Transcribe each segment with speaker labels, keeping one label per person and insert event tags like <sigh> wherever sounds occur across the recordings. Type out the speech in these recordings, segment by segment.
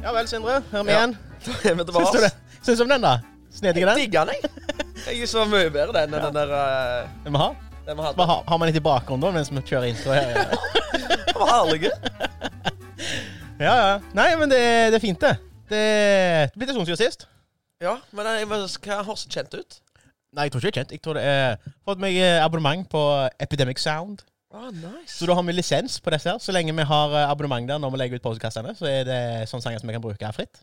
Speaker 1: vel, Sindre. Her vi
Speaker 2: Ja.
Speaker 1: igjen.
Speaker 2: Jeg <laughs> vet
Speaker 1: Syns du det? Syns du om den, da? Snedig den?
Speaker 2: Digger den, jeg. Jeg syns den var mye bedre den enn den der eh,
Speaker 1: Den vi har?
Speaker 2: Den var
Speaker 1: Hva har, har man litt i bakgrunnen da, mens vi kjører intro her?
Speaker 2: den var herlig.
Speaker 1: <laughs> ja, ja. Nei, men det, det er fint, det. Det det blir litt sånn som sist.
Speaker 2: Ja, men den- men hva høres det kjent ut?
Speaker 1: Nei, jeg tror ikke det er kjent. Jeg tror det er Fått meg eh, abonnement på Epidemic Sound.
Speaker 2: Ah, nice.
Speaker 1: Så da har vi lisens på disse her. Så lenge vi har eh, abonnement der når vi legger ut podkastene, så er det sånne sanger som vi kan bruke her fritt.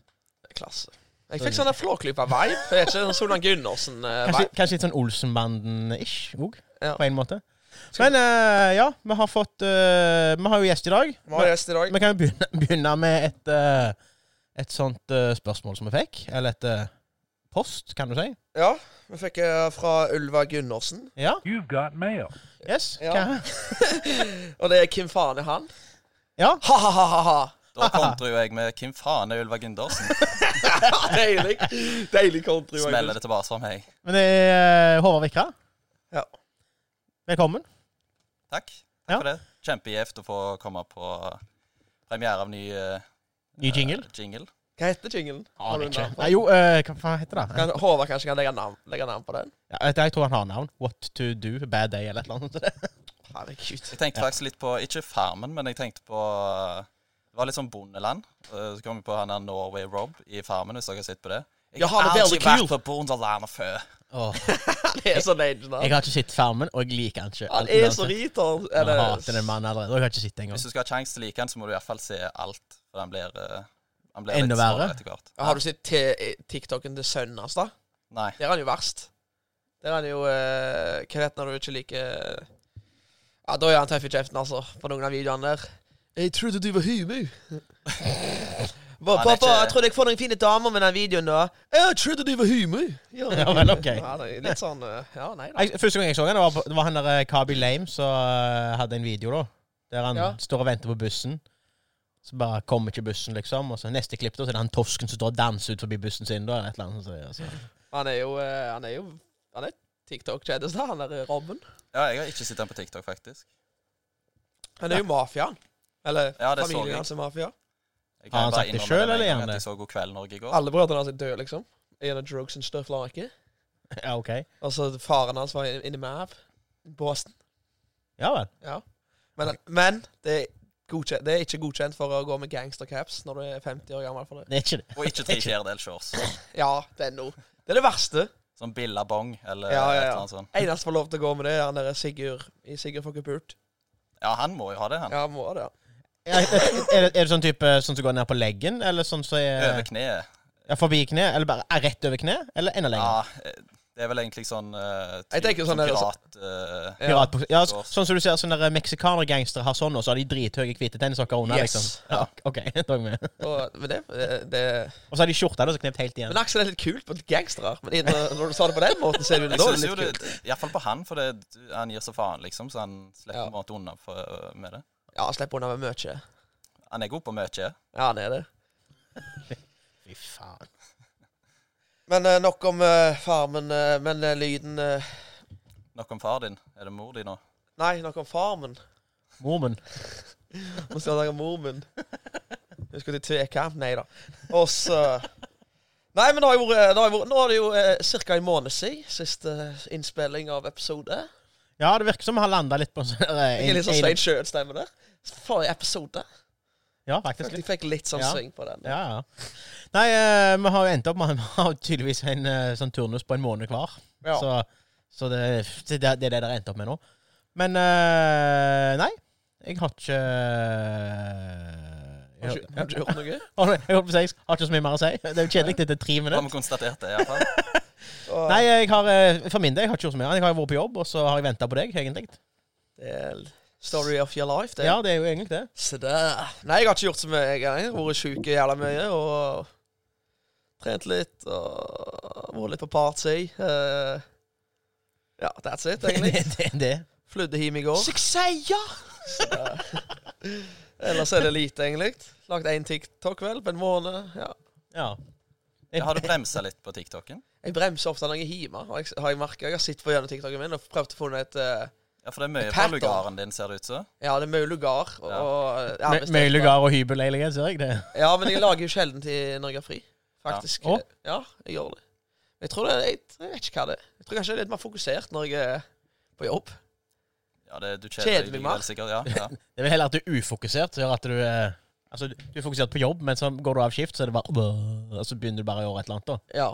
Speaker 2: Klasse. Jeg fikk sånn der Flåklypa-vibe. Jeg vet ikke, sånn Solan Gundersen-vibe.
Speaker 1: Kanskje, kanskje litt sånn Olsenbanden-ish òg,
Speaker 2: Ja.
Speaker 1: på en måte.
Speaker 2: Skal-
Speaker 1: Men eh, ja, vi har fått eh, Vi har jo gjest i dag.
Speaker 2: Vi har gjest i dag.
Speaker 1: Vi kan jo begynne, begynne med et, eh, et sånt eh, spørsmål som vi fikk. Eller et eh, post, kan du si.
Speaker 2: Ja, vi fikk eh, fra Ulva Gundersen.
Speaker 1: Ja.
Speaker 3: You've got mail.
Speaker 1: Yes.
Speaker 2: Ja.
Speaker 1: Hva-
Speaker 2: Og det er hvem faen er han?
Speaker 1: ja.
Speaker 2: Ha-ha-ha-ha!
Speaker 4: Da kontrer jo jeg med 'Hvem faen er Ulva Gundersen?'
Speaker 2: Deilig. Deilig country.
Speaker 4: Smeller det tilbake for meg.
Speaker 1: Men det er eh, Håvard Vikra.
Speaker 2: Ja.
Speaker 1: Velkommen.
Speaker 4: Takk. Takk
Speaker 1: Ja.
Speaker 4: for det. Kjempegjevt å få komme på eh, premiere av ny eh,
Speaker 1: Ny jingle.
Speaker 4: jingle.
Speaker 2: Hva heter jinglen? Har du
Speaker 1: Aner ikke.
Speaker 2: navn på
Speaker 1: Nei,
Speaker 2: den?
Speaker 1: jo, eh, hva faen heter det?
Speaker 2: Kan, Håvard kanskje kan legge navn, legge navn på den?
Speaker 1: Ja, vet du, jeg tror han har navn. What to do, bad day, eller et eller annet.
Speaker 2: Herregud.
Speaker 4: Jeg tenkte faktisk litt på Ikke Farmen, men jeg tenkte på eh, Det var litt sånn bondeland. Eh, Så kom vi på han der Norway Rob i Farmen, hvis dere har sett på det. Jeg
Speaker 2: Ja, han er veldig
Speaker 4: vært
Speaker 2: kul.
Speaker 4: på bondelandet før.
Speaker 1: Åh,
Speaker 2: Det er så legend.
Speaker 1: jeg
Speaker 2: han.
Speaker 1: har ikke sett Farmen, og jeg liker han ikke.
Speaker 2: Han er så ritor.
Speaker 1: Jeg hater den mannen allerede. og Jeg har ikke sett den engang.
Speaker 4: Hvis du skal ha sjanse til å like han, så må du i hvert fall se alt. For han blir, eh, han blir
Speaker 1: Enda
Speaker 4: litt
Speaker 1: verre.
Speaker 4: smartere etter hvert.
Speaker 2: Har du sett te- TikToken til sønnen hans, da?
Speaker 4: Nei.
Speaker 2: Der er han jo verst. Der er han jo eh, Hva heter det når du ikke liker Ja, da er han tøff i kjeften, altså, på noen av videoene der. Jeg trodde du var homo. Hva,
Speaker 4: Han er
Speaker 2: pappa,
Speaker 4: ikke-
Speaker 2: jeg trodde jeg får noen fine damer med den videoen, da. Jeg trodde du var homo. Ja,
Speaker 1: Ja, vel, ok.
Speaker 2: Ja, det er litt sånn eh, Ja, nei da.
Speaker 1: Jeg, første gang jeg så den, det var, på- det var han der eh, Kabi Lame som eh, hadde en video, da. Der han
Speaker 2: Ja.
Speaker 1: står og venter på bussen. Så bare kommer ikke bussen, liksom. Og så neste klipp, da, så er det han tosken som står og danser ut forbi bussen sin, da, eller et eller annet. Så, ja, så. <laughs>
Speaker 2: Han er jo eh, Han er jo Han er TikTok-kjendis, da, han der eh, Robben.
Speaker 4: Ja, jeg har ikke sett han på TikTok, faktisk.
Speaker 2: Han er jo mafiaen. Eller
Speaker 4: Ja, det så jeg.
Speaker 2: familien hans er mafia.
Speaker 4: Jeg
Speaker 1: Har han
Speaker 4: jo bare
Speaker 1: sagt det
Speaker 4: innrømme
Speaker 1: selv,
Speaker 4: med
Speaker 1: eller
Speaker 4: en gang
Speaker 1: gjør han
Speaker 4: at
Speaker 1: det? Ah,
Speaker 4: Jeg så God kveld Norge i går.
Speaker 2: Alle brødrene hans er døde, liksom. En av drugs and stuff like it.
Speaker 1: ja, ok.
Speaker 2: Og så faren hans var inni meg. Boston.
Speaker 1: Ja vel.
Speaker 2: Ja. Men, men det, er godkjent, det er ikke godkjent for å gå med gangstercaps når du er 50 år gammel. for det.
Speaker 1: Det er ikke det.
Speaker 4: Og ikke tre fjerdedels shorts.
Speaker 2: Ja, det er noe. Det er det verste.
Speaker 4: Som Billabong eller
Speaker 2: Ja, ja,
Speaker 4: et
Speaker 2: ja.
Speaker 4: eller annet sånt.
Speaker 2: Eneste som får lov til å gå med det, er han der Sigurd i Sigurd fucker pult.
Speaker 4: Ja, han må jo ha det, han.
Speaker 2: Ja, må det. ja.
Speaker 1: Er, er, det, er det sånn type sånn som går ned på leggen, eller sånn som er
Speaker 4: Over kneet.
Speaker 1: ja, forbi kne? Eller bare er rett over kne? Eller enda
Speaker 4: Ja,
Speaker 1: lenger?
Speaker 4: eh, det er vel egentlig sånn uh,
Speaker 2: Jeg tenker sånn der-
Speaker 4: pirat... eh,
Speaker 1: Ja.
Speaker 2: Ja.
Speaker 1: ja, så- sånn som du ser sånne der meksikanergangstere har sånn, og så har de drithøye hvite tennissokker under.
Speaker 2: Yes.
Speaker 1: liksom. Ja, ok, <laughs> da er jeg med.
Speaker 2: Og, men det, det, det.
Speaker 1: Og så har de skjorta da, som er knept helt igjen.
Speaker 2: Men Aksel er litt kult på gangsterer. Men når, når du sa det på den måten, så er det
Speaker 4: Jeg
Speaker 2: jo da
Speaker 4: synes jo
Speaker 2: litt
Speaker 4: det,
Speaker 2: kult.
Speaker 4: iallfall på han, for det, han gir så faen, liksom, så han slipper
Speaker 2: Ja.
Speaker 4: på en måte unna for, eh, med det.
Speaker 2: Ja, slipp unna med mye.
Speaker 4: Han er god på mye.
Speaker 2: Ja, han er det.
Speaker 1: Fy faen.
Speaker 2: Men eh, nok om eh, farmen. eh, men eh, lyden eh,
Speaker 4: Nok om far din. Er det mor di nå?
Speaker 2: Nei, nok om farmen.
Speaker 1: Mormen.
Speaker 2: Må si at jeg har mormen. Jeg skal til tvekamp. Nei da. Og så Nei, men det har jo vært det har jo vært- Nå er det jo eh, ca. en måned siden siste eh, innspilling av episode.
Speaker 1: Ja, det virker som vi har landa litt på en sånn der, eh,
Speaker 2: Jeg er litt sånn
Speaker 1: en- en-
Speaker 2: Svein Sjøen-stemme der. Forrige episode.
Speaker 1: Ja, faktisk
Speaker 2: De
Speaker 1: litt.
Speaker 2: fikk litt sånn
Speaker 1: Ja.
Speaker 2: sving på den.
Speaker 1: Ja, ja. Nei, eh, vi har jo endt opp med vi har jo tydeligvis en eh, sånn turnus på en måned hver.
Speaker 2: Ja.
Speaker 1: Så, så det, det, det er det dere har endt opp med nå. Men eh, nei, jeg har ikke
Speaker 2: Har du- har du
Speaker 1: Jeg
Speaker 2: gjort noe?
Speaker 1: holdt på å si, jeg har ikke så mye mer å si. Det er jo kjedelig etter tre
Speaker 4: Har
Speaker 1: minutter.
Speaker 4: vi konstatert det, iallfall?
Speaker 2: Og
Speaker 1: <laughs> Nei, jeg har, eh, for min del, jeg har ikke gjort så mye. Jeg har jo vært på jobb, og så har jeg venta på deg, egentlig.
Speaker 2: Det er story of your life, det.
Speaker 1: Ja, det er jo egentlig det.
Speaker 2: Se der. Nei, jeg har ikke gjort så mye. Jeg jeg har vært sjuk jævla mye og trent litt og vært litt på party. Eh, ja, that's it, egentlig.
Speaker 1: <laughs> det, det, det.
Speaker 2: Flydde hjem i går.
Speaker 1: Suksesser!
Speaker 2: Ellers er det lite, egentlig. Lagt én TikTok vel på en måned. Ja.
Speaker 1: Ja.
Speaker 4: Ja, Har du bremsa litt på TikToken?
Speaker 2: Jeg bremser ofte når jeg er hjemme, har jeg, har jeg merket. Jeg har sittet på gjennom TikToken min og prøvd å finne et eh,
Speaker 4: Ja, Ja, for det er mye på
Speaker 2: Pattern.
Speaker 4: lugaren din, ser det ut som.
Speaker 2: Ja, det er mye lugar. Og,
Speaker 4: Ja.
Speaker 2: og- ja,
Speaker 1: Mø-
Speaker 2: hvis det-
Speaker 1: Møylegard og hybelleilighet, ser jeg det?
Speaker 2: Ja, men jeg lager jo sjelden til når jeg har fri. Faktisk.
Speaker 1: Ja.
Speaker 2: Ja,
Speaker 1: Å?
Speaker 2: jeg gjør det. Men Jeg tror det jeg, jeg vet ikke hva det er. Jeg tror kanskje jeg er litt mer fokusert når jeg er på jobb.
Speaker 4: Ja, det, du
Speaker 2: Kjeder
Speaker 4: kjeder
Speaker 2: meg
Speaker 4: deg
Speaker 2: mer.
Speaker 4: vel sikkert. Ja,
Speaker 2: <laughs>
Speaker 4: ja.
Speaker 1: Det er vel heller at du er ufokusert, som gjør at du eh, Altså, du er fokusert på jobb, men så går du av skift, så er det bare Og så begynner du bare å gjøre et eller annet, da.
Speaker 2: Ja.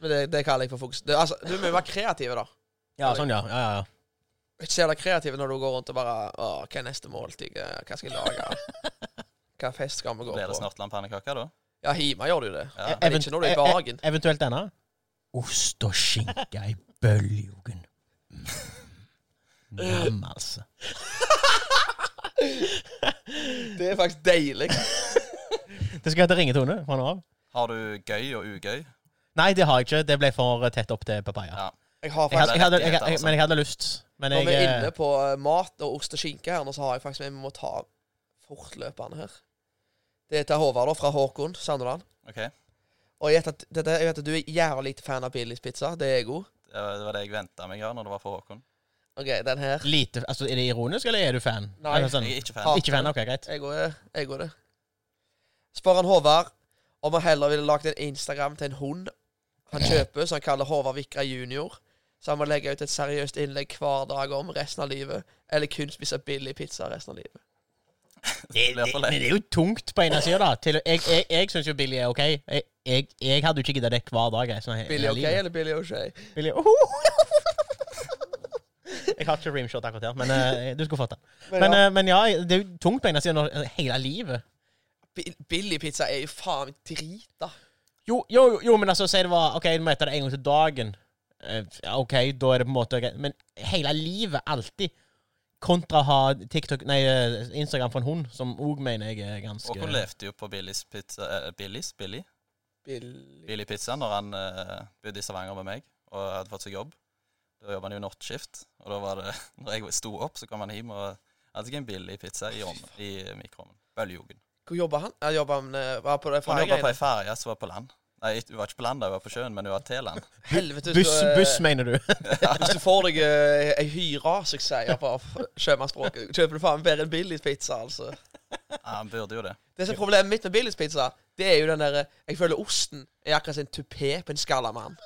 Speaker 2: Men det, det kaller jeg for fokus. Det, altså, du må jo være kreativ, da.
Speaker 1: Ja, sånn, ja. ja, ja, ja.
Speaker 2: Ikke så jævla kreativ når du går rundt og bare Å, hva er neste måltid? Eh, Hva skal jeg lage? Hva fest skal vi gå
Speaker 4: Blir det
Speaker 2: på?
Speaker 4: snortlandpannekaker da?
Speaker 2: Ja, hjemme gjør du det.
Speaker 4: Ja.
Speaker 2: Men ikke når du er i barhagen.
Speaker 1: e- eventuelt denne. Ost og skinke i
Speaker 2: <laughs>
Speaker 1: bøljogen. Nam, altså.
Speaker 2: Det er faktisk deilig.
Speaker 1: Det skal hete ringetone fra nå av.
Speaker 4: Har du gøy og ugøy?
Speaker 1: Nei, det har jeg ikke. Det ble for tett opp til papaya.
Speaker 4: Ja.
Speaker 2: Jeg har
Speaker 1: Jeg
Speaker 2: faktisk
Speaker 1: hadde, jeg hadde, jeg, jeg, men jeg hadde lyst. Men
Speaker 2: altså.
Speaker 1: jeg
Speaker 2: Når vi er
Speaker 1: eh,
Speaker 2: inne på eh, mat og ost og skinke her, nå så har jeg faktisk Vi må ta fortløpende her. Det er til Håvard da, fra Håkon Sandeland.
Speaker 4: OK. Det,
Speaker 2: Og jeg vet, at, dette, jeg vet at du er jævla lite fan av Billys pizza. Det er jeg òg.
Speaker 4: var- det var det jeg venta meg av når det var for Håkon.
Speaker 2: OK, den her.
Speaker 1: lite Altså, er det ironisk, eller er du fan?
Speaker 2: Nei.
Speaker 1: Eller sånn,
Speaker 4: Jeg er ikke fan.
Speaker 2: Ha.
Speaker 1: ikke fan, ok, greit.
Speaker 2: Jeg går, jeg går det. Spør han Håvard om han heller ville lagd en Instagram til en hund han kjøper, som han kaller Håvard Vikra junior. Så han må legge ut et seriøst innlegg hver dag om resten av livet. Eller kun spise billig pizza resten av livet.
Speaker 1: Det,
Speaker 4: blir for lett.
Speaker 1: men det er jo tungt på ene sida, da. Til, jeg jeg, jeg syns jo Billy er OK. Jeg, jeg, jeg hadde jo ikke gidda det hver dag. jeg, sånn, hele
Speaker 2: Billig OK
Speaker 1: livet.
Speaker 2: eller billig OK?
Speaker 1: Billy, Oho! <laughs> Jeg har ikke rimshot akkurat her, men eh, du skulle fått den.
Speaker 2: Men
Speaker 1: Men,
Speaker 2: ja.
Speaker 1: eh, men ja, det er jo tungt på ene sida hele livet.
Speaker 2: Bill- Billig pizza er jo faen drita.
Speaker 1: Jo, jo, jo, men altså, si det var OK, du må spise det en gang til dagen. Eh, ja, OK, da er det på en måte greit. Men hele livet, alltid. Kontra å ha TikTok, nei, eh, Instagram for en hund, som òg mener jeg er ganske
Speaker 4: Håkon levde jo på Billys pizza eh, Billys? Billy?
Speaker 2: Billig
Speaker 4: Billy pizza når han eh, bodde i Stavanger med meg og hadde fått seg jobb. Da jobba han jo nattskift, og da var det <laughs> Når jeg sto opp, så kom han hjem og hadde seg en billig pizza i, ovnen- i mikroovnen. Bølgejogen.
Speaker 2: Hvor jobber han? Ja, jobber han eh, var på det
Speaker 4: Han jobba på
Speaker 2: ferja?
Speaker 4: ei ferje som var på land. Nei, hun var ikke på land, da, hun var på sjøen, men hun var til land.
Speaker 2: Helvete, hvis
Speaker 1: Buss,
Speaker 2: du, eh,
Speaker 1: buss, mener du?
Speaker 2: hvis du får deg eh, ei hyre, som jeg sier på sjømannsspråket, kjøper du faen bedre enn Billys pizza, altså.
Speaker 4: Ja, han burde jo det.
Speaker 2: Det som er problemet mitt med Billys pizza, det er jo den derre Jeg føler osten er akkurat som en tupé på en skalla mann.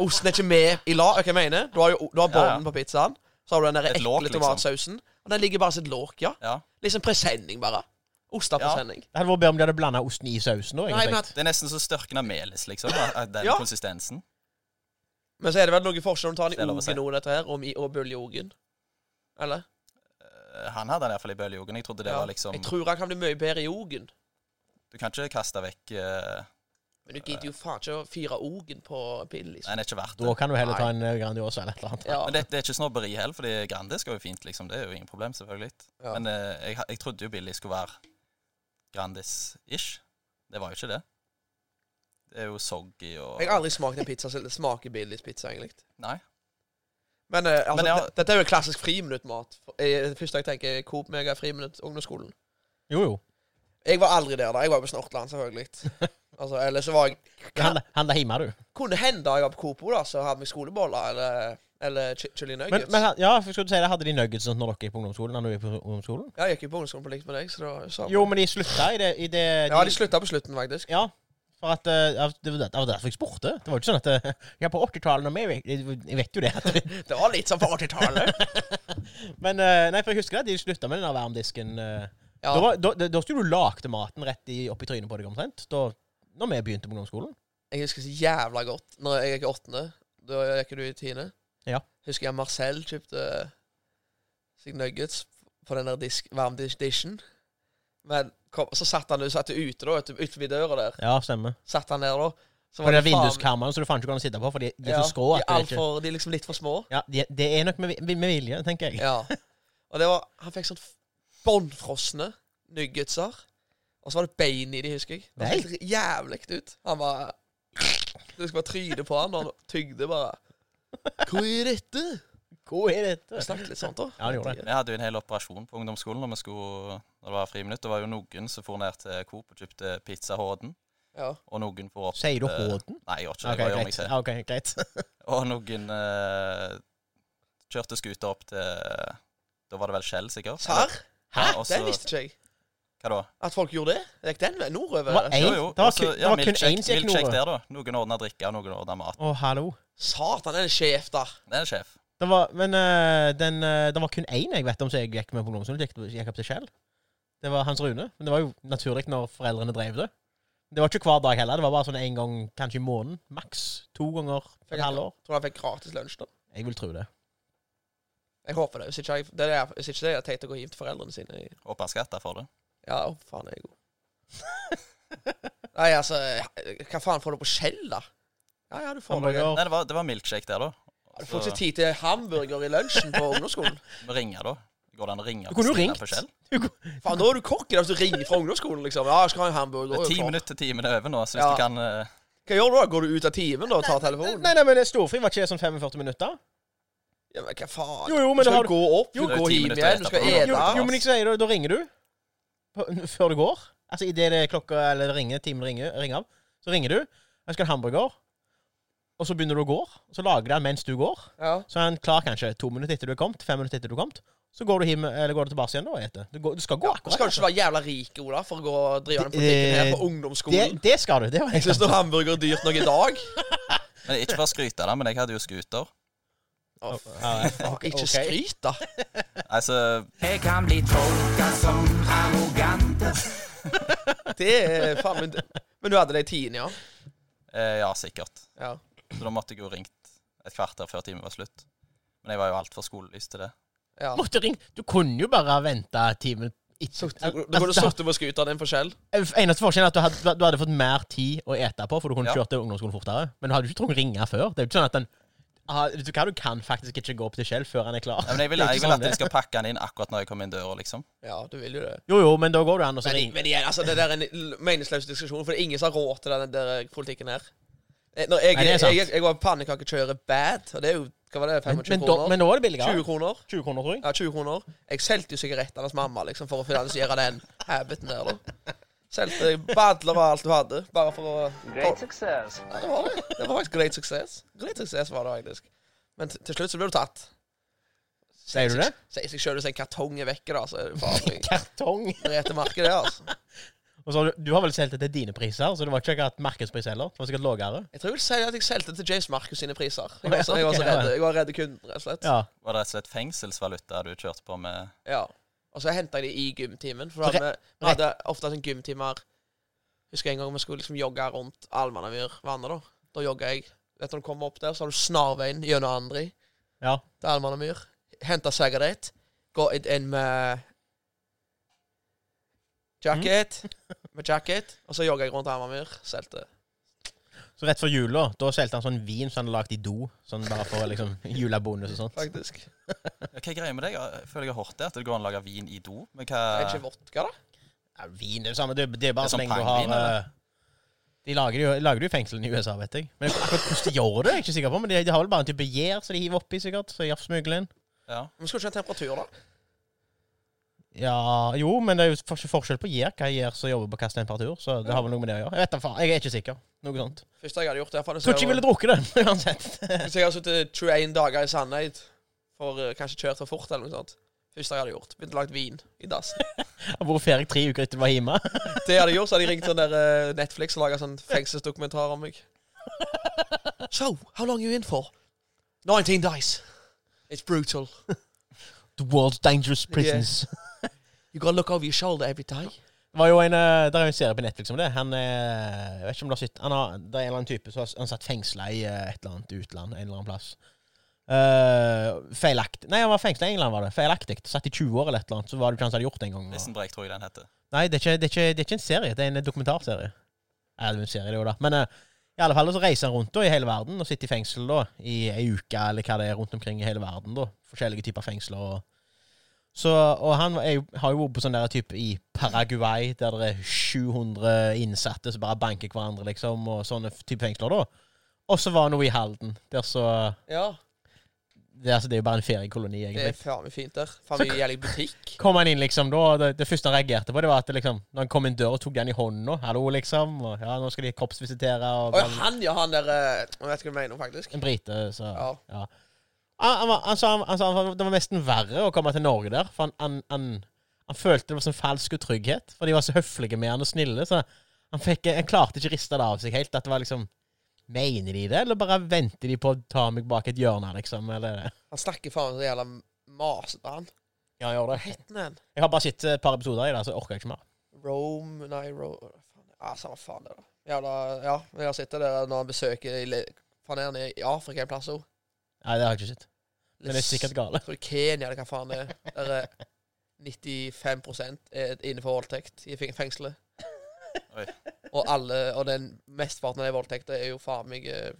Speaker 2: Osten er ikke med i lag, hva jeg mener? Du har jo du har
Speaker 4: Ja, ja.
Speaker 2: bånden på pizzaen, så har du den derre
Speaker 4: Et låk,
Speaker 2: ekle
Speaker 4: liksom.
Speaker 2: tomatsausen, og den ligger bare som et låk, ja.
Speaker 4: Ja.
Speaker 2: Liksom presenning, bare. Ostepresenning.
Speaker 1: Det hadde vært bedre om de hadde blanda osten i sausen. da,
Speaker 2: Nei, men
Speaker 1: egentlig.
Speaker 2: at
Speaker 4: Det er nesten så størken av melis, liksom. at- at Den
Speaker 2: Ja.
Speaker 4: konsistensen.
Speaker 2: Men så er det vel noe forskjell om du tar
Speaker 4: Det er
Speaker 2: den i
Speaker 4: lov å si.
Speaker 2: ogen og dette her, om i, og buljogen. Eller?
Speaker 4: Eh, Han hadde den iallfall i bølgejogen. Jeg trodde det
Speaker 2: Ja.
Speaker 4: var liksom
Speaker 2: Jeg tror han kan bli mye bedre i ogen.
Speaker 4: Du kan ikke kaste vekk eh,
Speaker 2: Men du gidder jo faen ikke å fyre ogen på Billys.
Speaker 4: Nei, den er ikke verdt det.
Speaker 1: Da kan du heller ta en eh, Grandiosa eller et eller annet.
Speaker 2: Ja.
Speaker 4: Men det, det er ikke snobberi heller, fordi Grandis går jo fint, liksom. Det er jo ingen problem, selvfølgelig.
Speaker 2: Ja.
Speaker 4: Men eh, jeg, ha- jeg trodde jo Billy skulle være Grandis-ish. Det var jo ikke det. Det er jo soggy og
Speaker 2: Jeg har aldri smakt en pizza som smaker Billys pizza, egentlig.
Speaker 4: Nei.
Speaker 2: Men, eh, altså,
Speaker 4: Men ja.
Speaker 2: det- dette er jo en klassisk friminuttmat. For- eh, Det første jeg tenker, er Coop Mega friminutt ungdomsskolen.
Speaker 1: Jo, jo.
Speaker 2: Jeg var aldri der da. Jeg var på Snortland, selvfølgelig. Altså, eller så var jeg
Speaker 1: Det handler- handler hjemme, du.
Speaker 2: Kunne hende jeg var på Coop da, så hadde vi skoleboller eller, eller chi- chili
Speaker 1: Men,
Speaker 2: nuggets.
Speaker 1: men ja, for skulle du si det, hadde de nuggets når dere gikk på ungdomsskolen? Når du gikk på ungdomsskolen?
Speaker 2: ja, jeg gikk jo på ungdomsskolen på likt med deg, så det var jo samme.
Speaker 1: Jo, men de slutta i det, i det
Speaker 2: Ja, de slutta på slutten, faktisk.
Speaker 1: Ja, for at eh, ja, Det var det- det var derfor jeg spurte. Det var jo ikke sånn at eh, <laughs> Ja, på 80-tallet og meg jeg- Jeg vet jo det. <laughs> at-
Speaker 2: Det var litt sånn på 80-tallet.
Speaker 1: Men eh, nei, for jeg husker det, de slutta med den der varmdisken. eh.
Speaker 2: Ja.
Speaker 1: Da, var- da, da, da skulle du lagde maten rett i, opp i trynet på deg omtrent. Da når vi begynte på ungdomsskolen.
Speaker 2: Jeg husker så jævla godt når jeg gikk i åttende. Da gikk du i tiende.
Speaker 1: Ja.
Speaker 2: Husker jeg Marcel kjøpte seg nuggets på den der disk, varmdisken. Men kom, så satt han satt ute da, ute- utenfor døra der.
Speaker 1: Ja, stemmer.
Speaker 2: Satt han der da. Så
Speaker 1: For det er
Speaker 2: faen-
Speaker 1: vinduskarmene, så du fant ikke hvordan de sitter på, for de, de er
Speaker 2: Ja,
Speaker 1: så skrå.
Speaker 2: de
Speaker 1: at
Speaker 2: er,
Speaker 1: det
Speaker 2: alt
Speaker 1: ikke-
Speaker 2: for, de er liksom litt for
Speaker 1: <laughs>
Speaker 2: små.
Speaker 1: Ja, det, det er nok med, vi- med vilje, tenker jeg.
Speaker 2: Ja. Og det var Han fikk sånn bånnfrosne nuggetser. Og så var det bein i de, husker jeg. Det
Speaker 1: Nei.
Speaker 2: så helt jævlig ut. Han bare Du skulle bare tryne på han, og han tygde bare. Hva er dette?
Speaker 1: Hvor er dette?
Speaker 2: Jeg snakket litt sånt, da.
Speaker 1: Ja, han gjorde det.
Speaker 4: Vi hadde jo en hel operasjon på ungdomsskolen når, vi skulle, når det var friminutt. Det var jo noen som for ned til Coop og kjøpte Pizza Håden,
Speaker 2: Ja.
Speaker 4: og noen for opp
Speaker 1: Sier du
Speaker 4: eh,
Speaker 1: Håden?
Speaker 4: Nei, jeg gjør ikke det.
Speaker 1: Ok,
Speaker 4: Jeg bare gjør
Speaker 1: greit. <laughs> Ja, ok,
Speaker 4: meg til.
Speaker 1: greit.
Speaker 4: Og noen eh, Kjørte skuta opp til Da var det vel Skjell, sikkert?
Speaker 2: Serr?
Speaker 1: Hæ?
Speaker 4: Ja, og så-
Speaker 2: Den visste ikke jeg.
Speaker 4: Hva da?
Speaker 2: At folk gjorde det. Gikk den veien nordover?
Speaker 1: Det var
Speaker 2: eller?
Speaker 1: en-
Speaker 4: Jo,
Speaker 1: Nei,
Speaker 4: jo.
Speaker 1: Eh? det var
Speaker 4: også-
Speaker 1: kun- det var kun
Speaker 4: milkshake-
Speaker 1: én som gikk
Speaker 4: milkshake
Speaker 1: nordover.
Speaker 4: der, da. Noen ordna drikke, og noen ordna mat.
Speaker 1: Å, hallo.
Speaker 2: Satan, den er sjef, da.
Speaker 4: Det er sjef.
Speaker 1: Det var, men eh, den, eh, det var kun én jeg vet om som jeg gikk med på ungdomsskolen. Gikk, gikk opp til Kjell. Det var Hans Rune. Men det var jo naturlig når foreldrene drev det. Det var ikke hver dag heller. Det var bare sånn en gang kanskje i måneden. Maks to ganger
Speaker 2: Fikk
Speaker 1: et
Speaker 2: han-
Speaker 1: halvår.
Speaker 2: Tror du han fikk gratis lunsj, da?
Speaker 1: Jeg vil tro det.
Speaker 2: Jeg håper det. Hvis ikke, jeg, det er det, jeg- hvis ikke det er jeg tenkt å gå hjem til foreldrene sine. i-
Speaker 4: Håper han skatter for det.
Speaker 2: Ja, å, faen, jeg er
Speaker 1: <laughs>
Speaker 2: god. Nei, altså Hva faen får du på skjell, da? Ja, ja, du får det. Ja,
Speaker 1: Hamburger.
Speaker 4: Nei, det var, det var milkshake der, da.
Speaker 2: Du får ikke tid til hamburger i lunsjen
Speaker 1: <laughs>
Speaker 2: på ungdomsskolen.
Speaker 4: Ringe, da. Går det an å ringe?
Speaker 1: Du kunne jo
Speaker 4: og bestille
Speaker 1: ringt.
Speaker 4: på Shell?
Speaker 2: Faen, da er du kokk i dag hvis du ringer fra ungdomsskolen, liksom. Ja, jeg skal ha en
Speaker 4: Det
Speaker 2: hamburger.
Speaker 4: er
Speaker 2: og
Speaker 4: ti
Speaker 2: klar.
Speaker 4: minutter til timen er over nå, så hvis
Speaker 2: Ja.
Speaker 4: du kan eh,
Speaker 2: Hva gjør du da? Går du ut av timen da og tar telefonen?
Speaker 1: Nei, nei, men storfri var ikke det sånn 45 minutter?
Speaker 2: Ja, men hva faen?
Speaker 1: Jo, jo, men
Speaker 2: du skal
Speaker 1: da har
Speaker 2: jo
Speaker 1: du-
Speaker 2: gå opp, du
Speaker 1: Jo.
Speaker 2: skal
Speaker 4: Det er
Speaker 2: gå
Speaker 4: ti
Speaker 2: hjem
Speaker 4: minutter
Speaker 2: igjen, du skal
Speaker 4: etterpå.
Speaker 2: ete.
Speaker 1: Jo, jo men jeg sier det, da ringer du. På, <laughs> før du går. Altså idet det klokka Eller det ringer, timen ringer, ringer av. Så ringer du. Jeg skal ha en hamburger. Og så begynner du å gå. Så lager du den mens du går.
Speaker 2: Ja.
Speaker 1: Så er han klar kanskje to minutter etter du er kommet, fem minutter etter du er kommet. Så går du, hjem, eller går du tilbake igjen da og eter. Du, går, du skal gå
Speaker 2: Du
Speaker 1: akkurat. altså.
Speaker 2: skal ikke være jævla rik, Ola, for å gå og drive den
Speaker 1: Det-
Speaker 2: politikken her på
Speaker 1: eh, det,
Speaker 2: ungdomsskolen.
Speaker 1: det skal du. Det var
Speaker 2: Jeg
Speaker 1: helt
Speaker 2: syns
Speaker 1: sant.
Speaker 2: noe hamburger er dyrt nok i dag.
Speaker 4: men Ikke for å skryte av det, men jeg hadde jo
Speaker 2: Å,
Speaker 4: scooter.
Speaker 1: <laughs> Ja, ja.
Speaker 2: faen,
Speaker 1: Ok.
Speaker 2: ikke skryt, da.
Speaker 4: Altså,
Speaker 3: Jeg kan bli tolka som arrogant.
Speaker 2: Det er faen min Men du hadde det i tiende, ja?
Speaker 4: eh, ja, sikkert.
Speaker 2: ja.
Speaker 4: Så da måtte jeg jo ringt et kvarter før timen var slutt. Men jeg var jo altfor skolelyst til det.
Speaker 2: ja.
Speaker 1: Du måtte ringe. Du kunne jo bare vente timen etter.
Speaker 2: Du du kunne
Speaker 1: Altså,
Speaker 2: sittet på skuta, det er en forskjell.
Speaker 1: eneste forskjellen er at du hadde, du hadde fått mer tid å ete på, for du kunne
Speaker 4: Ja.
Speaker 1: kjørt til ungdomsskolen fortere. Men du hadde jo ikke trengt å ringe før. Det er jo ikke sånn at den ah, Vet du hva, du kan faktisk ikke gå opp til Kjell før han er klar.
Speaker 4: Nei, men jeg vil,
Speaker 1: Det er
Speaker 4: jeg
Speaker 1: ikke
Speaker 4: vil
Speaker 1: sånn
Speaker 4: at de
Speaker 1: det.
Speaker 4: skal pakke den inn akkurat når jeg kommer inn døra, liksom.
Speaker 2: Ja, du vil jo det.
Speaker 1: Jo, jo, men da går du an, og så
Speaker 2: Men,
Speaker 1: ringer
Speaker 2: men igjen, altså, det der er en l- meningsløs diskusjon, for det er ingen som har råd til den der politikken her. Eh, Når jeg,
Speaker 1: Nei, det er sant.
Speaker 2: jeg, jeg, jeg var pannekakekjører bad, og det er jo Hva var det?
Speaker 1: Men,
Speaker 2: 25
Speaker 1: men, da,
Speaker 2: kroner?
Speaker 1: men da er det billigere.
Speaker 2: 20 kroner?
Speaker 1: 20 kroner, tror jeg.
Speaker 2: Ja, 20 kroner. Jeg solgte jo sigarettene hans mamma liksom, for å finansiere den habiten der. da. Solgte badler og alt du hadde, bare for å
Speaker 3: Great success.
Speaker 2: Ja, det var det. Det var faktisk great success. Great success var det faktisk. Men t- til slutt så ble du tatt.
Speaker 1: Sier du det?
Speaker 2: Sier seg sjøl hvis en kartong er vekke, da, så er det farlig.
Speaker 1: Kartong.
Speaker 2: Rett til markedet, altså.
Speaker 1: Og så har du, du har vel solgt det til dine priser, så det var ikke akkurat markedspris heller. Det var sikkert lavere.
Speaker 2: Jeg tror jeg vil si at jeg solgte til James Marcus sine priser. Jeg var så, jeg var så
Speaker 1: Ok, ja.
Speaker 2: redd, jeg var redd kunden, rett og slett.
Speaker 1: Ja.
Speaker 4: Var det rett og slett fengselsvaluta du kjørte på med
Speaker 2: Ja. Og så henta jeg de i gymtimen. For da hadde vi, vi hadde ofte en gymtimer Husker jeg en gang vi skulle liksom jogge rundt Almannamyrvannet. Da Da jogga jeg. Vet du, Når du kommer opp der, så har du snarveien gjennom Andri
Speaker 1: ja.
Speaker 2: til Almannamyr. Henta sigarett. Gå inn med jacket.
Speaker 1: Mm. <laughs>
Speaker 2: Med jacket. Og så jogga jeg rundt Almannamyr. Solgte.
Speaker 1: Så rett før jula, da solgte han sånn vin som han hadde lagd i do. Sånn bare for liksom julebonus og sånt.
Speaker 2: Faktisk.
Speaker 4: Ja, Hva er greia med deg? Jeg føler jeg har hørt det, at det går an å lage vin i do. Men hva
Speaker 2: Er det ikke vodka, da?
Speaker 1: Ja, vin er jo samme, det, det er bare så
Speaker 4: Det er sånn
Speaker 1: lenge du har
Speaker 4: pangvin, eller?
Speaker 1: eh, De lager det jo- lager det jo i fengslene i USA, vet jeg. Men akkurat hvordan de gjør det, er jeg ikke sikker på. Men de, de har vel bare en type gjær som de hiver oppi, sikkert. Så jaffsmugler inn.
Speaker 4: Ja.
Speaker 2: Men skulle du ikke ha temperatur, da?
Speaker 1: Ja, jo, men det er jo for- forskjell på gjær. Hva gjær som jobber på hvilken temperatur. Så det har vel noe med det å gjøre. Jeg vet da faen. Jeg er ikke sikker. Noe sånt.
Speaker 2: Første jeg hadde gjort det, er faen,
Speaker 1: Tror ikke jeg ville drukket det, <laughs> uansett.
Speaker 2: Hvis jeg hadde sittet 21 dager i Sandeid for eh, kanskje kjørt for fort eller noe sånt Første jeg hadde gjort. Begynte å lage vin i dassen.
Speaker 1: Jeg har vært ferdig tre uker etter du var hjemme.
Speaker 2: Det jeg hadde gjort, så hadde jeg ringt sånn der eh, Netflix og laga sånn fengselsdokumentar om meg. So, how long you in for? 19 days. It's brutal.
Speaker 1: The world's dangerous prisons.
Speaker 2: You gotta look over your shoulder every time.
Speaker 1: Det var jo en, eh, der er jo en serie på Netflix om det. Han, eh, jeg vet ikke om du har sett han har, Det er en eller annen type som har s- han satt fengsla i eh, et eller annet utland en eller annen plass. Eh, feilaktig Nei, han var fengsla i England, var det. Feilaktig. Satt i 20 år eller et eller annet. Så var det ikke han som hadde gjort det engang. Og-
Speaker 4: Lisenbreak, tror jeg den heter.
Speaker 1: Nei, det er, ikke, det, er ikke, det er ikke en serie. Det er en dokumentarserie. Ja, det er en serie, det jo, da. Men eh, i alle fall så reiser han rundt da i hele verden og sitter i fengsel da i ei uke eller hva det er rundt omkring i hele verden. da Forskjellige typer fengsler. og så, og han er jo, har jo vært på sånn der type i Paraguay, der det er 700 innsatte som bare banker hverandre, liksom, og sånne f- type fengsler, da. Og så var han jo i Halden, der så
Speaker 2: Ja,
Speaker 1: det, altså, det er jo bare en feriekoloni,
Speaker 2: det er
Speaker 1: egentlig.
Speaker 2: faen meg fint der. Faen meg jævlig
Speaker 1: <laughs>
Speaker 2: butikk.
Speaker 1: Kom han inn, liksom, da, og det, det første han reagerte på, det var at det, liksom, når han kom inn døra, tok de han i hånda, hallo, liksom, og ja, nå skal de kroppsvisitere, og
Speaker 2: Å ja, han ja, han der eh, Jeg vet ikke hva du mener, faktisk.
Speaker 1: en brite, så
Speaker 2: Ja.
Speaker 1: ja. Han, han, var- han sa, han, sa han, det var nesten verre å komme til Norge der. For han, han, han, han følte det var sånn falsk utrygghet. For de var så høflige med han og snille. Så han, fikk, han klarte ikke å riste det av seg helt. At det var liksom Mener de det, eller bare venter de på å ta meg bak et hjørne, liksom? Eller?
Speaker 2: Han snakker faen så jævla masete, han.
Speaker 1: Ja, gjør det.
Speaker 2: Heter han
Speaker 1: Jeg har bare sett et par episoder i det, så jeg orker ikke mer.
Speaker 2: Rome Nei, Rome faen. Ja, samme faen det, da. Jævla Ja, jeg har sett det der når han besøker i le- Faen, er han i Afrika en plass òg?
Speaker 1: Nei, det har jeg ikke sett. Men det er sikkert gale.
Speaker 2: Tror du Kenya eller hva faen det er. Der er 95 er inne for voldtekt i feng- fengselet.
Speaker 4: Oi.
Speaker 2: Og alle Og den mesteparten av de voldtekter er jo faen meg eh,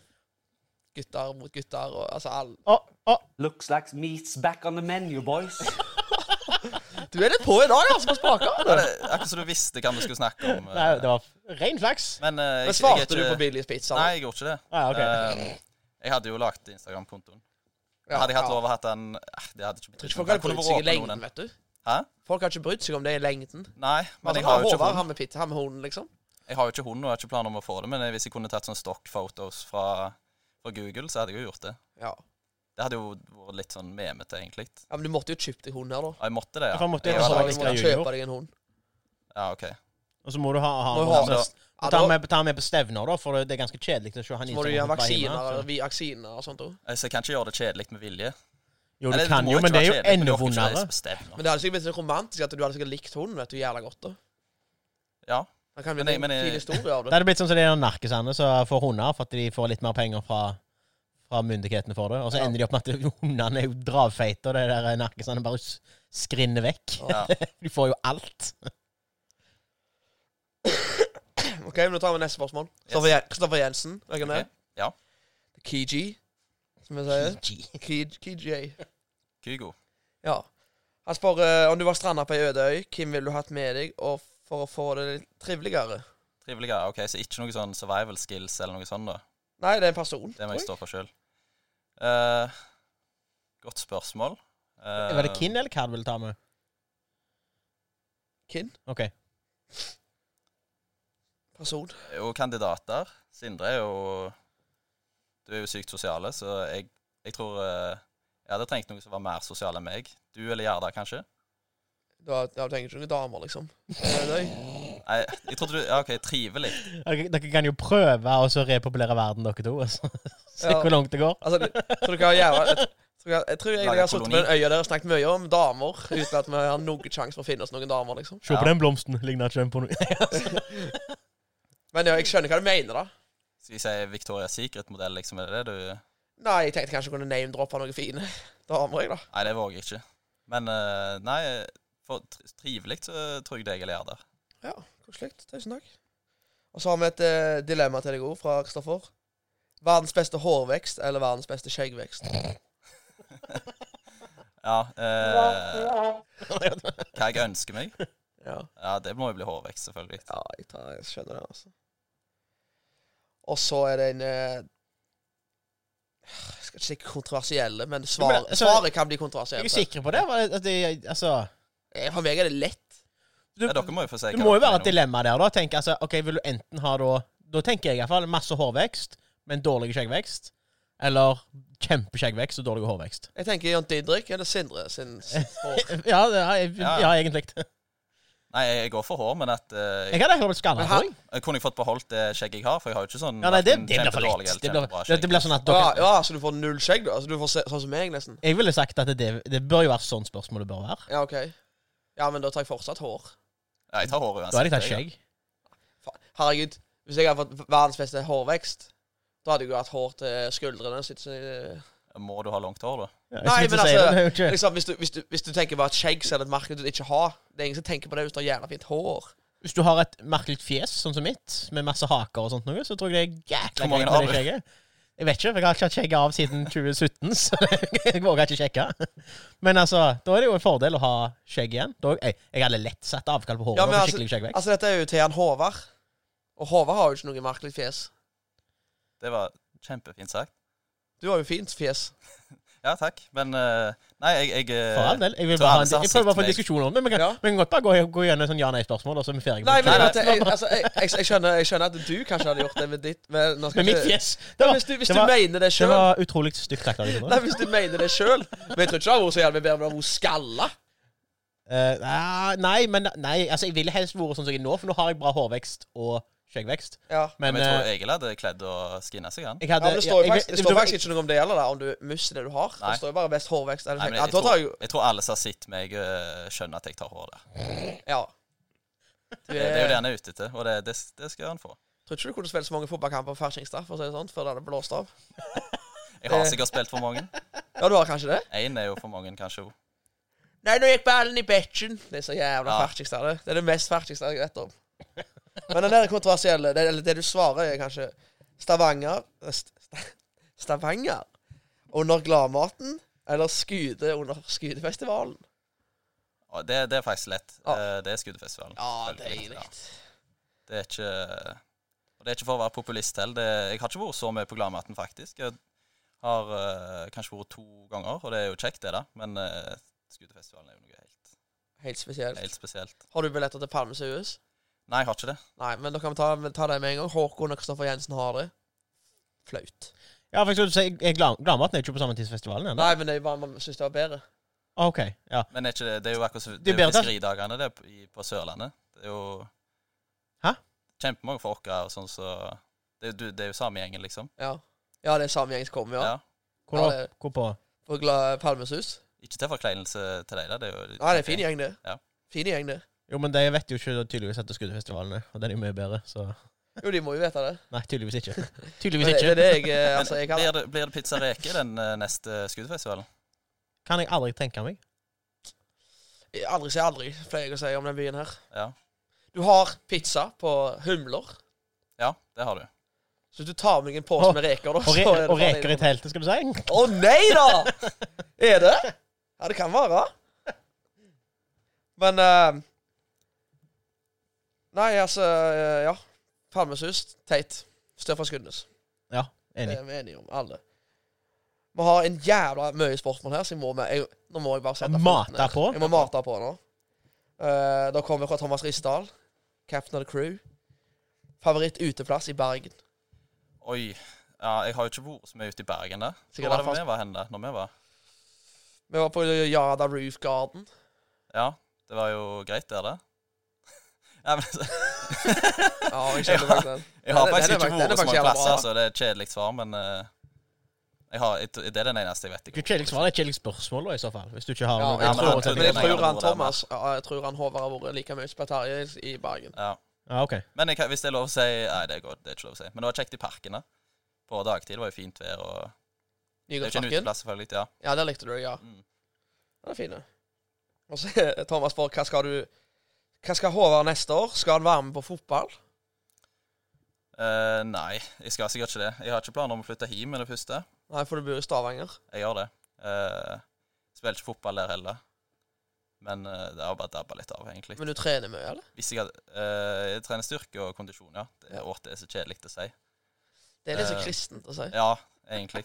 Speaker 2: gutter mot gutter og altså alle
Speaker 1: Å, å,
Speaker 5: Looks like meat's back on the menu, boys.
Speaker 2: Du er litt på i dag, altså, på
Speaker 4: Ja,
Speaker 2: spakene.
Speaker 4: det er Akkurat som du visste hva vi skulle snakke om. eh.
Speaker 1: nei, det var ren flaks.
Speaker 4: Men, eh, jeg,
Speaker 2: Men
Speaker 4: jeg er
Speaker 2: svarte du
Speaker 4: ikke-
Speaker 2: på Billys pizza?
Speaker 4: Nei, jeg gjorde ikke det.
Speaker 1: Ah, ok.
Speaker 4: Eh, jeg hadde jo lagt Instagram-kontoen.
Speaker 2: Ja,
Speaker 4: hadde jeg hatt
Speaker 2: ja.
Speaker 4: lov å hatt den eh, Det hadde ikke
Speaker 2: Jeg tror
Speaker 4: betydd
Speaker 2: ikke folk hadde brydd seg i lengden, vet du.
Speaker 4: Hæ?
Speaker 2: Folk har ikke brydd seg om det i lengden.
Speaker 4: Nei, men
Speaker 2: Altså,
Speaker 4: jeg har jo ikke
Speaker 2: Håvard,
Speaker 4: hund.
Speaker 2: han med pizza, han med hunden, liksom.
Speaker 4: Jeg har jo ikke hund, og jeg har ikke planer om å få det. Men eh, hvis jeg kunne tatt sånn stock-photos fra, fra Google, så hadde jeg jo gjort det.
Speaker 2: Ja.
Speaker 4: Det hadde jo vært litt sånn memete, egentlig.
Speaker 2: ja, Men du måtte jo kjøpt deg hund her, da.
Speaker 4: Ja, jeg måtte det,
Speaker 1: Ja, for jeg
Speaker 4: ja.
Speaker 1: måtte
Speaker 4: Jeg
Speaker 1: jo
Speaker 2: Altså,
Speaker 1: ha det.
Speaker 4: hadde-
Speaker 2: du
Speaker 1: skal
Speaker 2: måtte
Speaker 1: gjøre
Speaker 2: kjøpe deg en hund.
Speaker 4: Ja, ok.
Speaker 1: Og så må du ha, ha,
Speaker 2: Må jo
Speaker 1: ha
Speaker 2: ha
Speaker 1: med,
Speaker 2: Ja,
Speaker 4: det.
Speaker 1: ta,
Speaker 2: da-
Speaker 1: han altså, med, ta han med på stevner, da, for det, det er ganske kjedelig å se han
Speaker 2: Så må
Speaker 1: Instagram
Speaker 2: du gjøre
Speaker 1: bare hjemme,
Speaker 2: vaksiner
Speaker 1: så-
Speaker 2: eller vi- vaksiner og sånt òg.
Speaker 4: Eh, Så jeg kan ikke gjøre det kjedelig med vilje.
Speaker 1: Jo, du
Speaker 4: Eller,
Speaker 1: kan
Speaker 4: må
Speaker 1: jo,
Speaker 4: ikke
Speaker 1: men det er jo
Speaker 4: være kjedelig, men
Speaker 1: enda
Speaker 4: du orker ikke
Speaker 1: vondere.
Speaker 4: reise på
Speaker 2: Men
Speaker 4: stevner.
Speaker 2: det hadde sikkert blitt så romantisk at du hadde sikkert likt hunden vet du, jævla godt. da.
Speaker 4: Ja.
Speaker 2: Det kan
Speaker 4: Men
Speaker 2: bli
Speaker 4: jeg- men
Speaker 2: en
Speaker 4: jeg-
Speaker 2: fin historie av
Speaker 1: Det
Speaker 2: det.
Speaker 1: hadde blitt sånn som de der narkisene som får hunder, for at de får litt mer penger fra, fra myndighetene for det. Og så
Speaker 2: Ja.
Speaker 1: ender de opp med at <laughs> hundene er jo dragfeite, og de der narkisene bare s- skrinner vekk. <laughs>
Speaker 4: ja.
Speaker 1: De får jo alt.
Speaker 2: Ok, men Nå tar vi neste spørsmål. Kristoffer Jen- Kristoffer Jensen. Vet du hvem det er?
Speaker 4: Ok. Ja.
Speaker 2: Kiji, som vi sier.
Speaker 1: Gee.
Speaker 2: Kij- KJ.
Speaker 4: Kygo.
Speaker 2: Ja. Han spør eh, om du var stranda på ei øde øy, hvem ville du hatt med deg og for å få det litt triveligere?
Speaker 4: Triveligere. Ok, så ikke noe sånn survival skills eller noe sånt, da.
Speaker 2: Nei, det er en person.
Speaker 4: Det må
Speaker 2: tror
Speaker 4: jeg
Speaker 2: jeg.
Speaker 4: stå for sjøl. Eh, godt spørsmål. Eh,
Speaker 1: Var det Kinn eller Cad ville ta med?
Speaker 2: Kinn.
Speaker 1: OK.
Speaker 2: Person.
Speaker 4: Og kandidater. Sindre er jo Du er jo sykt sosiale, så jeg, jeg tror eh, jeg hadde trengt noen som var mer sosial enn meg. Du eller Gjerda, kanskje?
Speaker 2: Da, da tenker ikke noen damer, liksom. Eh, nei.
Speaker 4: Nei, jeg trodde du Ja, OK, trivelig.
Speaker 1: Dere, dere kan jo prøve å så repopulere verden, dere to. <laughs> og så- Se
Speaker 2: Ja.
Speaker 1: hvor langt det går.
Speaker 2: Altså, det- tror du hva jeg gjør? Jeg tror jeg, jeg, tror jeg,
Speaker 4: Lage
Speaker 2: har sittet på
Speaker 4: koloni.
Speaker 2: den øya der og snakket mye om damer, uten at vi har noen sjanse for å finne oss noen damer, liksom.
Speaker 1: Se på
Speaker 4: Ja.
Speaker 1: den blomsten. Ligner ikke den på noe
Speaker 2: Men ja, jeg skjønner hva du mener, da.
Speaker 4: Skal jeg si Victoria Secret-modell, liksom? Er det det du
Speaker 2: Nei, jeg tenkte kanskje jeg kunne name-droppe noen fine <laughs> damer, jeg, da.
Speaker 4: Nei, det våger jeg ikke. Men eh, nei, for tri- trivelig så tror jeg deg eller Gjerda.
Speaker 2: Ja, koselig. Tusen takk. Og så har vi et eh, dilemma til deg òg, fra Kristoffer. Verdens beste hårvekst eller verdens beste skjeggvekst?
Speaker 4: Ja. eh, hva jeg ønsker meg?
Speaker 2: Ja,
Speaker 4: Ja, det må jo bli hårvekst, selvfølgelig.
Speaker 2: ja jeg, tar, jeg skjønner det, altså. Og så er det en eh, Jeg skal ikke si kontroversielle, men
Speaker 1: Men,
Speaker 2: svaret,
Speaker 1: altså,
Speaker 2: svaret kan bli
Speaker 1: Jeg er
Speaker 2: kontroversielt.
Speaker 1: sikker på det. hva- At de, altså
Speaker 2: Eh, For meg er det lett.
Speaker 1: du,
Speaker 4: Ja, dere må jo få se
Speaker 1: Det
Speaker 4: hva
Speaker 1: må jo
Speaker 4: dere
Speaker 1: være et
Speaker 4: mener.
Speaker 1: dilemma der, da. Tenk, altså, ok, vil du enten ha da Da tenker jeg i hvert fall masse hårvekst, men dårlig skjeggvekst. Eller kjempeskjeggvekst og dårlig hårvekst.
Speaker 2: Jeg tenker Jan Didrik eller
Speaker 1: <laughs>
Speaker 2: Sindre sin sin hår.
Speaker 1: Ja, det er, ja.
Speaker 4: Ja.
Speaker 1: egentlig.
Speaker 4: Nei, jeg jeg går for hår, men at eh,
Speaker 1: Jeg hadde blitt skanna.
Speaker 2: Men han-
Speaker 4: jeg Kunne jeg fått beholdt det skjegget jeg har? For jeg har jo ikke sånn
Speaker 1: Ja, nei, det,
Speaker 4: hverken
Speaker 1: det blir for
Speaker 4: kjempedårlig
Speaker 1: lett.
Speaker 4: eller
Speaker 1: Det blir,
Speaker 4: kjempebra
Speaker 1: det,
Speaker 4: skjegg.
Speaker 1: det blir sånn at
Speaker 2: Ja,
Speaker 1: dere
Speaker 2: ja, så du får null skjegg, da? Så du får se, sånn som meg, nesten?
Speaker 1: Jeg ville sagt at det, det bør jo være sånn spørsmålet bør være.
Speaker 2: Ja, OK. Ja, men da tar jeg fortsatt hår.
Speaker 4: Ja, jeg tar håret
Speaker 1: sånn-
Speaker 4: uansett.
Speaker 1: Da hadde jeg tatt
Speaker 4: jeg, ja.
Speaker 1: skjegg.
Speaker 2: Fa- Herregud, hvis jeg hadde fått verdens beste hårvekst, da hadde jeg jo hatt hår til skuldrene. Så, så,
Speaker 4: Må du ha langt hår, da?
Speaker 1: Ja,
Speaker 2: Nei,
Speaker 1: jeg skulle
Speaker 2: men
Speaker 1: til å si det,
Speaker 2: altså,
Speaker 1: det er jo ikke-
Speaker 2: liksom, hvis, du, hvis, du, hvis du tenker bare at skjegg så er det et marked du ikke har Det er ingen som tenker på det hvis du har jævla fint hår.
Speaker 1: Hvis du har et merkelig fjes, sånn som mitt, med masse haker og sånt noe, så tror jeg det er jækla
Speaker 4: Hvor mange
Speaker 1: greit
Speaker 4: har
Speaker 1: med det
Speaker 4: du?
Speaker 1: skjegget. Jeg vet ikke, for jeg har ikke hatt skjegget av siden 2017, så <laughs> jeg våger ikke sjekke. Men altså, da er det jo en fordel å ha skjegg igjen. Da, jeg, jeg hadde lett satt avkall på håret
Speaker 2: Ja,
Speaker 1: og
Speaker 2: men
Speaker 1: fått
Speaker 2: altså-
Speaker 1: skikkelig skjeggvekst.
Speaker 2: Altså, dette er jo til han Håvard. Og Håvard har jo ikke noe merkelig fjes.
Speaker 4: Det var kjempefint sagt.
Speaker 2: Du har jo fint fjes.
Speaker 4: Ja, takk. Men eh, Nei, jeg, jeg
Speaker 1: For all del. Jeg, vil
Speaker 4: tror
Speaker 1: bare ha
Speaker 4: alle
Speaker 1: en,
Speaker 4: som har
Speaker 1: jeg prøver bare å få
Speaker 4: sett
Speaker 1: en
Speaker 4: meg-
Speaker 1: diskusjon om det. Men vi kan,
Speaker 2: Ja.
Speaker 1: vi kan godt bare gå, gå gjennom sånn ja-nei-spørsmål, og så er vi ferdige.
Speaker 2: Nei,
Speaker 1: med
Speaker 2: men
Speaker 1: det.
Speaker 2: at jeg, altså, jeg, jeg, jeg, skjønner, jeg skjønner at du kanskje hadde gjort det med ditt Men, nå skal
Speaker 1: Med mitt
Speaker 2: ikke-
Speaker 1: fjes! Det var,
Speaker 2: Hvis du, hvis
Speaker 1: det
Speaker 2: du
Speaker 1: var,
Speaker 2: mener det
Speaker 1: det
Speaker 2: sjøl
Speaker 1: var utrolig stygt sagt av deg.
Speaker 2: Nei,
Speaker 1: Sondre.
Speaker 2: hvis du mener det sjøl. Men jeg tror ikke det har vært så jævlig bedre om det har vært skalla.
Speaker 1: Eh, nei, nei, men nei, altså, jeg ville helst vært sånn som jeg er nå, for nå har jeg bra hårvekst og skjeggvekst.
Speaker 2: Ja.
Speaker 1: Men,
Speaker 4: Men jeg
Speaker 1: eh,
Speaker 4: tror Egil hadde kledd og skinna seg, han.
Speaker 1: jeg hadde
Speaker 2: men det står jo
Speaker 1: jeg-
Speaker 2: faktisk, det
Speaker 1: jeg-
Speaker 2: står
Speaker 1: jeg-
Speaker 2: faktisk ikke noe om det gjelder, da, om du mister det du har.
Speaker 4: Nei.
Speaker 2: Det står jo bare best hårvekst. Eller,
Speaker 4: Nei, men
Speaker 2: ja,
Speaker 4: jeg,
Speaker 2: da tar
Speaker 4: tror,
Speaker 2: jeg jo
Speaker 4: jeg tror alle som har sett meg, eh, skjønner at jeg tar hår der.
Speaker 2: Ja. Du
Speaker 4: Det, det er jo det
Speaker 2: er,
Speaker 4: han er ute etter, og det, det, det skal han få.
Speaker 2: tror ikke du kunne spilt så mange fotballkamper på Ferkingstad for å si det sånn, før det hadde blåst av.
Speaker 4: Jeg har sikkert spilt for mange.
Speaker 2: Ja, du har kanskje det?
Speaker 4: Én er jo for mange, kanskje. også.
Speaker 2: Nei, nå gikk ballen i betchen. Det er så jævla
Speaker 4: Ja.
Speaker 2: Ferkingstad, det. Det er det mest Ferkingstad jeg vet om. Men den der kontroversielle det, Eller det du svarer, er kanskje Stavanger st st- Stavanger under gladmaten eller Skude under Skudefestivalen.
Speaker 4: Og Det, det er faktisk lett.
Speaker 2: Ja.
Speaker 4: Eh, Det er Skuddefestivalen.
Speaker 2: Ja,
Speaker 4: selvfølgelig.
Speaker 2: deilig.
Speaker 4: Ja. Det er ikke Og det er ikke for å være populist heller. Det- Jeg har ikke vært så mye på Gladmaten, faktisk. Jeg har eh, kanskje vært to ganger, og det er jo kjekt, det, da. Men uh, Skutefestivalen er jo noe helt,
Speaker 2: Helt spesielt.
Speaker 4: helt spesielt.
Speaker 2: Har du billetter til Palmesus?
Speaker 4: Nei, jeg har ikke det.
Speaker 2: Nei, men da kan vi ta, vi tar det med en gang. Håkon og Kristoffer Jensen har det. Flaut.
Speaker 1: Ja, for jeg, jeg, jeg glemmer at den er ikke på samme tid som festivalen ennå.
Speaker 2: Nei, men det er bare, man syns det var bedre.
Speaker 1: Ah, OK. Ja.
Speaker 4: Men er ikke det, det er jo akkurat som-
Speaker 1: Det
Speaker 4: det
Speaker 1: er
Speaker 4: er jo
Speaker 1: bedre.
Speaker 4: fiskeridagene det er på, i, på Sørlandet. Det er jo
Speaker 1: Hæ?
Speaker 4: Kjempemange folk her og sånn, så det, er jo- du, det er jo samme gjengen, liksom.
Speaker 2: Ja, ja det er samme gjeng som kommer, ja.
Speaker 4: Ja.
Speaker 1: Hvor,
Speaker 2: Ja,
Speaker 1: da?
Speaker 2: det-
Speaker 1: hvor på?
Speaker 2: På gla Palmesus.
Speaker 4: Ikke til forkleinelse til deg, da. Det er jo
Speaker 2: Ja, det er en fin gjeng, det.
Speaker 4: Ja.
Speaker 2: Fin gjeng, det.
Speaker 1: Jo, men de vet jo ikke tydeligvis at det er skuddfestivalene, og den er jo mye bedre, så
Speaker 2: Jo, de må jo vite det.
Speaker 1: Nei, tydeligvis
Speaker 2: <laughs>
Speaker 1: ikke.
Speaker 2: Men
Speaker 1: Tydeligvis
Speaker 2: det, det er
Speaker 1: ikke.
Speaker 2: det jeg eh, Altså,
Speaker 1: <laughs>
Speaker 2: jeg kan
Speaker 4: Blir det, blir det pizza reke den eh, neste Skuddefestivalen?
Speaker 1: Kan jeg aldri tenke
Speaker 2: <laughs>
Speaker 1: meg.
Speaker 2: jeg aldri si aldri, pleier jeg å si om den byen her.
Speaker 4: Ja.
Speaker 2: Du har pizza på humler.
Speaker 4: ja, det har du.
Speaker 2: Så hvis du tar meg en pose
Speaker 1: Å,
Speaker 2: med reker, da,
Speaker 1: Og, re
Speaker 2: så er det
Speaker 1: og reker i teltet, skal du si?
Speaker 2: Å nei, da! Er det? Ja, det kan være. Men eh, Nei, altså eh, Ja. Palmesus, teit. Stør fra Skudenes.
Speaker 1: Ja,
Speaker 2: Det
Speaker 1: enig.
Speaker 2: er vi enige om, alle. Vi har en jævla mye sportmann her, så jeg må med. Jeg, nå må jeg bare sette
Speaker 1: Ja,
Speaker 2: foten
Speaker 1: mate
Speaker 2: ned.
Speaker 1: på.
Speaker 2: Jeg må mate på nå. Eh, da kommer vi fra Thomas Risdal. Captain of the crew. Favoritt uteplass i Bergen.
Speaker 4: Oi. Ja, jeg har jo ikke vært så mye ute i Bergen, da.
Speaker 2: Sikkert
Speaker 4: Hvor var det
Speaker 2: derfor-
Speaker 4: vi var hen, da? Når vi var?
Speaker 2: Vi var på Yada Roof Garden.
Speaker 4: Ja, det var jo greit der, det. <laughs> Ja, men
Speaker 2: Ja, jeg skjønner faktisk den.
Speaker 4: Jeg har
Speaker 2: Den-
Speaker 4: faktisk
Speaker 2: den er
Speaker 4: ikke
Speaker 2: fakt- den er
Speaker 4: vært så
Speaker 2: faktisk
Speaker 4: mange
Speaker 2: jævla
Speaker 4: plasser,
Speaker 2: bra.
Speaker 4: så det er et kjedelig svar, men eh, jeg har, jeg, det er den eneste jeg vet.
Speaker 1: Ikke
Speaker 4: ikke.
Speaker 1: kjedelig svar, det er et kjedelig spørsmål, da, i så fall. Hvis du ikke har
Speaker 2: Ja,
Speaker 1: noe
Speaker 2: jeg
Speaker 4: men
Speaker 1: annet
Speaker 2: tror,
Speaker 1: å tenke
Speaker 2: men jeg
Speaker 1: på.
Speaker 2: tror han
Speaker 4: Håvard er
Speaker 2: Thomas ja, Jeg tror han Håvard har vært like mye på Terje i i Bergen.
Speaker 4: Ja.
Speaker 1: Ja, Ah, OK.
Speaker 4: Men jeg, kan- hvis det er lov å si Nei, det er, godt, det er ikke lov å si. Men det var kjekt i parkene. På dagtid det var jo fint vær. og Det er jo ikke en
Speaker 2: Nygårdsparken.
Speaker 4: uteplass, selvfølgelig. Ja.
Speaker 2: Ja, der likte du det, ja.
Speaker 4: Mm.
Speaker 2: Den er fin, det. Og så er Thomas spør hva skal du Hva skal Håvard neste år? Skal han være med på fotball?
Speaker 4: Eh, nei, jeg skal sikkert ikke det. Jeg har ikke planer om å flytte hjem med det første.
Speaker 2: Nei, for du bor i Stavanger.
Speaker 4: Jeg gjør det. Eh, spiller ikke fotball der heller. Men eh, det har bare dabba litt av, egentlig.
Speaker 2: Men du trener mye, eller?
Speaker 4: Hvis jeg, hadde, eh, jeg trener styrke og kondisjon, ja. Det,
Speaker 2: Ja.
Speaker 4: åh, det er så kjedelig å si.
Speaker 2: Det er litt så
Speaker 4: Eh,
Speaker 2: kristent å si.
Speaker 4: Ja, egentlig.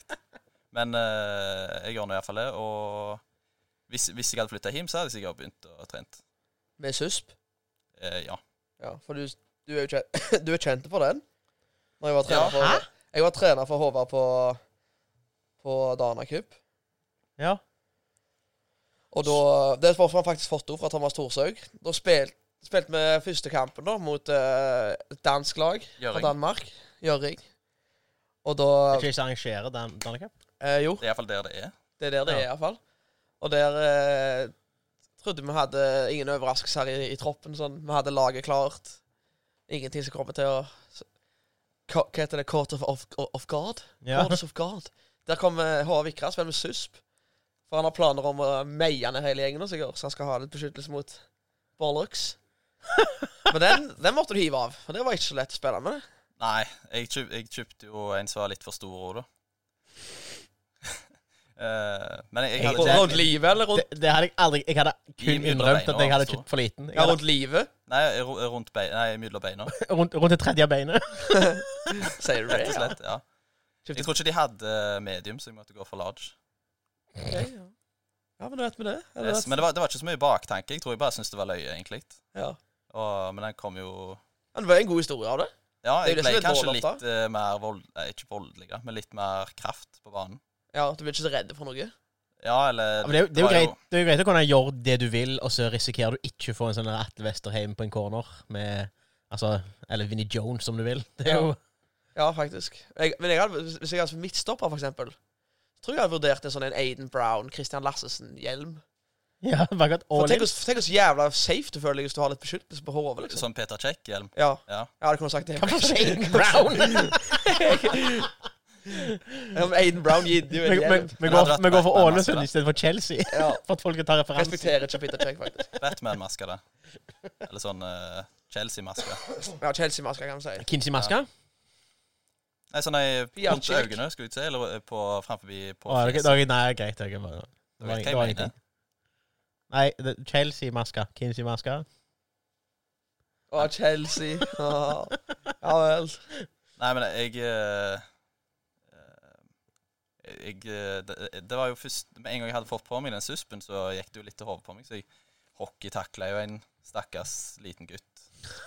Speaker 4: Men eh, jeg gjør nå iallfall det. Og hvis, hvis jeg hadde flytta hjem, så hadde jeg sikkert begynt å trene.
Speaker 2: Med susp.
Speaker 4: Eh, ja.
Speaker 2: Ja, for du, du er jo kjent, <laughs> du er kjent for den. Når jeg var
Speaker 4: Ja,
Speaker 2: trener for, jeg var trener for Håvard på, på Dana Cup.
Speaker 1: Ja.
Speaker 2: Og da, det er et spørsmål han faktisk fått ord fra Thomas Thorshaug. Da spilte spilt vi første kampen da mot eh, et dansk lag fra
Speaker 4: Gjøring.
Speaker 2: Danmark. Gjøring. Og da
Speaker 1: Er ikke de som arrangerer Dan Dannecup?
Speaker 2: eh, Jo,
Speaker 4: Det er iallfall der det er.
Speaker 2: det er der det
Speaker 1: Ja.
Speaker 2: er, iallfall. Og der eh, trodde vi hadde ingen overraskelser i, i troppen. sånn. Vi hadde laget klart. Ingenting som kommer til å s- Hva hva heter det? Court of, of, of God?
Speaker 1: Ja.
Speaker 2: Orders of God. Der kommer Håvard Vikra og spiller med susp. For han har planer om å meie ned hele gjengen, nå, sikkert, så han skal ha litt beskyttelse mot Borlux. Men den, den måtte du hive av, for det var ikke så lett å spille med.
Speaker 4: Nei, jeg, kjøp, jeg kjøpte jo en som var litt for stor òg, da. <laughs> Eh, men jeg, jeg
Speaker 1: Jeg-
Speaker 4: hadde
Speaker 1: det-
Speaker 2: Rundt livet, eller rundt,
Speaker 1: Det, det hadde jeg aldri Jeg hadde kun
Speaker 4: Jim
Speaker 1: innrømt
Speaker 4: under
Speaker 1: at jeg hadde
Speaker 4: beina,
Speaker 1: kjøpt for liten. Jeg
Speaker 2: ja,
Speaker 1: hadde,
Speaker 2: rundt livet,
Speaker 4: Nei, ru- rundt bei- nei, mellom beina, rett
Speaker 1: rundt, rundt det tredje beinet.
Speaker 2: sier du det?
Speaker 4: og
Speaker 2: Ja.
Speaker 4: eh, slett. ja Jeg tror ikke de hadde medium, så jeg måtte gå for large.
Speaker 2: Ok, ja. ja, men da vet vi det. Eller
Speaker 4: Yes,
Speaker 2: vet-
Speaker 4: men det var, det var ikke så mye baktanke. Jeg tror jeg bare syntes det var løye, egentlig.
Speaker 2: ja.
Speaker 4: Og, men den kom jo
Speaker 2: Men det var en god historie av det.
Speaker 4: Ja,
Speaker 2: Det er jo
Speaker 4: jeg
Speaker 2: det
Speaker 4: ble
Speaker 2: som er
Speaker 4: kanskje
Speaker 2: dårlig ofte.
Speaker 4: litt eh, mer vold... eh, Ikke voldelig, da, men litt mer kraft på banen.
Speaker 2: Ja, Du blir ikke så redd for noe?
Speaker 4: Ja, eller
Speaker 1: Ja, men det, er jo, det, er jo
Speaker 4: var
Speaker 1: greit, det er jo greit å kunne gjøre det du vil, og så risikerer du ikke å få en sånn der Atle Westerheim på en corner med Altså, eller Vinnie Jones, om du vil. Det er
Speaker 2: Ja.
Speaker 1: jo
Speaker 2: Ja, faktisk. Jeg, men jeg hadde, hvis- hvis jeg hadde vært midtstopper, for eksempel, tror jeg jeg hadde vurdert en sånn en Aiden Brown, Christian Lassesen-hjelm.
Speaker 1: <laughs> Ja, bare gått
Speaker 2: For
Speaker 1: all
Speaker 2: Tenk
Speaker 1: in.
Speaker 2: oss, tenk oss jævla safe du føler deg hvis du har litt beskyttelse på hodet. liksom.
Speaker 4: Sånn Peter Check-hjelm.
Speaker 2: Ja,
Speaker 4: Ja.
Speaker 2: jeg hadde kunnet sagt det.
Speaker 1: Hva for Shane <laughs> Brown?
Speaker 2: Ja, men Aiden Brown gidder jo
Speaker 1: Vi-
Speaker 2: en
Speaker 1: vi-
Speaker 2: hjelm.
Speaker 1: Vi
Speaker 4: Jeg
Speaker 1: går,
Speaker 4: hadde vært
Speaker 1: vi går for
Speaker 4: Batman,
Speaker 1: Ålesund
Speaker 4: altså, da.
Speaker 1: istedenfor Chelsea.
Speaker 2: Ja,
Speaker 1: <laughs> For at folk kan ta referanse.
Speaker 2: Respekterer ikke Peter Check, <laughs> faktisk.
Speaker 4: Batman-maske, da. Eller sånn eh, Chelsea-maske.
Speaker 2: Ja, Chelsea-maska, kan man si.
Speaker 1: Kinsey-maska?
Speaker 4: Nei, sånn ei
Speaker 2: Ja,
Speaker 4: rundt
Speaker 2: check.
Speaker 4: øynene, skulle jeg si. Eller eh, på, framforbi på
Speaker 1: Å, det-
Speaker 4: fjeset.
Speaker 1: det- Nei, greit. Det var- det
Speaker 4: Du
Speaker 1: var
Speaker 4: vet
Speaker 1: det
Speaker 4: hva
Speaker 1: var
Speaker 4: jeg
Speaker 1: ingenting.
Speaker 4: mener.
Speaker 1: Nei, det- Chelsea-maska. Kinsey-maska.
Speaker 2: Å, Chelsea. Å. Ja vel.
Speaker 4: Nei, men jeg eh, eh, jeg, eh, det, det var jo først Med en gang jeg hadde fått på meg den suspen, så gikk det jo litt til hodet på meg. Så jeg hockeytakla jo en stakkars liten gutt.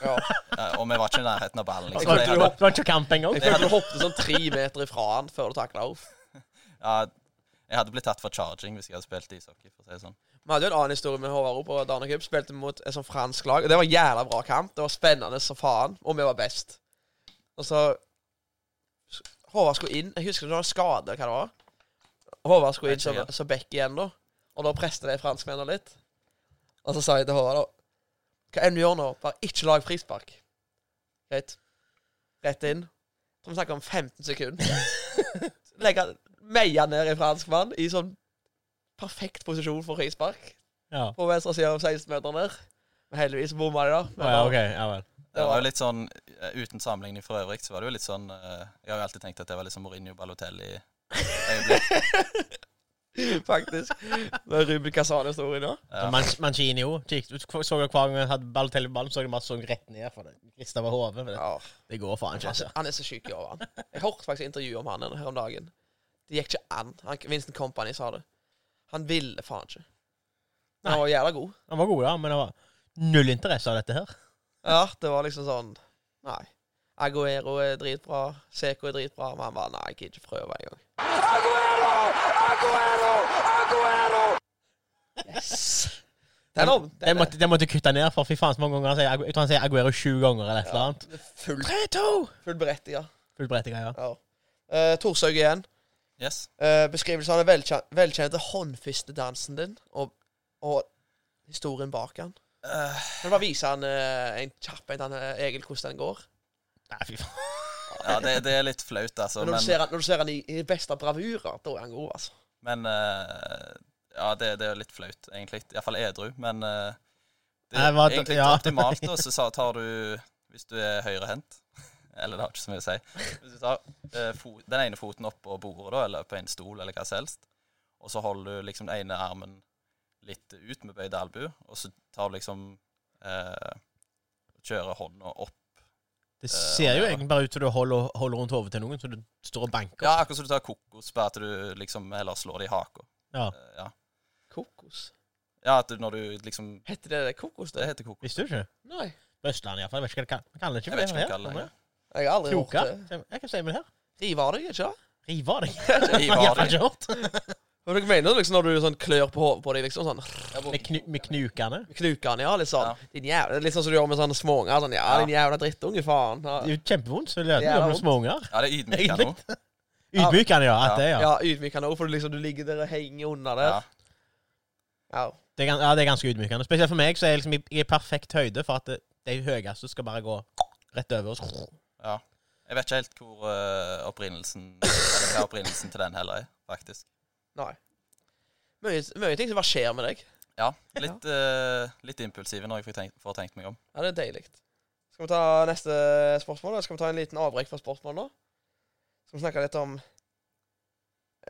Speaker 2: Ja.
Speaker 4: Eh, og vi var ikke i nærheten av ballen.
Speaker 1: Det
Speaker 4: Liksom.
Speaker 1: var
Speaker 4: Jeg
Speaker 1: det
Speaker 4: hadde,
Speaker 1: var ikke kamp engang.
Speaker 2: Jeg følte du hoppet sånn tre meter ifra han før du takla henne.
Speaker 4: ja, jeg hadde blitt tatt for charging hvis jeg hadde spilt ishockey. For å si det sånn.
Speaker 2: Vi hadde jo en annen historie med Håvard Ro på Danekub. Spilte mot et sånt fransk lag. Og Det var en jævla bra kamp. Det var spennende som faen. Og vi var best. Og så Håvard skulle inn. Jeg husker det var en skade, hva det var. Håvard skulle inn som,
Speaker 4: Vet ikke,
Speaker 2: som back igjen, da. Og da presset de franskmennene litt. Og så sa jeg til Håvard, da Hva enn du gjør nå, bare ikke lag frispark. Greit. Rett inn. Så vi snakker om 15
Speaker 4: <laughs>
Speaker 2: sekunder. Legge meia ned i franskmann i sånn perfekt posisjon for frispark
Speaker 1: Ja.
Speaker 2: på venstre side av 16-meteren der. Men heldigvis bomma de, da. Men
Speaker 1: Å, ja, ok. Ja vel.
Speaker 4: Det var jo litt sånn, eh, Uten sammenligning for øvrig, så var det jo litt sånn eh, Jeg har jo alltid tenkt at det var liksom Mourinho Balotelli. øyeblikk.
Speaker 1: <laughs>
Speaker 2: <laughs> Faktisk. Det er Ruben Kazan-historien nå.
Speaker 4: Ja.
Speaker 1: Man, Mancini jo. Kikk, du så jo hver gang han hadde ball til ballen, så jeg bare så rett ned for det. Rista over hodet. men det-
Speaker 2: Ja.
Speaker 1: Det går faen ikke.
Speaker 2: Altså,
Speaker 1: Altså.
Speaker 2: han er så sjuk i hodet, han. Jeg hørte faktisk intervju om han en- her om dagen. Det gikk ikke an. Han, Vincent Company sa det. Han ville faen ikke. Men Han var jævla god.
Speaker 1: Han var god, ja, men det var null interesse av dette her.
Speaker 2: Ja, det var liksom sånn Nei. Aguero er dritbra, Seco er dritbra, men han bare Nei, jeg gidder ikke prøve engang. Yes. Den, om, den,
Speaker 1: Det måtte, det måtte jeg kutte ned, for fy faen så mange ganger han sier, Agu- jeg tror han sier Aguero sju ganger eller et eller annet.
Speaker 2: er fullt,
Speaker 1: 3-2!
Speaker 2: fullt berettiget.
Speaker 1: Fullt berettiget, ja.
Speaker 2: Ja. Eh, Torshaug igjen.
Speaker 4: Yes.
Speaker 2: Eh, beskrivelse av den velkjente, velkjente håndfistedansen din og, og historien bak den.
Speaker 4: Eh,
Speaker 2: Kan du bare vise han eh, en kjapp en, han, eh, Egil, hvordan den går?
Speaker 1: Nei, fy faen.
Speaker 4: ja, det, det er litt flaut, altså.
Speaker 2: Men når,
Speaker 4: Men,
Speaker 2: du ser han, når du ser han i, i beste bravurer, da er han god, altså.
Speaker 4: Men eh, Ja, det, det er litt flaut, egentlig. Iallfall edru. Men eh, det
Speaker 1: Nei,
Speaker 4: er
Speaker 1: hva-
Speaker 4: egentlig
Speaker 1: ja.
Speaker 4: optimalt, da, så
Speaker 1: <laughs>
Speaker 4: sa- tar du Hvis du er høyrehendt <laughs> Eller det har ikke så mye å si. Hvis du tar eh, fo den ene foten opp på bordet, da, eller på en stol, eller hva som helst, og så holder du liksom den ene armen litt ut med bøyd albu, og så tar du liksom eh, Kjører hånda opp
Speaker 1: Det
Speaker 4: Eh,
Speaker 1: ser jo
Speaker 4: ja.
Speaker 1: egentlig bare ut som du holder, holder rundt hodet til noen, så du står og banker.
Speaker 4: Ja, akkurat som du tar kokos, bare at du liksom heller slår det i haka.
Speaker 1: Ja.
Speaker 4: Eh, ja.
Speaker 2: Kokos.
Speaker 4: ja, at du når du liksom
Speaker 2: Heter det det? Kokos,
Speaker 4: Det
Speaker 2: det?
Speaker 4: heter kokos.
Speaker 1: Visste du ikke?
Speaker 2: Nei.
Speaker 1: På Østlandet iallfall. Jeg vet ikke hva det kaller det.
Speaker 4: Jeg vet ikke hva jeg
Speaker 1: det
Speaker 4: kaller det.
Speaker 2: Jeg har aldri
Speaker 1: Kroka?
Speaker 2: hørt det.
Speaker 1: Jeg kan si meg det her.
Speaker 2: Rive av deg, ikke sant?
Speaker 1: Rive av deg.
Speaker 4: I
Speaker 1: <laughs> Jeg har
Speaker 4: Vardy.
Speaker 1: ikke hørt.
Speaker 2: Hva dere mener liksom når du sånn klør på hodet på deg, liksom sånn
Speaker 1: Med, knu, med knukene.
Speaker 2: Knuker han, ja, litt sånn.
Speaker 4: Ja.
Speaker 2: Din jævla, litt sånn som du gjør med sånne småunger. Sånn, ja,
Speaker 4: Ja.
Speaker 2: din jævla drittunge, faen. Ja,
Speaker 1: Det er jo kjempevondt. Så det er
Speaker 2: Det er
Speaker 1: jo
Speaker 2: vondt.
Speaker 1: noen små unger.
Speaker 4: Ja, det er ydmykende òg.
Speaker 1: Ydmykende, ja. At det, ja.
Speaker 2: ja ydmykende òg, for du liksom, du ligger der og henger under der.
Speaker 4: Ja.
Speaker 2: Ja.
Speaker 1: Det er, gan- ja, det er ganske ydmykende. Spesielt for meg, så er jeg liksom i, i perfekt høyde for at det- de høyeste skal bare gå rett over. oss.
Speaker 4: Ja. Jeg vet ikke helt hvor eh, opprinnelsen eller hva opprinnelsen til den heller er, faktisk.
Speaker 2: Nei. Mye, mye ting som bare skjer med deg.
Speaker 4: Ja, litt, eh, litt impulsive når jeg får tenkt, får tenkt meg om.
Speaker 2: Ja, det er deilig. Skal vi ta neste spørsmål? Eller skal vi ta en liten avbrekk fra spørsmål nå? Skal vi snakke litt om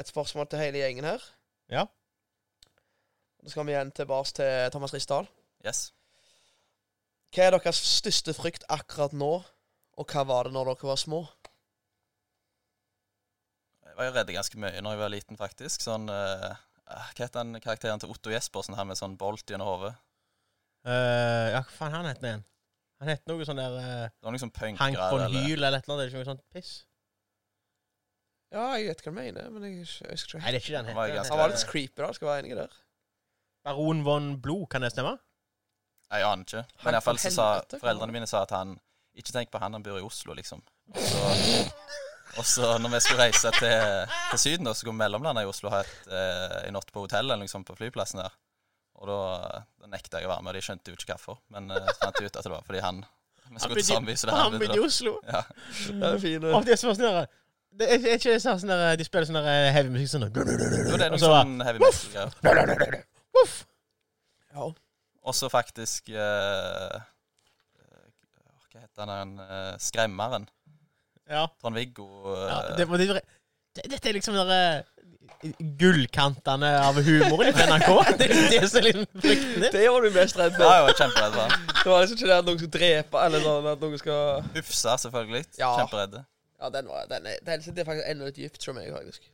Speaker 2: et spørsmål til hele gjengen her?
Speaker 1: Ja.
Speaker 2: Da skal vi igjen tilbake til Thomas Risdal.
Speaker 4: Yes.
Speaker 2: Hva er deres største frykt akkurat nå, og hva var det når dere var små?
Speaker 4: Jeg var jo redd ganske mye når jeg var liten, faktisk. Sånn eh, eh, Hva heter den karakteren til Otto Jespersen her med sånn bolt gjennom hodet?
Speaker 1: Eh, ja, hva faen han heter igjen? Han heter noe sånn der eh,
Speaker 4: Det var liksom punkere
Speaker 1: Hank von
Speaker 4: eller-
Speaker 1: Hyl eller et eller annet. Er det ikke noe sånt piss?
Speaker 2: Ja, jeg vet hva du mener, men jeg, jeg, jeg skal
Speaker 1: Nei,
Speaker 2: ikke
Speaker 1: det er ikke den
Speaker 4: Han var jo
Speaker 1: heter. eh,
Speaker 4: ganske-
Speaker 2: Han var litt creepy, da. Skal være enig der.
Speaker 1: Baron von Blod, kan det stemme?
Speaker 4: Nei, Jeg aner ikke.
Speaker 2: Hank
Speaker 4: Men iallfall
Speaker 2: von
Speaker 4: så sa
Speaker 2: Helvete, hva var det?
Speaker 4: foreldrene mine sa at han Ikke tenk på han, han bor i Oslo, liksom. Så, og så når vi skulle reise til, til Syden, da, så skulle vi mellomlande i Oslo og ha et, eh, en natt på hotell eller liksom på flyplassen der. Og da, da nekta jeg å være med, og de skjønte jo ikke hvorfor. Men eh, så fant jeg ut at det var fordi han Vi skulle til Zambia, så det
Speaker 1: han
Speaker 4: handlet
Speaker 1: bodde i Oslo.
Speaker 4: Ja.
Speaker 2: Det er fin,
Speaker 1: Og det er sånn der, det er er ikke sånn der, De spiller sånn der heavy musikk sånn
Speaker 4: Jo, det er
Speaker 1: Og
Speaker 4: noe
Speaker 1: så bare,
Speaker 4: sånn heavy metal-greier.
Speaker 1: Voff!
Speaker 2: ja.
Speaker 4: Og så faktisk eh, eh, Hva heter han der eh, Skremmeren.
Speaker 1: Ja.
Speaker 4: Trond-Viggo. eh,
Speaker 1: ja det, var- det, det, dette er liksom der eh, gullkantene av humoren i <laughs> NRK. Det er det som er liksom frykten din.
Speaker 2: Det var du mest redd
Speaker 4: Ja,
Speaker 2: for.
Speaker 4: jeg var kjemperedd for han.
Speaker 2: Det var liksom ikke det at noen skulle drepe, eller sånn at noen skal
Speaker 4: Ufsa, selvfølgelig.
Speaker 2: Ja.
Speaker 4: Kjemperedde.
Speaker 2: Ja, den var den er, den, Det er faktisk enda litt dypt for meg, faktisk.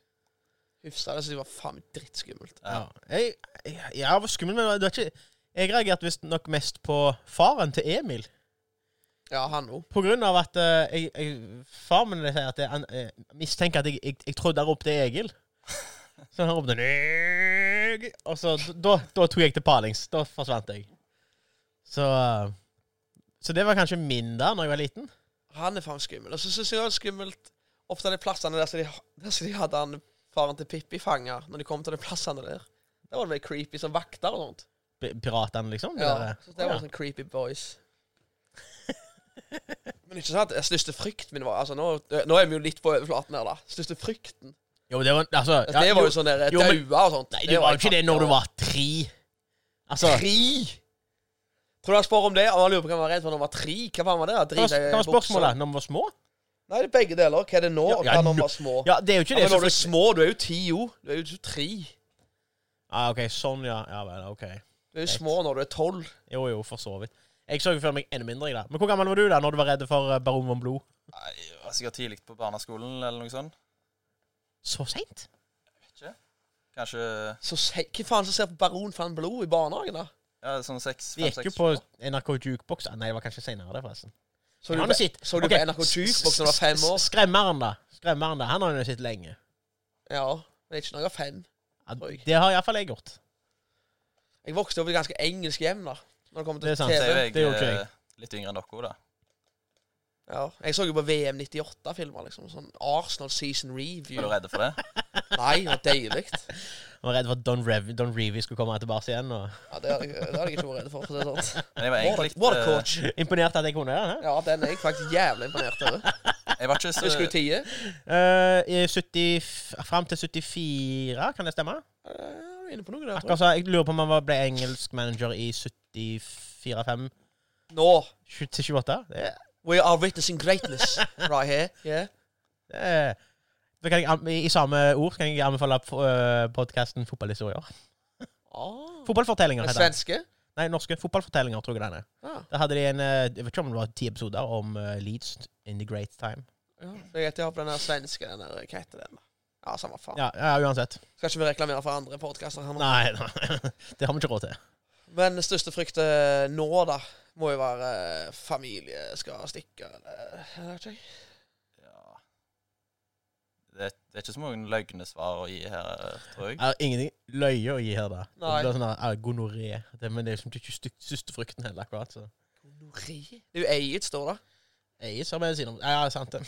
Speaker 2: Hufsa, det synes jeg var faen meg drittskummelt.
Speaker 1: Ja, jeg, jeg, jeg var skummel, men det var ikke Jeg reagerte visstnok mest på faren til Emil.
Speaker 2: Ja, han òg.
Speaker 1: På grunn av at eh, jeg, jeg, far min sier at jeg, han, eh, mistenker at jeg, jeg, jeg trodde han ropte Egil. Så han ropte Egil. Og så da, da tok jeg til palings. Da forsvant jeg. Så eh, Så det var kanskje min der når jeg var liten.
Speaker 2: Han er faen skummel. Og så synes jeg også skummelt ofte de plassene der som de, der som de hadde han faren til Pippi fanga, når de kom til de plassene der. Da var det veldig creepy som vakter og sånt.
Speaker 1: P- Piratene, liksom. det
Speaker 2: Ja,
Speaker 1: der, eh,
Speaker 2: så det var
Speaker 1: ja.
Speaker 2: sånn creepy
Speaker 1: <laughs>
Speaker 2: boys. Men ikke sånn at den største frykten min var altså nå, nå er vi jo litt på overflaten her, da. Største frykten.
Speaker 1: Jo, det var altså
Speaker 2: Altså,
Speaker 1: ja,
Speaker 2: det var jo sånn der
Speaker 1: jo, men-
Speaker 2: daua og sånt.
Speaker 1: Nei, det var jo ikke det når du var tre. Altså
Speaker 2: Tre! Tror du han spør om det? Og han lurer på hva han var redd for når han var tre? Hva faen var det? da?
Speaker 1: Hva
Speaker 2: Drit i
Speaker 1: hva var
Speaker 2: buksa.
Speaker 1: spørsmålet? Når vi var små?
Speaker 2: Nei, det er begge deler. Hva er det nå,
Speaker 1: Ja,
Speaker 2: og
Speaker 1: ja,
Speaker 2: hva når
Speaker 1: nå-
Speaker 2: han var små?
Speaker 1: Ja, det er jo ikke
Speaker 2: Ja,
Speaker 1: det
Speaker 2: men
Speaker 1: som
Speaker 2: når du er små, du er jo ti, jo. Du er jo ikke tre.
Speaker 1: ah, OK, sånn, ja. Ja vel, OK.
Speaker 2: Du er jo små når du er tolv.
Speaker 1: Jo, jo, for så vidt. Jeg så jo for meg enda mindre. i det. Men hvor gammel var du da når du var redd for eh, Baron von Blod?
Speaker 4: Nei, jeg var sikkert tidlig på barneskolen eller noe sånt.
Speaker 1: Så seint?
Speaker 4: Kanskje
Speaker 2: Så se, hva faen som ser på Baron van Blod i barnehagen, da?
Speaker 4: ja, sånn seks,
Speaker 1: Vi
Speaker 4: fem,
Speaker 1: gikk jo
Speaker 4: seks
Speaker 1: på
Speaker 4: sju år.
Speaker 1: NRK Jukebox. Ah, Nei, det var kanskje seinere, det, forresten.
Speaker 2: Så
Speaker 1: Han
Speaker 2: du,
Speaker 1: har sett-
Speaker 2: så du
Speaker 1: Ok,
Speaker 2: på NRK Jukebox da du var fem
Speaker 1: s-
Speaker 2: år?
Speaker 1: Skremmeren, da. Skremmeren da. Han har jo sett lenge.
Speaker 2: Ja. Men ikke når jeg var fem.
Speaker 1: Ja,
Speaker 2: Oi.
Speaker 1: det har iallfall jeg gjort.
Speaker 2: Jeg vokste opp i et ganske engelsk hjem, da. Når det kommer
Speaker 1: Det er
Speaker 2: til
Speaker 1: sant.
Speaker 4: Så er
Speaker 2: TV.
Speaker 4: jo jeg
Speaker 1: Det gjorde ikke jeg.
Speaker 4: eh, litt yngre enn dere, da.
Speaker 2: Ja. Jeg så jo på VM 98-filmer, liksom. Sånn Arsenal season
Speaker 4: Var
Speaker 2: review.
Speaker 4: du redd for det?
Speaker 2: Nei, det var deilig.
Speaker 1: Jeg var redd for at Don, Rev Don Revy skulle komme tilbake igjen. Og
Speaker 2: Ja, det hadde jeg, det hadde jeg ikke vært redd for. for å si det sånn.
Speaker 4: Men jeg var
Speaker 2: What
Speaker 4: egentlig
Speaker 2: a- What a
Speaker 4: ikke
Speaker 2: coach.
Speaker 1: Imponert at jeg kunne det. hæ?
Speaker 2: Ja, den er jeg faktisk jævlig imponert over.
Speaker 4: Jeg var ikke så
Speaker 2: Husker du tie?
Speaker 1: Eh, I 70, fram til 74, kan det stemme?
Speaker 2: Ja, du er inne på noe der, tror Eh, jeg.
Speaker 1: Akkurat så, Jeg lurer på om han var- ble engelsk manager i 74-5
Speaker 2: Nå.
Speaker 1: til 28. Det er
Speaker 2: We are witnessing greatness right here. Yeah.
Speaker 1: Det- Da kan jeg, an- I i samme ord kan jeg anbefale podkasten Fotballhistorier.
Speaker 2: Ah.
Speaker 1: Fotballfortellinger,
Speaker 2: Den
Speaker 1: heter den.
Speaker 2: svenske?
Speaker 1: Nei, norske fotballfortellinger, tror jeg den er.
Speaker 2: Ah,
Speaker 1: Der hadde de en eh, Jeg vet ikke om det var ti episoder om eh, Leeds in the great time.
Speaker 2: ja. Jeg vet jeg har på den der svenske, den der, hva heter den? da? Ja, samme faen.
Speaker 1: Ja, ja uansett.
Speaker 2: Skal ikke vi reklamere for andre podkaster her nå?
Speaker 1: Nei, <laughs> nei, det har vi ikke råd til.
Speaker 2: Men den største frykt eh, nå, da, må jo være eh, familie skal stikke eller jeg vet ikke.
Speaker 4: ja. det, er- det er ikke så mange løgnesvar å gi her, tror jeg.
Speaker 1: Jeg har ingenting løye å gi her, da. Det
Speaker 2: Nei.
Speaker 1: blir sånn her, eh, gonoré. Det- Men det er liksom ikke stygt- største frykten heller, akkurat. Så.
Speaker 2: Nori? Det er jo Eid, står det.
Speaker 1: Jeg som jeg sier om Ja, sant det.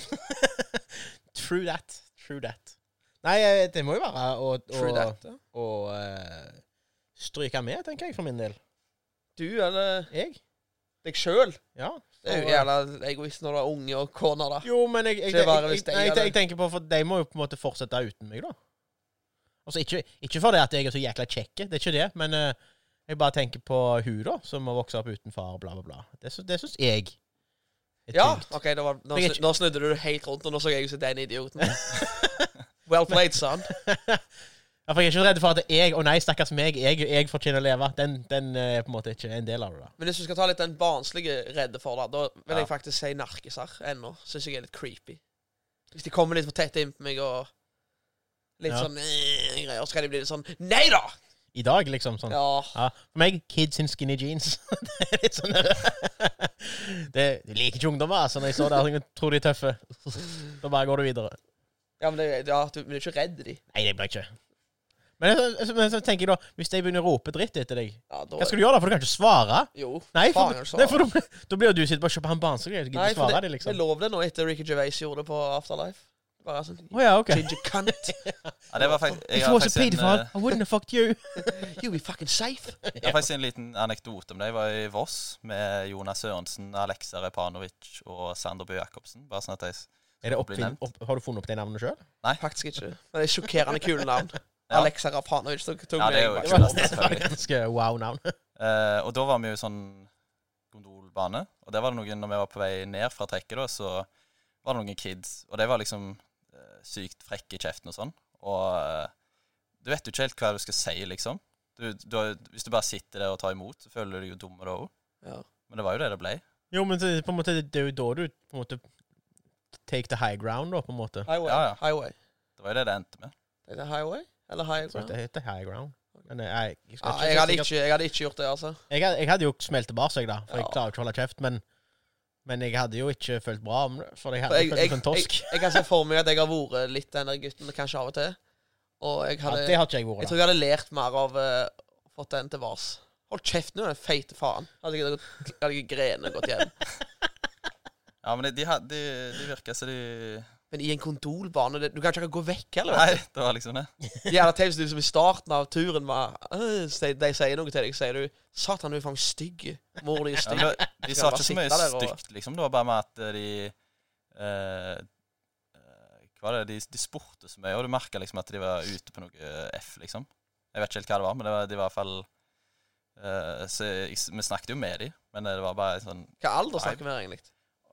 Speaker 1: <laughs> True that. True that. Nei, eh, det må jo være å, å,
Speaker 2: True that. ja.
Speaker 1: å eh, stryke med, tenker jeg, for min del.
Speaker 2: Du eller
Speaker 1: Jeg?
Speaker 2: deg sjøl?
Speaker 1: Ja.
Speaker 2: Det
Speaker 1: For,
Speaker 2: er jo jævla egoist når du er unge og kone, da.
Speaker 1: eh, Jo, men jeg, jeg,
Speaker 2: Ikke
Speaker 1: jeg,
Speaker 2: bare
Speaker 1: jeg,
Speaker 2: hvis det
Speaker 1: nei, jeg,
Speaker 2: gjelder.
Speaker 1: jeg tenker på For de må jo på en måte fortsette uten meg, da. Altså, ikke, ikke fordi at jeg er så jækla kjekk, det er ikke det, men eh, jeg bare tenker på hun, da, som har vokst opp uten far, bla, bla, bla. Det, sy- det syns jeg. er
Speaker 2: Ja,
Speaker 1: tungt.
Speaker 2: ok, da var, nå,
Speaker 1: Jeg er
Speaker 2: snu,
Speaker 1: ikke-
Speaker 2: nå snudde du helt rundt, og nå så jeg ut som den
Speaker 1: <laughs>
Speaker 2: idioten. Well played, son.
Speaker 1: Ja, for jeg er ikke redd for at jeg Å nei, stakkars meg, jeg, jeg fortjener å leve. Den, den eh, er på en måte ikke en del av det. da.
Speaker 2: Men hvis du skal ta litt den barnslige redde for det, da vil
Speaker 4: Ja.
Speaker 2: jeg faktisk si narkiser ennå. Syns jeg er litt creepy. Hvis de kommer litt for tett innpå meg og Litt
Speaker 1: Ja.
Speaker 2: sånn eh, greier. Og så kan de bli litt sånn Nei da!
Speaker 1: I dag, liksom. sånn.
Speaker 2: Ja.
Speaker 1: Ja, For meg, kids in skinny jeans. <laughs> det er litt sånn <laughs> det, Du liker ikke ungdommer, altså. Når jeg står der og tror de er tøffe, da bare går du videre.
Speaker 2: ja men, det, ja, du, men du er ikke redd de.
Speaker 1: Nei, det blir jeg ikke. Men så, så, men så tenker jeg da, hvis jeg begynner å rope dritt etter deg,
Speaker 2: Ja, da,
Speaker 1: hva skal du gjøre da? For du kan ikke svare.
Speaker 2: Jo.
Speaker 1: Nei, for,
Speaker 2: faen, jeg sa-
Speaker 1: nei, for da blir- da blir jo du sittende på København og greier. Du gidder
Speaker 2: Nei,
Speaker 1: ikke
Speaker 2: for
Speaker 1: svare
Speaker 2: det,
Speaker 1: det,
Speaker 2: det
Speaker 1: liksom.
Speaker 2: lov det nå etter Ricky Gervais gjorde det på Afterlife. Bare sånn
Speaker 1: Å ja, OK.
Speaker 2: Ginger cunt.
Speaker 4: Ja, det var faktisk, jeg,
Speaker 1: If
Speaker 4: har
Speaker 1: you was a
Speaker 4: faktisk en,
Speaker 1: pedophile,
Speaker 4: eh,
Speaker 1: I wouldn't have fucked you.
Speaker 2: You be fucking safe.
Speaker 4: jeg har faktisk en liten anekdote om det. Jeg var i Voss med Jonas Sørensen, Alexa Repanovic og Sander Bøe Jacobsen. Bare sånn at jeg s-
Speaker 1: Er det
Speaker 4: bli
Speaker 1: oppfinn,
Speaker 4: nevnt.
Speaker 1: opp, har du funnet opp det navnet sjøl?
Speaker 2: Faktisk ikke. Men det er sjokkerende kule navn.
Speaker 4: Ja.
Speaker 2: Alexa Rapanovic tok, tok
Speaker 4: Ja, det er jo
Speaker 2: meg.
Speaker 4: kult.
Speaker 1: Det var <laughs> et ganske wow-navn.
Speaker 4: Eh, og da var vi jo i sånn gondolbane. Og der var det noen, når vi var på vei ned fra trekket, da, så var det noen kids. Og de var liksom eh, sykt frekke i kjeften og sånn. Og eh, du vet jo ikke helt hva du skal si, liksom. Du, du, har- hvis du bare sitter der og tar imot, så føler du deg jo dum da òg.
Speaker 2: Ja.
Speaker 4: Men det var jo det det ble.
Speaker 1: Jo, men det, på en måte, det er jo da du på en måte Take the high ground, da, på en måte.
Speaker 2: Highway.
Speaker 4: Ja, ja.
Speaker 2: Highway.
Speaker 4: Det var jo det det endte med.
Speaker 2: Er det Highway? Eller High
Speaker 1: Så
Speaker 2: Ground?
Speaker 1: det heter high ground. Men eh, jeg, jeg, skal
Speaker 2: Ja,
Speaker 1: ikke-
Speaker 2: jeg, hadde
Speaker 1: sikkert-
Speaker 2: ikke, jeg hadde ikke gjort det, altså.
Speaker 1: jeg, hadde- jeg hadde jo smelt tilbake, jeg, da. For jeg
Speaker 2: Ja.
Speaker 1: klarer jo ikke å holde kjeft. Men, men jeg hadde jo ikke følt bra om det. For jeg
Speaker 2: For
Speaker 1: hadde følt
Speaker 2: jeg, jeg,
Speaker 1: meg som en
Speaker 2: jeg,
Speaker 1: torsk.
Speaker 2: jeg kan se for meg at jeg har vært litt den der gutten, kanskje av og til. Og jeg
Speaker 1: ja,
Speaker 2: hadde
Speaker 1: det har ikke jeg
Speaker 2: Jeg
Speaker 1: vært.
Speaker 2: tror jeg hadde lært mer av eh, fått den til vars. Hold kjeft nå, den feite faen. Hadde jeg gått- hadde jeg grenet og gått hjem.
Speaker 4: Ja, men de, de, had- de, de virka så de
Speaker 2: Men i en kondolbane det, Du kan ikke akkurat gå vekk, eller?
Speaker 4: Nei, det var liksom det.
Speaker 2: Jævla teit hvis du liksom i starten av turen var «Øh, så de, de sier noe til deg, så sier du 'Satan, du er faen stygg'. Mor di er
Speaker 4: Ja,
Speaker 2: stygg.
Speaker 4: men det-
Speaker 2: <laughs>
Speaker 4: de sa
Speaker 2: bare
Speaker 4: ikke så mye
Speaker 2: sitte der og-
Speaker 4: stygt, liksom. Det var bare med at eh, de eh, eh, Hva var det? De, de spurte så mye, og du merka liksom at de var ute på noe eh, F, liksom. Jeg vet ikke helt hva det var, men det var, de var i hvert fall eh, Så jeg, vi snakket jo med de, men det var bare sånn
Speaker 2: Hva alder snakker vi her, egentlig?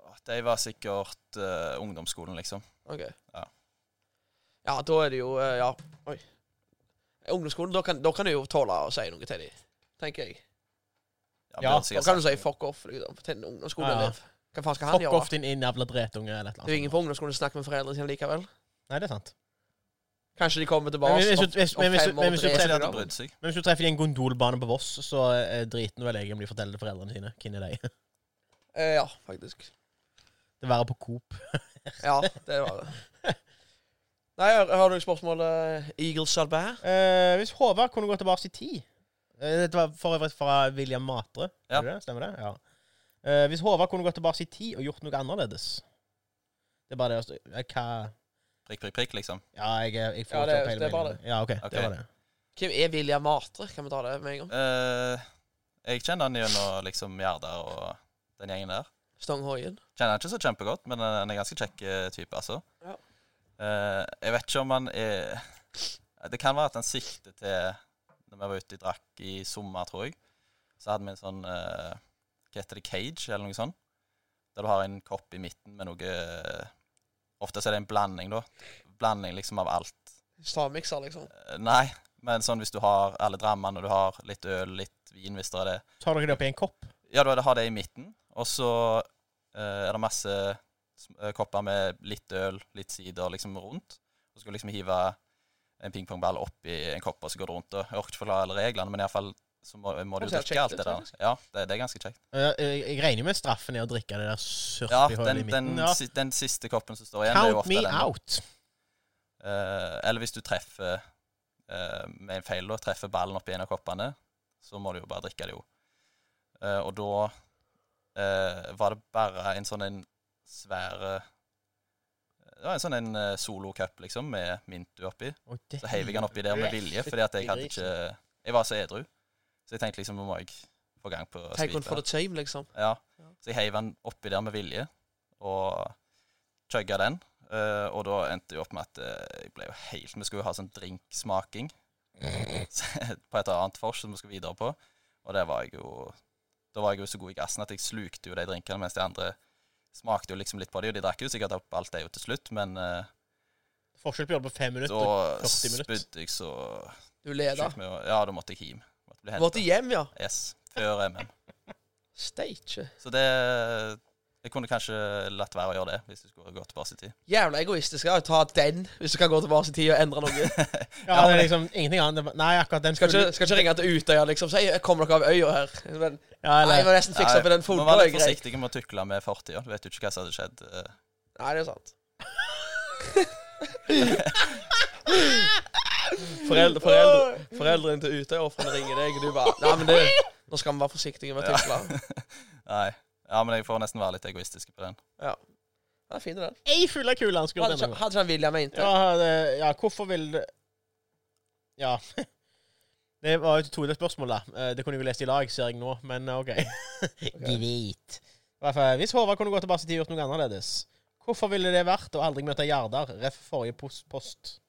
Speaker 4: «Åh, De var sikkert eh, ungdomsskolen, liksom.
Speaker 2: Ok.
Speaker 4: Ja.
Speaker 2: Ja, da er det jo eh, Ja. Oi. Ungdomsskolen, da kan, da kan du jo tåle å si noe til dem, tenker jeg.
Speaker 1: Ja,
Speaker 4: det
Speaker 2: Da
Speaker 4: var sikkert
Speaker 2: kan du si
Speaker 4: sånn.
Speaker 2: 'fuck off' liksom, til en
Speaker 1: Ja, ja.
Speaker 2: ungdomsskoleelev. Hva faen skal han
Speaker 1: Fuck
Speaker 2: gjøre?
Speaker 1: off din innavla dretunge, eller et
Speaker 2: Det er jo
Speaker 1: eller
Speaker 2: ingen
Speaker 1: annet.
Speaker 2: på ungdomsskolen som snakker med foreldrene sine likevel.
Speaker 1: Nei, det er sant.
Speaker 2: Kanskje de kommer
Speaker 1: Men
Speaker 2: tilbake
Speaker 1: hvis
Speaker 2: om,
Speaker 1: du- hvis-
Speaker 2: om
Speaker 1: men hvis du-
Speaker 2: fem år
Speaker 1: men
Speaker 2: og
Speaker 1: hvis du
Speaker 2: tre
Speaker 4: Ikke
Speaker 1: treffer-
Speaker 4: det at de
Speaker 2: år.
Speaker 4: brydde seg.
Speaker 1: Men hvis du treffer de i en gondolbane på Voss, så eh, driter vel jeg i om de forteller det foreldrene sine. Hvem er de? <laughs>
Speaker 2: Eh, ja, faktisk.
Speaker 1: Det være på Coop.
Speaker 2: Ja, det var det. Nei, har, har du spørsmålet Eagle Salbert?
Speaker 1: Eh, hvis Håvard kunne gå tilbake i tid Eh, Dette var for øvrig fra William Matre.
Speaker 4: Ja.
Speaker 1: Er det det? Stemmer det? Ja. Eh, hvis Håvard kunne gå tilbake i tid og gjort noe annerledes Det er bare det å stå- eh, Hva
Speaker 4: Prikk, prikk, prikk, liksom.
Speaker 1: Ja, jeg, jeg får
Speaker 2: Ja,
Speaker 1: ikke
Speaker 2: det-
Speaker 1: opp hele
Speaker 2: det er bare
Speaker 1: meningen. Ja, OK.
Speaker 4: Ok.
Speaker 1: Det var det.
Speaker 2: Hvem er William Matre? Kan vi ta det med en gang?
Speaker 4: Eh, jeg kjenner han gjennom liksom Gjerder og den gjengen der.
Speaker 2: Stong Hoien.
Speaker 4: Kjenner han ikke så kjempegodt, men han er en ganske kjekk eh, type, altså.
Speaker 2: Ja.
Speaker 4: Eh, jeg vet ikke om han er Det kan være at han sikter til Når vi var ute i drakk i sommer, tror jeg, så hadde vi en sånn eh, Hva heter det? Cage, eller noe sånt? Der du har en kopp i midten med noe eh, Ofte så er det en blanding, da. Blanding liksom av alt.
Speaker 2: Stavmikser, liksom.
Speaker 4: Eh, nei, men sånn hvis du har alle drammene, og du har litt øl, litt vin, hvis det er det.
Speaker 1: Tar dere det opp i en kopp?
Speaker 4: Ja, du har det i midten, og så eh, er det masse sm- eh, kopper med litt øl, litt sider liksom rundt. Og så skal du liksom hive en pingpongball oppi en kopp, og så går det rundt. Og jeg orker ikke forklare alle reglene, men iallfall så må, må du
Speaker 2: Det
Speaker 4: jo
Speaker 2: ser
Speaker 4: drikke
Speaker 2: kjekt
Speaker 4: alt
Speaker 2: ut,
Speaker 4: det der.
Speaker 2: faktisk.
Speaker 4: Ja, det, det er ganske kjekt.
Speaker 1: Eh, jeg, jeg regner med straffen er å drikke det der surp
Speaker 4: Ja,
Speaker 1: i hodet i
Speaker 4: den, den,
Speaker 1: midten. Ja.
Speaker 4: si- den siste koppen som står igjen, det er jo
Speaker 1: Count
Speaker 4: ofte
Speaker 1: me
Speaker 4: den. da.
Speaker 1: out.
Speaker 4: Eh, eller hvis du treffer eh, med en feil, da, treffer ballen oppi en av koppene, så må du jo bare drikke det jo. Eh, og da eh, var det bare en sånn en svær eh, Det var en sånn en eh, solocup, liksom, med Mintu oppi.
Speaker 1: Oi, det-
Speaker 4: Så heiv jeg den oppi der med vilje, fordi at jeg hadde ikke Jeg var så edru. Så jeg tenkte liksom, nå må jeg få gang på
Speaker 2: Take one
Speaker 4: speedet.
Speaker 2: for the team, liksom.
Speaker 4: Ja. Så jeg heiv den oppi der med vilje, og chugga den. Eh, og da endte jeg opp med at eh, jeg ble jo helt Vi skulle jo ha sånn drinksmaking på et annet vors som vi skulle videre på. Og det var jeg jo Da var jeg jo så god i gassen at jeg slukte jo de drinkene, mens de andre smakte jo liksom litt på de, og de drakk jo sikkert opp alt det jo til slutt, men eh,
Speaker 1: Forskjell på å gjøre det på fem minutter.
Speaker 4: da
Speaker 1: 40 minutter.
Speaker 4: spydde jeg så
Speaker 2: Du leder.
Speaker 4: sjukt mye. og- Ja, da måtte jeg hjem. Måtte bli
Speaker 2: Du måtte
Speaker 4: hentet.
Speaker 2: hjem, ja.
Speaker 4: Yes. Før MM.
Speaker 2: Steike.
Speaker 4: Så det Jeg kunne kanskje latt være å gjøre det hvis du skulle gått tilbake i tid.
Speaker 2: Jævla egoistisk ja, å ta den, hvis du kan gå tilbake i tid og endre noe.
Speaker 1: Ja, det er liksom ingenting annet. Det var- Nei, akkurat den
Speaker 2: Skal ikke, skal ikke ringe til Utøya, liksom. Si 'kommer dere av øya her'? Men,
Speaker 1: Ja,
Speaker 2: nei, jeg
Speaker 1: eller,
Speaker 2: må nesten fikse opp i den
Speaker 4: Nei, Man var litt
Speaker 2: fotballen.
Speaker 4: forsiktig med å tukle med fortida. Du vet jo ikke hva som hadde skjedd. eh.
Speaker 2: Nei, det er sant. foreldre, foreldre, foreldrene til Utøya ofrene ringer deg, og du bare Nei, men det, <laughs> nå skal vi være forsiktige med å tukle.
Speaker 4: Nei. Ja, men jeg får nesten være litt egoistisk på den.
Speaker 2: Ja. Ja, fin den.
Speaker 1: Ei fulle kule han skulle
Speaker 2: Hadde
Speaker 1: gjort
Speaker 2: ikke
Speaker 1: denne.
Speaker 2: hadde ikke han William ment det?
Speaker 1: Ja, det, ja, hvorfor vil du Ja. <laughs> Det var jo et todelt spørsmål, da. Eh, Det kunne jeg jo lest i lag, ser jeg nå, men <laughs> eh, OK. Greit. I hvert fall, Hvis Håvard kunne gå tilbake i tid og gjort noe annerledes, hvorfor ville det vært å aldri møte Gjerdar, ref. forrige pos- post?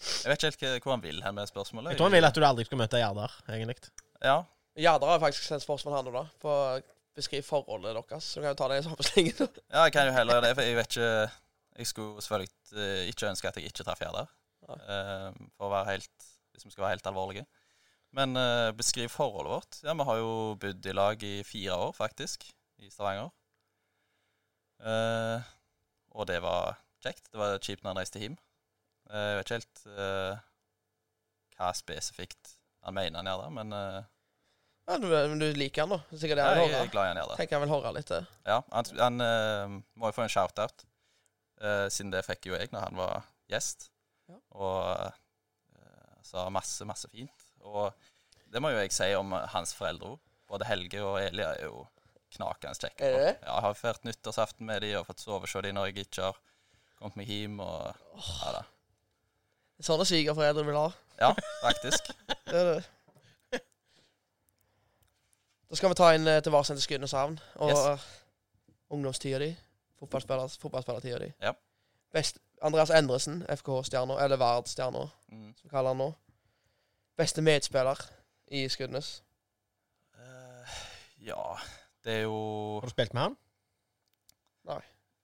Speaker 4: Jeg vet ikke helt hva- hvor han vil hen med spørsmålet.
Speaker 1: Jeg tror han ville at du aldri skulle møte Gjerdar, egentlig.
Speaker 4: Ja.
Speaker 2: Jadra har faktisk sendt spørsmål her nå, da. På å beskrive forholdet deres. Så du kan jo ta det i samme <laughs> slengen.
Speaker 4: ja, jeg kan jo heller gjøre det, for jeg vet ikke Jeg skulle selvfølgelig eh, ikke ønske at jeg ikke traff Gjerdar. Eh, For å være helt Hvis vi skal være helt alvorlige. Men eh, beskriv forholdet vårt. Ja, vi har jo bodd i lag i fire år, faktisk, i Stavanger. Eh, og det var kjekt. Det var kjipt når han reiste hjem. Eh, jeg vet ikke helt eh, hva spesifikt han mener han gjør der, men eh,
Speaker 2: Ja, du, men du liker han, da. Sikkert det
Speaker 4: jeg,
Speaker 2: han
Speaker 4: jeg er
Speaker 2: hører.
Speaker 4: glad i han gjør det.
Speaker 2: Tenker han vil høre litt. eh. det.
Speaker 4: Ja, han, han eh, må jo få en shout-out, eh, siden det fikk jo jeg når han var gjest.
Speaker 2: Ja.
Speaker 4: Og eh, sa masse, masse fint. Og det må jo jeg si om eh, hans foreldre òg. Både Helge og Eli er jo knakende kjekke.
Speaker 2: Er det det?
Speaker 4: Ja, jeg har vært nyttårsaften med de og fått sove hos de når jeg ikke har kommet meg hjem. Og, ja, da.
Speaker 2: Sånne svigerforeldre vil ha.
Speaker 4: ja,
Speaker 2: <laughs>
Speaker 4: faktisk.
Speaker 2: Det er det.
Speaker 4: <laughs>
Speaker 2: Da skal vi ta inn eh, til hver sin til Skudeneshavn. Og
Speaker 4: Yes.
Speaker 2: yes. ungdomstida di. Fotballspillers- Fotballspillertida di.
Speaker 4: Ja.
Speaker 2: Best, Andreas Endresen, FKH-stjerna, eller Vard-stjerna,
Speaker 4: Mm.
Speaker 2: som vi kaller han nå. Beste medspiller i Skudenes.
Speaker 4: Eh, ja, det er jo
Speaker 1: Har du spilt med han?
Speaker 2: Nei.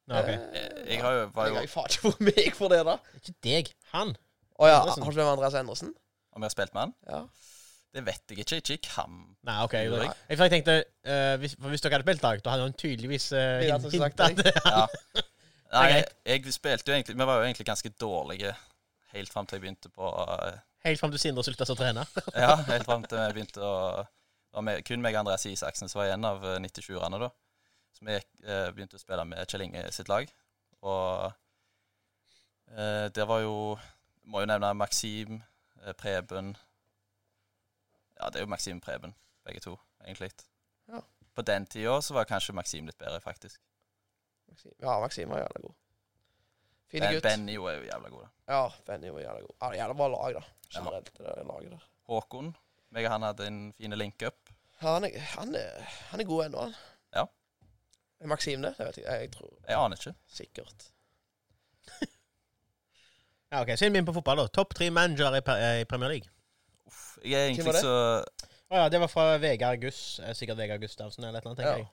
Speaker 1: Nei, ok.
Speaker 4: Jeg, Eh, jeg har jo, var
Speaker 2: Eh, Jeg
Speaker 4: jo
Speaker 2: har jo faen ikke fått meg for det, da.
Speaker 1: Ikke deg. Han.
Speaker 2: Å ja, har
Speaker 1: Endresen.
Speaker 2: du ikke det med Andreas Endresen?
Speaker 4: Om jeg har spilt med han?
Speaker 2: Ja.
Speaker 4: Det vet jeg ikke. Ikke i kamp.
Speaker 1: Nei, OK.
Speaker 4: Gjorde
Speaker 1: Jeg,
Speaker 4: jeg?
Speaker 1: jeg tenkte, eh, hvis, for hvis dere hadde spilt lag, da hadde han tydeligvis eh, <laughs>
Speaker 2: Det er han som
Speaker 1: hintet
Speaker 2: snakket
Speaker 1: at
Speaker 4: Ja. Nei,
Speaker 1: Det er
Speaker 4: jeg, jeg spilte jo egentlig Vi var jo egentlig ganske dårlige helt fram til jeg begynte på
Speaker 1: <laughs>
Speaker 4: eh,
Speaker 1: Helt fram til Sindre slutta å trene.
Speaker 4: Ja, helt fram til jeg begynte å det var med, Kun meg og Andreas Isaksen som var en av eh, 97-erne, da. Så vi gikk, eh, begynte å spille med Kjell Inge sitt lag. Og eh, der var jo Må jo nevne Maxim, eh, Preben Ja, det er jo Maxim og Preben, begge to, egentlig.
Speaker 2: Ja.
Speaker 4: På den tida så var kanskje Maxim litt bedre, faktisk.
Speaker 2: Maxim. Ja, Maxim var jævla god. Fin
Speaker 4: Ben,
Speaker 2: gutt.
Speaker 4: Benny jo er jo jævla god, da.
Speaker 2: Ja, Benny var jævla god. Ja, det er jævla bra lag, da. Generelt, det der laget der.
Speaker 4: Håkon. Meg og han hadde en fin link-up.
Speaker 2: Ja, Han er, han er, han er god ennå, han.
Speaker 4: Ja.
Speaker 2: Er Maxim det? Det vet jeg, jeg tror
Speaker 4: Jeg aner ikke.
Speaker 2: sikkert.
Speaker 1: Ja, ok, Så er vi inne på fotball, da. Topp tre managere i, Pre- eh, i Premier League.
Speaker 4: Uff, jeg er
Speaker 2: Hvem var
Speaker 4: egentlig
Speaker 2: det?
Speaker 4: så
Speaker 1: Å ja, det var fra Vegard Guss. eh, Sikkert Vegard Gustavsen eller et eller annet, tenker
Speaker 2: Ja.
Speaker 1: jeg.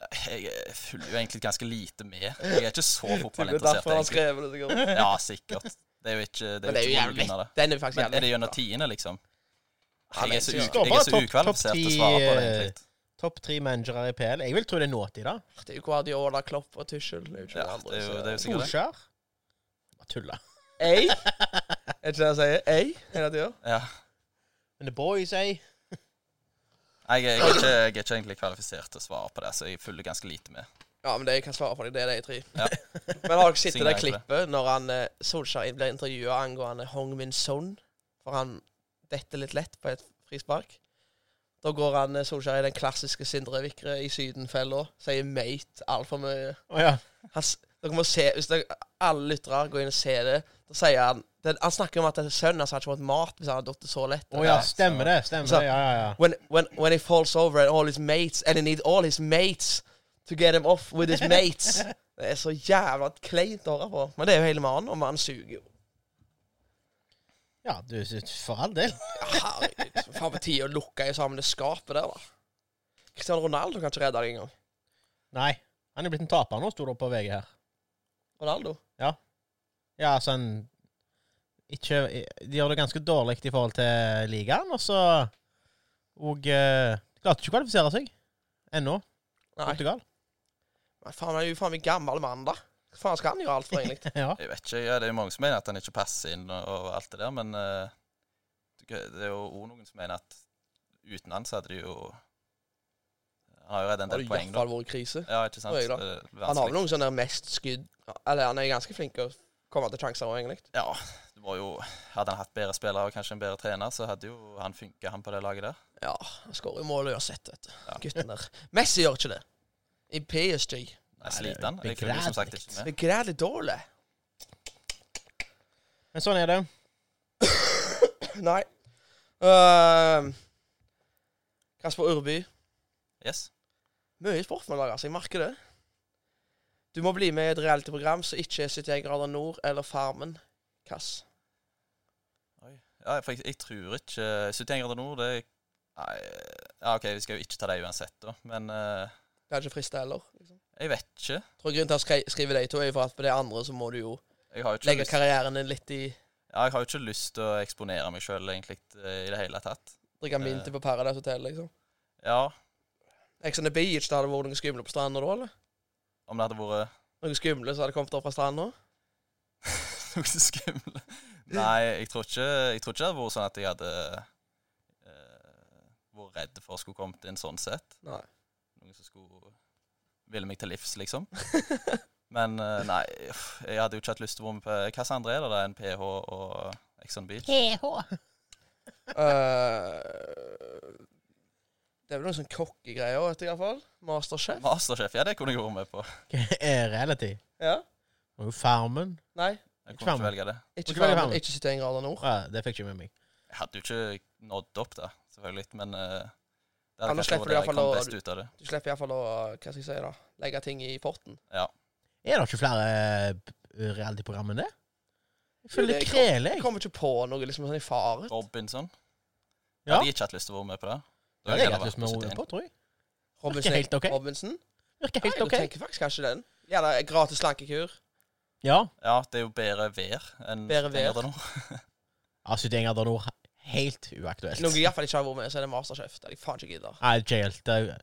Speaker 4: Jeg eh, følger jo egentlig ganske lite med. Jeg er
Speaker 2: <laughs>
Speaker 4: ikke så
Speaker 2: Det er derfor han
Speaker 4: fotballinteressert. egentlig.
Speaker 2: skrev det, sikkert.
Speaker 4: Ja, sikkert. Det er jo ikke
Speaker 2: Men
Speaker 4: Det
Speaker 2: det
Speaker 4: er
Speaker 2: er jo
Speaker 4: jo ikke
Speaker 2: jævlig
Speaker 4: mange grunner, det.
Speaker 2: Den er faktisk
Speaker 4: Men
Speaker 2: jævlig
Speaker 4: er det gjennom
Speaker 2: bra.
Speaker 4: tiene, liksom?
Speaker 2: Ja, det
Speaker 4: Jeg
Speaker 2: er
Speaker 4: er så,
Speaker 2: ikke-
Speaker 4: u-
Speaker 1: Står
Speaker 4: jeg
Speaker 1: bare
Speaker 4: er så
Speaker 1: topp-
Speaker 4: ukvalifisert til å
Speaker 1: topp
Speaker 4: svare på
Speaker 2: eh.
Speaker 4: det,
Speaker 1: ti,
Speaker 4: egentlig.
Speaker 1: Topp tre managere i PL. Jeg vil tro det er nåtid, da.
Speaker 2: Det er jo Guardiola, Klopp og Tuchel. Det er jo ikke
Speaker 4: Ja,
Speaker 2: noen
Speaker 4: det er jo,
Speaker 2: andre.
Speaker 4: det er jo sikkert det.
Speaker 1: Solskjær. Bare tulla.
Speaker 2: Ei? Er det ikke det han sier? Ei? Hele tida?
Speaker 4: Ja.
Speaker 1: Men The Boys, ei.
Speaker 4: Nei, Jeg, jeg, er ikke, jeg er ikke egentlig kvalifisert til å svare på det, så jeg følger ganske lite med.
Speaker 2: Ja, men det jeg kan svare for deg, det er de tre.
Speaker 4: Ja.
Speaker 2: <laughs> men har dere sett det
Speaker 4: Signer
Speaker 2: der
Speaker 4: jeg for det.
Speaker 2: klippet når han eh, Solskjær ble intervjua angående Hong Min Son? For han detter litt lett på et frispark. Da går han eh, Solskjær i den klassiske Sindre Vikre i Syden-fella. Sier mate altfor mye.
Speaker 1: Å ja.
Speaker 2: Han, s- dere må se, Hvis dere, alle lyttere går inn og ser det, da sier han det, Han snakker om at sønnen hans har ikke fått mat hvis han har falt så lett.
Speaker 1: Å ja, stemmer det. Stemmer det. Ja, ja, ja.
Speaker 2: when when when he falls over and all his mates and he needs all his mates to get him off with his mates. Det er så jævla kleint å høre på. Men det er jo hele mannen, og mannen suger jo.
Speaker 1: Ja, du, for all del.
Speaker 2: Herregud. så Faen på tide å lukke i sammen det skapet der, da. Cristiano Ronaldo kan ikke redde deg engang.
Speaker 1: Nei. Han er blitt en taper nå, sto det på VG her.
Speaker 2: Ronaldo?
Speaker 1: Ja, sånn ikke, De gjør det ganske dårlig i forhold til ligaen, og så Og eh, Klarte ikke å kvalifisere seg. Ennå.
Speaker 2: Nei,
Speaker 1: Portugal. <laughs>
Speaker 2: Nei, faen, han er jo faen meg gammel mann, da. Hva faen skal han gjøre alt
Speaker 1: <laughs>
Speaker 2: for, egentlig?
Speaker 1: Ja.
Speaker 4: Jeg vet ikke, ja, Det er jo mange som mener at han ikke passer inn og, og alt det der, men eh, det er jo også noen som mener at uten han så hadde de jo Han har jo reddet en
Speaker 2: Det har
Speaker 4: del
Speaker 2: i
Speaker 4: poeng,
Speaker 2: hvert
Speaker 4: da.
Speaker 2: fall vært krise.
Speaker 4: Ja, ikke sant?
Speaker 2: Oi, da.
Speaker 4: Det
Speaker 2: Han
Speaker 4: er
Speaker 2: har vel
Speaker 4: vanskelig.
Speaker 2: noen sånne mest skudd Eller han er ganske flink til å komme til sjanser òg, egentlig.
Speaker 4: Ja, det var jo Hadde han hatt bedre spillere og kanskje en bedre trener, så hadde jo han funka, han på det laget der.
Speaker 2: Ja, han skårer jo mål uansett, vet du. Gutten der. Messi gjør ikke det. I PSG.
Speaker 4: Jeg
Speaker 1: det er
Speaker 4: sliter han. Jeg kunne jo som sagt ikke med.
Speaker 2: Det er grælig dårlig.
Speaker 1: Men sånn er det.
Speaker 2: Nei. Ehm, Kasper Urby.
Speaker 4: Yes.
Speaker 2: Mye sport med lag, altså. Jeg merker det. Du må bli med i et realityprogram som ikke er 71 grader nord eller Farmen. Kass.
Speaker 4: Ja, for jeg, jeg tror ikke 71 grader nord, det Nei, ja, OK, vi skal jo ikke ta det uansett, da, men eh,
Speaker 2: Det er ikke frista heller. Liksom.
Speaker 4: jeg vet ikke.
Speaker 2: Jeg tror grunnen til å skri skrive de to er jo for at på det andre så må du jo
Speaker 4: Jeg har jo ikke
Speaker 2: legge
Speaker 4: lyst-
Speaker 2: karrieren din litt i
Speaker 4: Ja, jeg har jo ikke lyst til å eksponere meg sjøl egentlig eh, i det hele tatt.
Speaker 2: Drikke minter på Paradise Hotel, liksom.
Speaker 4: Ja,
Speaker 2: Ex on the Beach, det hadde vært noen skumle på stranda da, eller?
Speaker 4: om det hadde vært <laughs>
Speaker 2: Noen skumle som hadde kommet opp fra stranda?
Speaker 4: noe skummelt Nei, jeg tror, ikke, jeg tror ikke det hadde vært sånn at jeg hadde eh, vært redd for å skulle kommet inn sånn sett.
Speaker 2: Nei.
Speaker 4: Noen som skulle ville meg til livs,
Speaker 2: <laughs>
Speaker 4: liksom. Men eh, nei, uff, jeg hadde jo ikke hatt lyst til å være med på Hva slags andre er det da enn PH og Exon Beach?
Speaker 1: <laughs> PH.
Speaker 2: Eh, det er vel noen sånn kokkegreier vet du, i hvert fall. Masterchef.
Speaker 4: Masterchef, ja, det kunne jeg vært med på.
Speaker 1: Er Eh, reality.
Speaker 2: Ja.
Speaker 1: Og jo Farmen.
Speaker 2: Nei,
Speaker 4: Jeg kunne
Speaker 1: Farmen.
Speaker 4: ikke velge det.
Speaker 2: ikke,
Speaker 1: Må ikke velge
Speaker 2: Farmen,
Speaker 1: Farmen.
Speaker 2: ikke 71 grader nord.
Speaker 1: Ja, det fikk ikke med meg.
Speaker 4: Jeg hadde jo ikke nådd opp, da, selvfølgelig, men eh,
Speaker 2: Ja, nå
Speaker 4: det hadde kanskje
Speaker 2: slipper
Speaker 4: vært
Speaker 2: du i hvert
Speaker 4: der jeg
Speaker 2: fall
Speaker 4: kom
Speaker 2: å-
Speaker 4: best ut av det.
Speaker 2: Du slipper iallfall å hva skal jeg si da, legge ting i porten.
Speaker 4: Ja.
Speaker 1: Er det ikke flere eh, reality-program enn det? Jeg
Speaker 2: Jo,
Speaker 1: føler
Speaker 2: det
Speaker 1: det
Speaker 2: kom-
Speaker 1: kreler,
Speaker 2: Jeg
Speaker 1: jeg.
Speaker 2: kommer ikke på noe liksom sånn i fare.
Speaker 4: Robinson.
Speaker 1: Ja.
Speaker 4: Jeg hadde ikke hatt lyst til å være med på det.
Speaker 1: Det har jeg hatt lyst til å være med på, tror jeg.
Speaker 2: Robinson.
Speaker 1: helt ok.
Speaker 2: Robinson?
Speaker 1: Virker
Speaker 2: Nei,
Speaker 1: helt OK.
Speaker 2: Jeg tenker faktisk kanskje den. Gjerne gratis slankekur.
Speaker 1: Ja.
Speaker 4: Ja, det er jo bedre vær enn
Speaker 2: Bedre vær.
Speaker 4: nå. <laughs>
Speaker 1: Altså, 71 grader nord. Helt uaktuelt.
Speaker 2: Noe jeg iallfall ikke har vært med, så er det Masterchef. Det er jeg faen ikke gidder.
Speaker 1: Nei, ikke helt. Det er-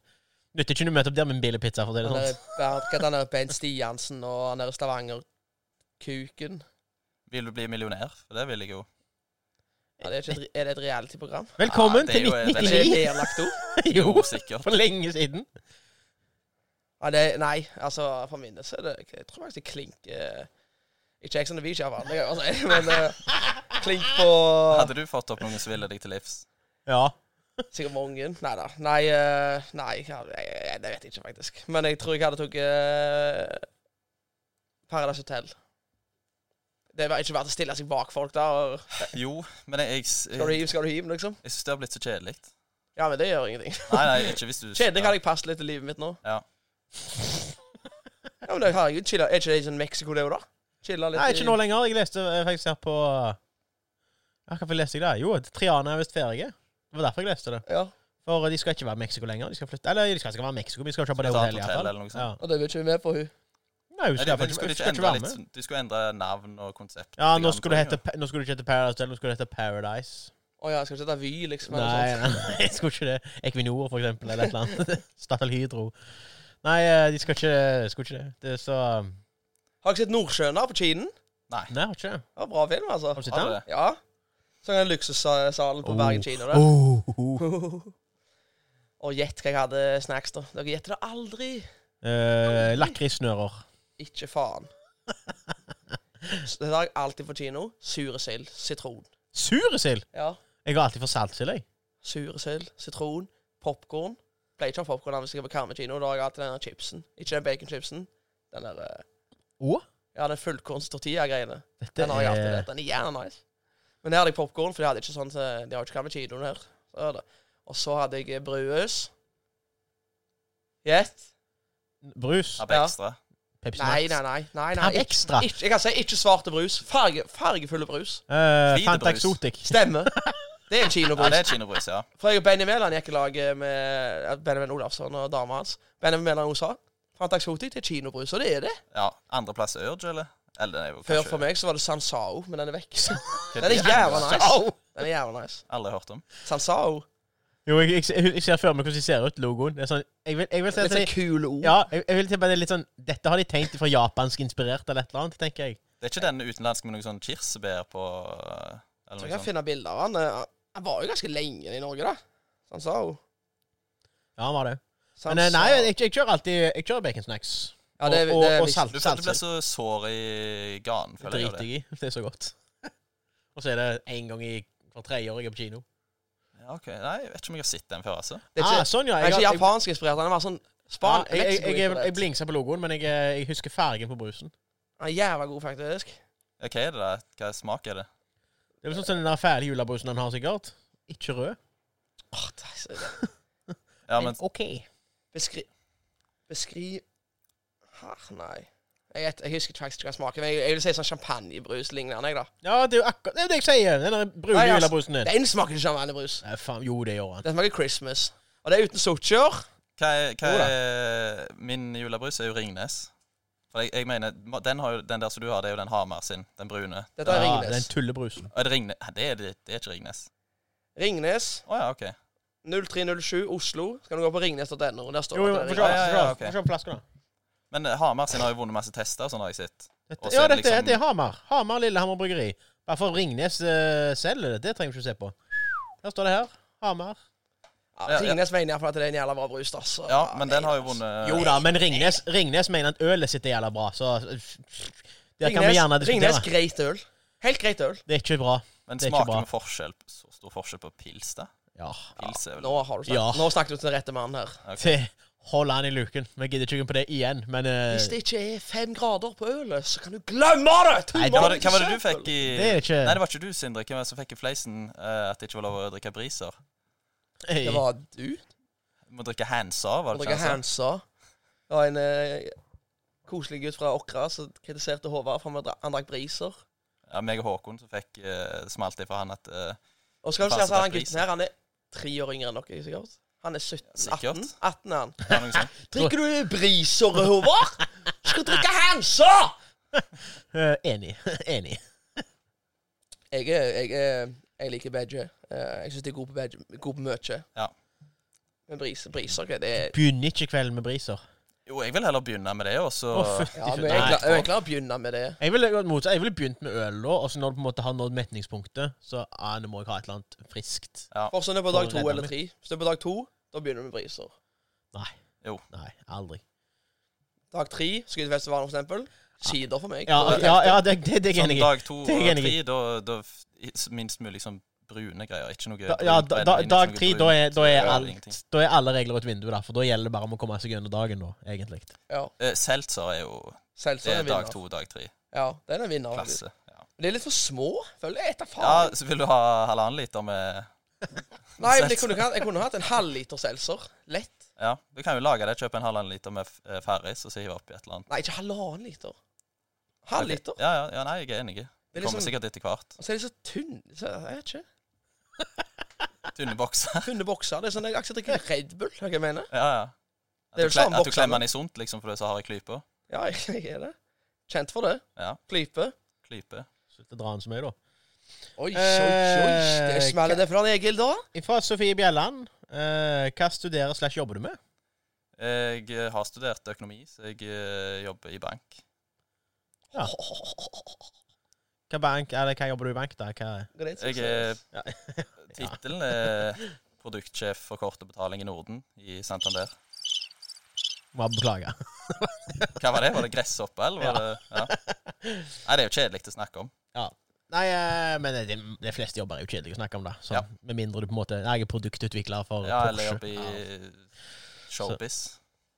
Speaker 1: Nytter ikke å møte opp der med en bil og pizza, for å si det
Speaker 2: Han
Speaker 1: sånn.
Speaker 2: der Bernt- hva er det han der Bent Stiansen og han der Stavanger-kuken.
Speaker 4: Vil du bli millionær? For det vil jeg jo.
Speaker 2: Ja, det er, ikke et, re- er det et reality-program?
Speaker 1: Velkommen
Speaker 4: Ja, det er
Speaker 1: til
Speaker 4: jo- det er
Speaker 2: Eller er det
Speaker 1: 1999!
Speaker 2: nedlagt
Speaker 1: <laughs> <laughs>
Speaker 2: opp?
Speaker 1: Jo,
Speaker 4: Jo, sikkert.
Speaker 1: for lenge siden.
Speaker 2: Ja, det, nei, altså for min del så er det Jeg tror faktisk det klinker Ikke Ex on the Beach, iallfall. Det kan jeg bare si. Men eh, klink på
Speaker 4: Hadde du fått opp noen som ville deg til
Speaker 1: <laughs>
Speaker 4: livs?
Speaker 1: Ja.
Speaker 2: sikkert mange. Nei da. Nei, eh, nei ja, jeg- det vet jeg ikke, faktisk. Men jeg tror jeg hadde tatt eh, Paradise Hotel. Det var ikke verdt å stille seg bak folk der.
Speaker 4: Jo, men jeg, jeg,
Speaker 2: Skal du
Speaker 4: jeg,
Speaker 2: hive, skal du hive, liksom.
Speaker 4: jeg syns det har blitt så kjedelig.
Speaker 2: Ja, men det gjør
Speaker 1: <laughs>
Speaker 2: ingenting.
Speaker 4: Nei, nei, ikke hvis du
Speaker 2: Kjedelig hadde jeg passet litt i livet mitt nå.
Speaker 4: Ja.
Speaker 2: Ja, men det, herregud, chilla. Er ikke det i sånn Mexico, det òg, da? Chilla litt
Speaker 1: Nei, ikke nå
Speaker 2: i
Speaker 1: lenger. Jeg leste eh, faktisk her på Ja, Hva leste jeg da? Jo, Triana er visst ferdige. Det var derfor jeg leste det.
Speaker 2: ja.
Speaker 1: For eh, de skal ikke være i Mexico lenger. De skal flytte Eller de skal ikke være i Mexico, men de skal ikke være på det
Speaker 4: Skal ta et
Speaker 1: hotellet. i
Speaker 4: hotell
Speaker 1: hvert
Speaker 4: eller noe
Speaker 1: fall. Ja.
Speaker 4: sånt.
Speaker 2: Og det vil ikke vi med på, hun.
Speaker 1: Nei, hun
Speaker 4: Nei,
Speaker 1: skal,
Speaker 4: de,
Speaker 1: iallfall
Speaker 4: de
Speaker 1: ikke-
Speaker 4: skulle
Speaker 1: hun
Speaker 4: ikke
Speaker 1: skal ikke
Speaker 4: endre
Speaker 1: være
Speaker 4: litt
Speaker 1: med.
Speaker 4: Du skulle endre navn og konsept.
Speaker 1: Ja,
Speaker 4: litt
Speaker 1: nå
Speaker 4: grann,
Speaker 1: skulle, det
Speaker 4: tror
Speaker 1: hete,
Speaker 4: jeg.
Speaker 1: Pa- nå skulle det ikke hete Paradise Hotel, nå skulle det hete Paradise.
Speaker 2: Å ja, skal ikke ta Vy, liksom?
Speaker 1: Nei,
Speaker 2: eller
Speaker 1: nei,
Speaker 2: sånt.
Speaker 1: nei, <laughs> jeg skulle ikke det. Equinor, for eksempel, eller et eller annet. <laughs> Statoil Hydro. Nei, eh, de skal ikke, skulle ikke det. Det er så
Speaker 2: Har dere sett Nordsjøen her på Kinen?
Speaker 1: Nei, har ikke det.
Speaker 2: Det var bra film, altså.
Speaker 1: Har du sett
Speaker 4: Har du
Speaker 1: den?
Speaker 4: det?
Speaker 2: Ja. Så den luksussalen på
Speaker 1: Oh.
Speaker 2: Bergen kino der.
Speaker 1: Oh, oh, oh.
Speaker 2: <laughs> Og gjett hva jeg hadde snacks, da. Dere gjetter det aldri.
Speaker 1: Eh, Lakrissnører.
Speaker 2: Ikke
Speaker 1: <laughs>
Speaker 2: faen. Så Det har jeg alltid på kino. Suresild. Sitron.
Speaker 1: Suresild!
Speaker 2: Ja.
Speaker 1: Jeg går alltid for saltsild, jeg.
Speaker 2: Suresild, sitron, popkorn. Pleier ikke å ha popkorn hvis jeg er på Karmøy-kino. Da har jeg alltid den der chipsen. Ikke den baconchipsen. Den der eh,
Speaker 1: Å?
Speaker 2: Ja, den fullkorns-tortilla-greiene.
Speaker 1: Dette
Speaker 2: Den har jeg alltid
Speaker 1: er-
Speaker 2: hatt. Den er jævla nice. Men her hadde jeg popkorn, for de hadde ikke sånn eh, De har jo ikke Karmøy kinoen her. Så er det. Og så hadde jeg eh, brødøs. Gjett?
Speaker 1: Brus.
Speaker 4: Abbe
Speaker 2: Ja.
Speaker 4: Extra.
Speaker 1: Pepsi Max.
Speaker 2: Nei, nei, nei. nei, nei.
Speaker 1: Tab Extra.
Speaker 2: Ikke, jeg kan si ikke svarte brus. Farge, fargefulle brus.
Speaker 1: Eh,
Speaker 4: Hvite
Speaker 1: Fanta
Speaker 4: brus.
Speaker 1: Exotic.
Speaker 2: Stemmer. Det er en
Speaker 4: Ja, det
Speaker 2: kinobrus.
Speaker 4: er kinobrus, ja.
Speaker 2: For jeg og Benny Mæland gikk i lag med eh, Benjamin Olafsson og dama hans. Benjamin Mæland også sa Fantaxotic til kinobrus, og det er det.
Speaker 4: ja. Andreplass er Urge, eller? Eller det er jo
Speaker 2: Før
Speaker 4: kanskje
Speaker 2: for meg så var det Sansao, men den er vekk. Den er
Speaker 4: Hva
Speaker 2: jævla nice. Den er jævla nice.
Speaker 4: Aldri hørt om.
Speaker 2: Sansao.
Speaker 1: Jo, jeg, jeg, jeg, jeg ser for meg hvordan de ser ut, logoen. Det er sånn, jeg vil, jeg vil si at
Speaker 2: Litt sånn
Speaker 1: de,
Speaker 2: kule ord.
Speaker 1: ja, jeg, jeg vil tippe det er litt sånn Dette har de tenkt fra japansk inspirert eller et eller annet, tenker jeg.
Speaker 4: Det er ikke den utenlandske med noe sånn kirsebær på eh,
Speaker 2: Så jeg
Speaker 4: eller noe
Speaker 2: kan
Speaker 4: sånt.
Speaker 2: finne bilder av han. Eh, Han var jo ganske lenge i Norge, da. Så han sa jo
Speaker 1: Ja, han var det.
Speaker 2: så han
Speaker 1: Men eh, nei,
Speaker 2: sa-
Speaker 1: jeg, jeg kjører alltid Jeg kjører bacon snacks.
Speaker 2: Ja, det,
Speaker 1: og, og,
Speaker 2: det,
Speaker 1: og
Speaker 2: visste-
Speaker 1: salt,
Speaker 4: Du, du
Speaker 1: saltsylt.
Speaker 4: ble så sår i ganen,
Speaker 1: Det
Speaker 4: føler jeg. av
Speaker 1: driter
Speaker 4: det.
Speaker 1: jeg i. Det er så godt. <laughs> og så er det én gang i for tredje år jeg er på kino.
Speaker 4: Ja, ok. Nei, jeg vet ikke om jeg har sett den før, altså.
Speaker 2: det er
Speaker 1: ah,
Speaker 2: ikke,
Speaker 1: sånn, ja.
Speaker 2: han er ikke
Speaker 1: har-
Speaker 2: japansk inspirert, han er mer sånn
Speaker 1: ja,
Speaker 2: span...
Speaker 1: jeg, jeg, jeg, jeg,
Speaker 2: Mexico-inspirert.
Speaker 1: jeg blingser på logoen, men jeg, eh, jeg husker fargen på brusen.
Speaker 2: Han er jævla god, faktisk.
Speaker 4: Ja, Hva er det der? Hva smak er det?
Speaker 1: Det er vel sånn som den der fæle julebrusen han har, sikkert. Ikke rød.
Speaker 2: Åh, det er så-
Speaker 4: Ja, men
Speaker 1: OK.
Speaker 2: Beskri... Beskri... Her, nei. Jeg, vet- jeg husker faktisk ikke hva smaken men jeg, jeg vil si sånn champagnebrus lignende. Jeg, da.
Speaker 1: Ja, det er jo akkurat det, er jo det jeg sier. Den der brune
Speaker 2: Nei, altså,
Speaker 1: julebrusen din.
Speaker 2: Den smaker ikke champagnebrus.
Speaker 1: Nei, faen, jo, det gjør han.
Speaker 2: Den smaker Christmas. Og det er uten sukker.
Speaker 4: hva er, hva
Speaker 1: Jo da.
Speaker 4: er Min julebrus er jo Ringnes. For jeg, jeg mener, ma- den, har jo, den der som du har, det er jo den Hamar sin. Den brune.
Speaker 2: Dette er
Speaker 1: Ja, den
Speaker 2: Ringnes.
Speaker 1: tullebrusen.
Speaker 4: Er det Ringnes? Nei, Det er, det, det er ikke Ringnes.
Speaker 2: Ringnes
Speaker 4: Å ja, OK.
Speaker 2: 0307 Oslo. Så kan du gå på ringnes.no. Der står
Speaker 1: Jo, jo,
Speaker 2: det. at
Speaker 1: få se
Speaker 2: det er
Speaker 4: Ja, ja, ja, ok.
Speaker 1: få se på flaskene.
Speaker 4: Men eh, Hamar sin har jo vunnet masse tester, og sånn har jeg sett.
Speaker 1: Dette,
Speaker 4: Og så
Speaker 1: ja,
Speaker 4: er det
Speaker 1: dette er-
Speaker 4: liksom-
Speaker 1: det er Hamar. Hamar Lillehammer Bryggeri. Bare for Ringnes eh, selger det. Det trenger vi ikke se på. Her står det her. Hamar.
Speaker 2: Ja,
Speaker 4: Ja, ja.
Speaker 2: Ringnes mener iallfall at det er en jævla bra brus. da, så-
Speaker 4: Ja, men den har jo
Speaker 2: altså.
Speaker 4: vunnet
Speaker 1: Jo da, men Ringnes, Ringnes mener at ølet sitt er jævla bra, så eh, Det kan vi
Speaker 2: Ringnes-
Speaker 1: gjerne
Speaker 2: Ringnes
Speaker 1: diskutere.
Speaker 2: greit øl. Helt greit øl.
Speaker 1: Det er ikke bra.
Speaker 4: Men
Speaker 1: Det er ikke
Speaker 4: smaker
Speaker 1: bra.
Speaker 4: med forskjell Så stor forskjell på pils, da?
Speaker 1: Ja.
Speaker 4: Pils er vel
Speaker 2: Nå har du snakket,
Speaker 1: Ja.
Speaker 2: nå snakket du til den rette mannen her.
Speaker 1: Til Hold han i luken. Vi gidder ikke gå inn på det igjen, men eh,
Speaker 2: Hvis det ikke er fem grader på ølet, så kan du glemme det!
Speaker 1: Nei,
Speaker 2: Tomorrow
Speaker 1: det
Speaker 4: hva var, det, hva var det du
Speaker 2: is apple.
Speaker 4: fikk i
Speaker 1: Det er ikke-
Speaker 4: Nei, det var ikke du, Sindre. Hvem var det som fikk i fleisen eh, at det ikke var lov å drikke briser?
Speaker 1: eh,
Speaker 2: Det var du.
Speaker 4: Må drikke hands-off, var
Speaker 2: Og
Speaker 4: det
Speaker 2: drikke
Speaker 4: ikke han
Speaker 2: Hansa.
Speaker 4: sa?
Speaker 2: Det var en eh, koselig gutt fra Åkra som kritiserte Håvard for at han drakk briser.
Speaker 4: Ja, meg og Håkon som fikk eh, Det smalt ifra han at eh,
Speaker 2: Og så kan du
Speaker 4: Bare
Speaker 2: si at
Speaker 4: drakk
Speaker 2: han
Speaker 4: briser.
Speaker 2: gutten her, han er tre år yngre enn dere, sikkert. Han er 17?
Speaker 4: Sikkert.
Speaker 2: 18? 18 er han.
Speaker 4: det var noe
Speaker 1: <laughs>
Speaker 4: sånt.
Speaker 2: Drikker du briser, Håvard? Skal du drikke Hansa?
Speaker 1: eh, Enig. <laughs> Enig.
Speaker 2: Jeg, er- jeg, er- jeg liker begge. Eh, Jeg syns de er gode på, begge, gode på mye.
Speaker 4: Ja.
Speaker 2: Men briser, briser ok, det er
Speaker 1: Begynner ikke kvelden med briser.
Speaker 4: Jo, jeg vil heller begynne med det, og så
Speaker 1: Å,
Speaker 4: <laughs>
Speaker 1: fytti
Speaker 2: ja, men
Speaker 1: fytti.
Speaker 2: jeg,
Speaker 1: Nei.
Speaker 2: klar, jeg er klar å begynne med det.
Speaker 1: Jeg ville gått motsatt. Jeg ville begynt med øl da, og så når du på en måte har nådd metningspunktet, så ah, nå må jeg ha et eller annet friskt.
Speaker 2: For sånn er på
Speaker 1: For
Speaker 2: dag
Speaker 1: å
Speaker 2: to
Speaker 1: redde
Speaker 2: eller
Speaker 1: meg.
Speaker 2: tre. Hvis du er på dag to, da begynner du med briser.
Speaker 1: Nei.
Speaker 4: Jo.
Speaker 1: Nei, aldri.
Speaker 2: Dag tre, skuddfestivalen for eksempel. Sider for meg.
Speaker 1: Ja,
Speaker 2: Da er det
Speaker 1: ja, ja det, det, det er jeg
Speaker 4: sånn
Speaker 1: enig i.
Speaker 4: dag to
Speaker 1: Det er
Speaker 4: og
Speaker 1: jeg
Speaker 4: tre,
Speaker 1: enig
Speaker 4: da, da f- i- s- minst mulig sånn brune greier. Ikke noe
Speaker 1: Da, ja,
Speaker 4: brunt
Speaker 1: da, da,
Speaker 4: brennevin, ikke
Speaker 1: dag
Speaker 4: noe
Speaker 1: tre,
Speaker 4: brunt
Speaker 1: da er, da,
Speaker 4: øl,
Speaker 1: er alt,
Speaker 4: ingenting.
Speaker 1: da er alle regler ut vinduet, da, for da gjelder det bare om å komme seg gjennom dagen, da, egentlig.
Speaker 2: Ja,
Speaker 4: Eh, Seltzer er jo
Speaker 2: Seltzer
Speaker 1: Sånn
Speaker 2: er
Speaker 4: Det er
Speaker 2: en
Speaker 4: dag
Speaker 2: vinner.
Speaker 4: to, dag tre.
Speaker 2: Ja, den er en vinner. faktisk.
Speaker 4: Klasse. Ja.
Speaker 2: Men De er litt for små, føler jeg. Etter
Speaker 4: ja,
Speaker 2: faen.
Speaker 4: så vil du ha halvannen liter med
Speaker 2: Nei, men jeg kunne, ikke hatt- jeg kunne hatt en halv liter seltzer. Lett.
Speaker 4: Ja, du kan jo lage det. Kjøpe en halvannen liter med f- eh, Farris, og så hive oppi et eller annet.
Speaker 2: Nei, ikke halvannen liter. Halv liter.
Speaker 4: Ja, ja, ja, nei, jeg er enig.
Speaker 2: Det
Speaker 4: Det
Speaker 2: er
Speaker 4: kommer
Speaker 2: liksom-
Speaker 4: sikkert etter hvert.
Speaker 2: Og så er de så tynne. Så jeg vet ikke.
Speaker 4: Tynne
Speaker 2: <laughs>
Speaker 4: bokser.
Speaker 2: Tynne bokser. Det er sånn jeg akkurat drikker Red Bull. Hva jeg mener
Speaker 4: Ja, ja.
Speaker 2: Det er
Speaker 4: At du,
Speaker 2: jo sånn
Speaker 4: kle
Speaker 2: samme
Speaker 4: at du
Speaker 2: bokser,
Speaker 4: klemmer den i sunt, liksom, for det så har jeg klypa.
Speaker 2: Ja, <laughs> jeg, jeg er det. Kjent for det.
Speaker 4: Ja.
Speaker 2: Klype.
Speaker 4: Klype.
Speaker 1: Slutt å dra den så mye, da.
Speaker 2: Oi, oi, oi.
Speaker 1: Eh,
Speaker 2: Det smeller det for han Egil, <laughs> da.
Speaker 1: Fra Sofie Bjelland. eh, hva studerer slash jobber du med?
Speaker 4: Jeg eh, har studert økonomi, så jeg eh, jobber i bank.
Speaker 1: Hva, bank, eller, hva jobber du i bank, da? Hva,
Speaker 2: Går det et
Speaker 4: Jeg
Speaker 2: suksess?
Speaker 4: er
Speaker 2: <laughs>
Speaker 4: Tittelen er produktsjef for kort og betaling i Norden i Santander.
Speaker 1: må jeg beklage. <laughs>
Speaker 4: Hva var det? Var det gresshoppe, eller? Var det, ja. Nei, det er jo kjedelig å snakke om.
Speaker 1: Nei, eh, men de, de fleste jobber er jo kjedelige å snakke om, da. Sånn,
Speaker 4: Ja.
Speaker 1: Med mindre du på en måte Nei, jeg er produktutvikler for
Speaker 4: Ja, eller
Speaker 1: Porsche.
Speaker 4: jobbe i showbiz.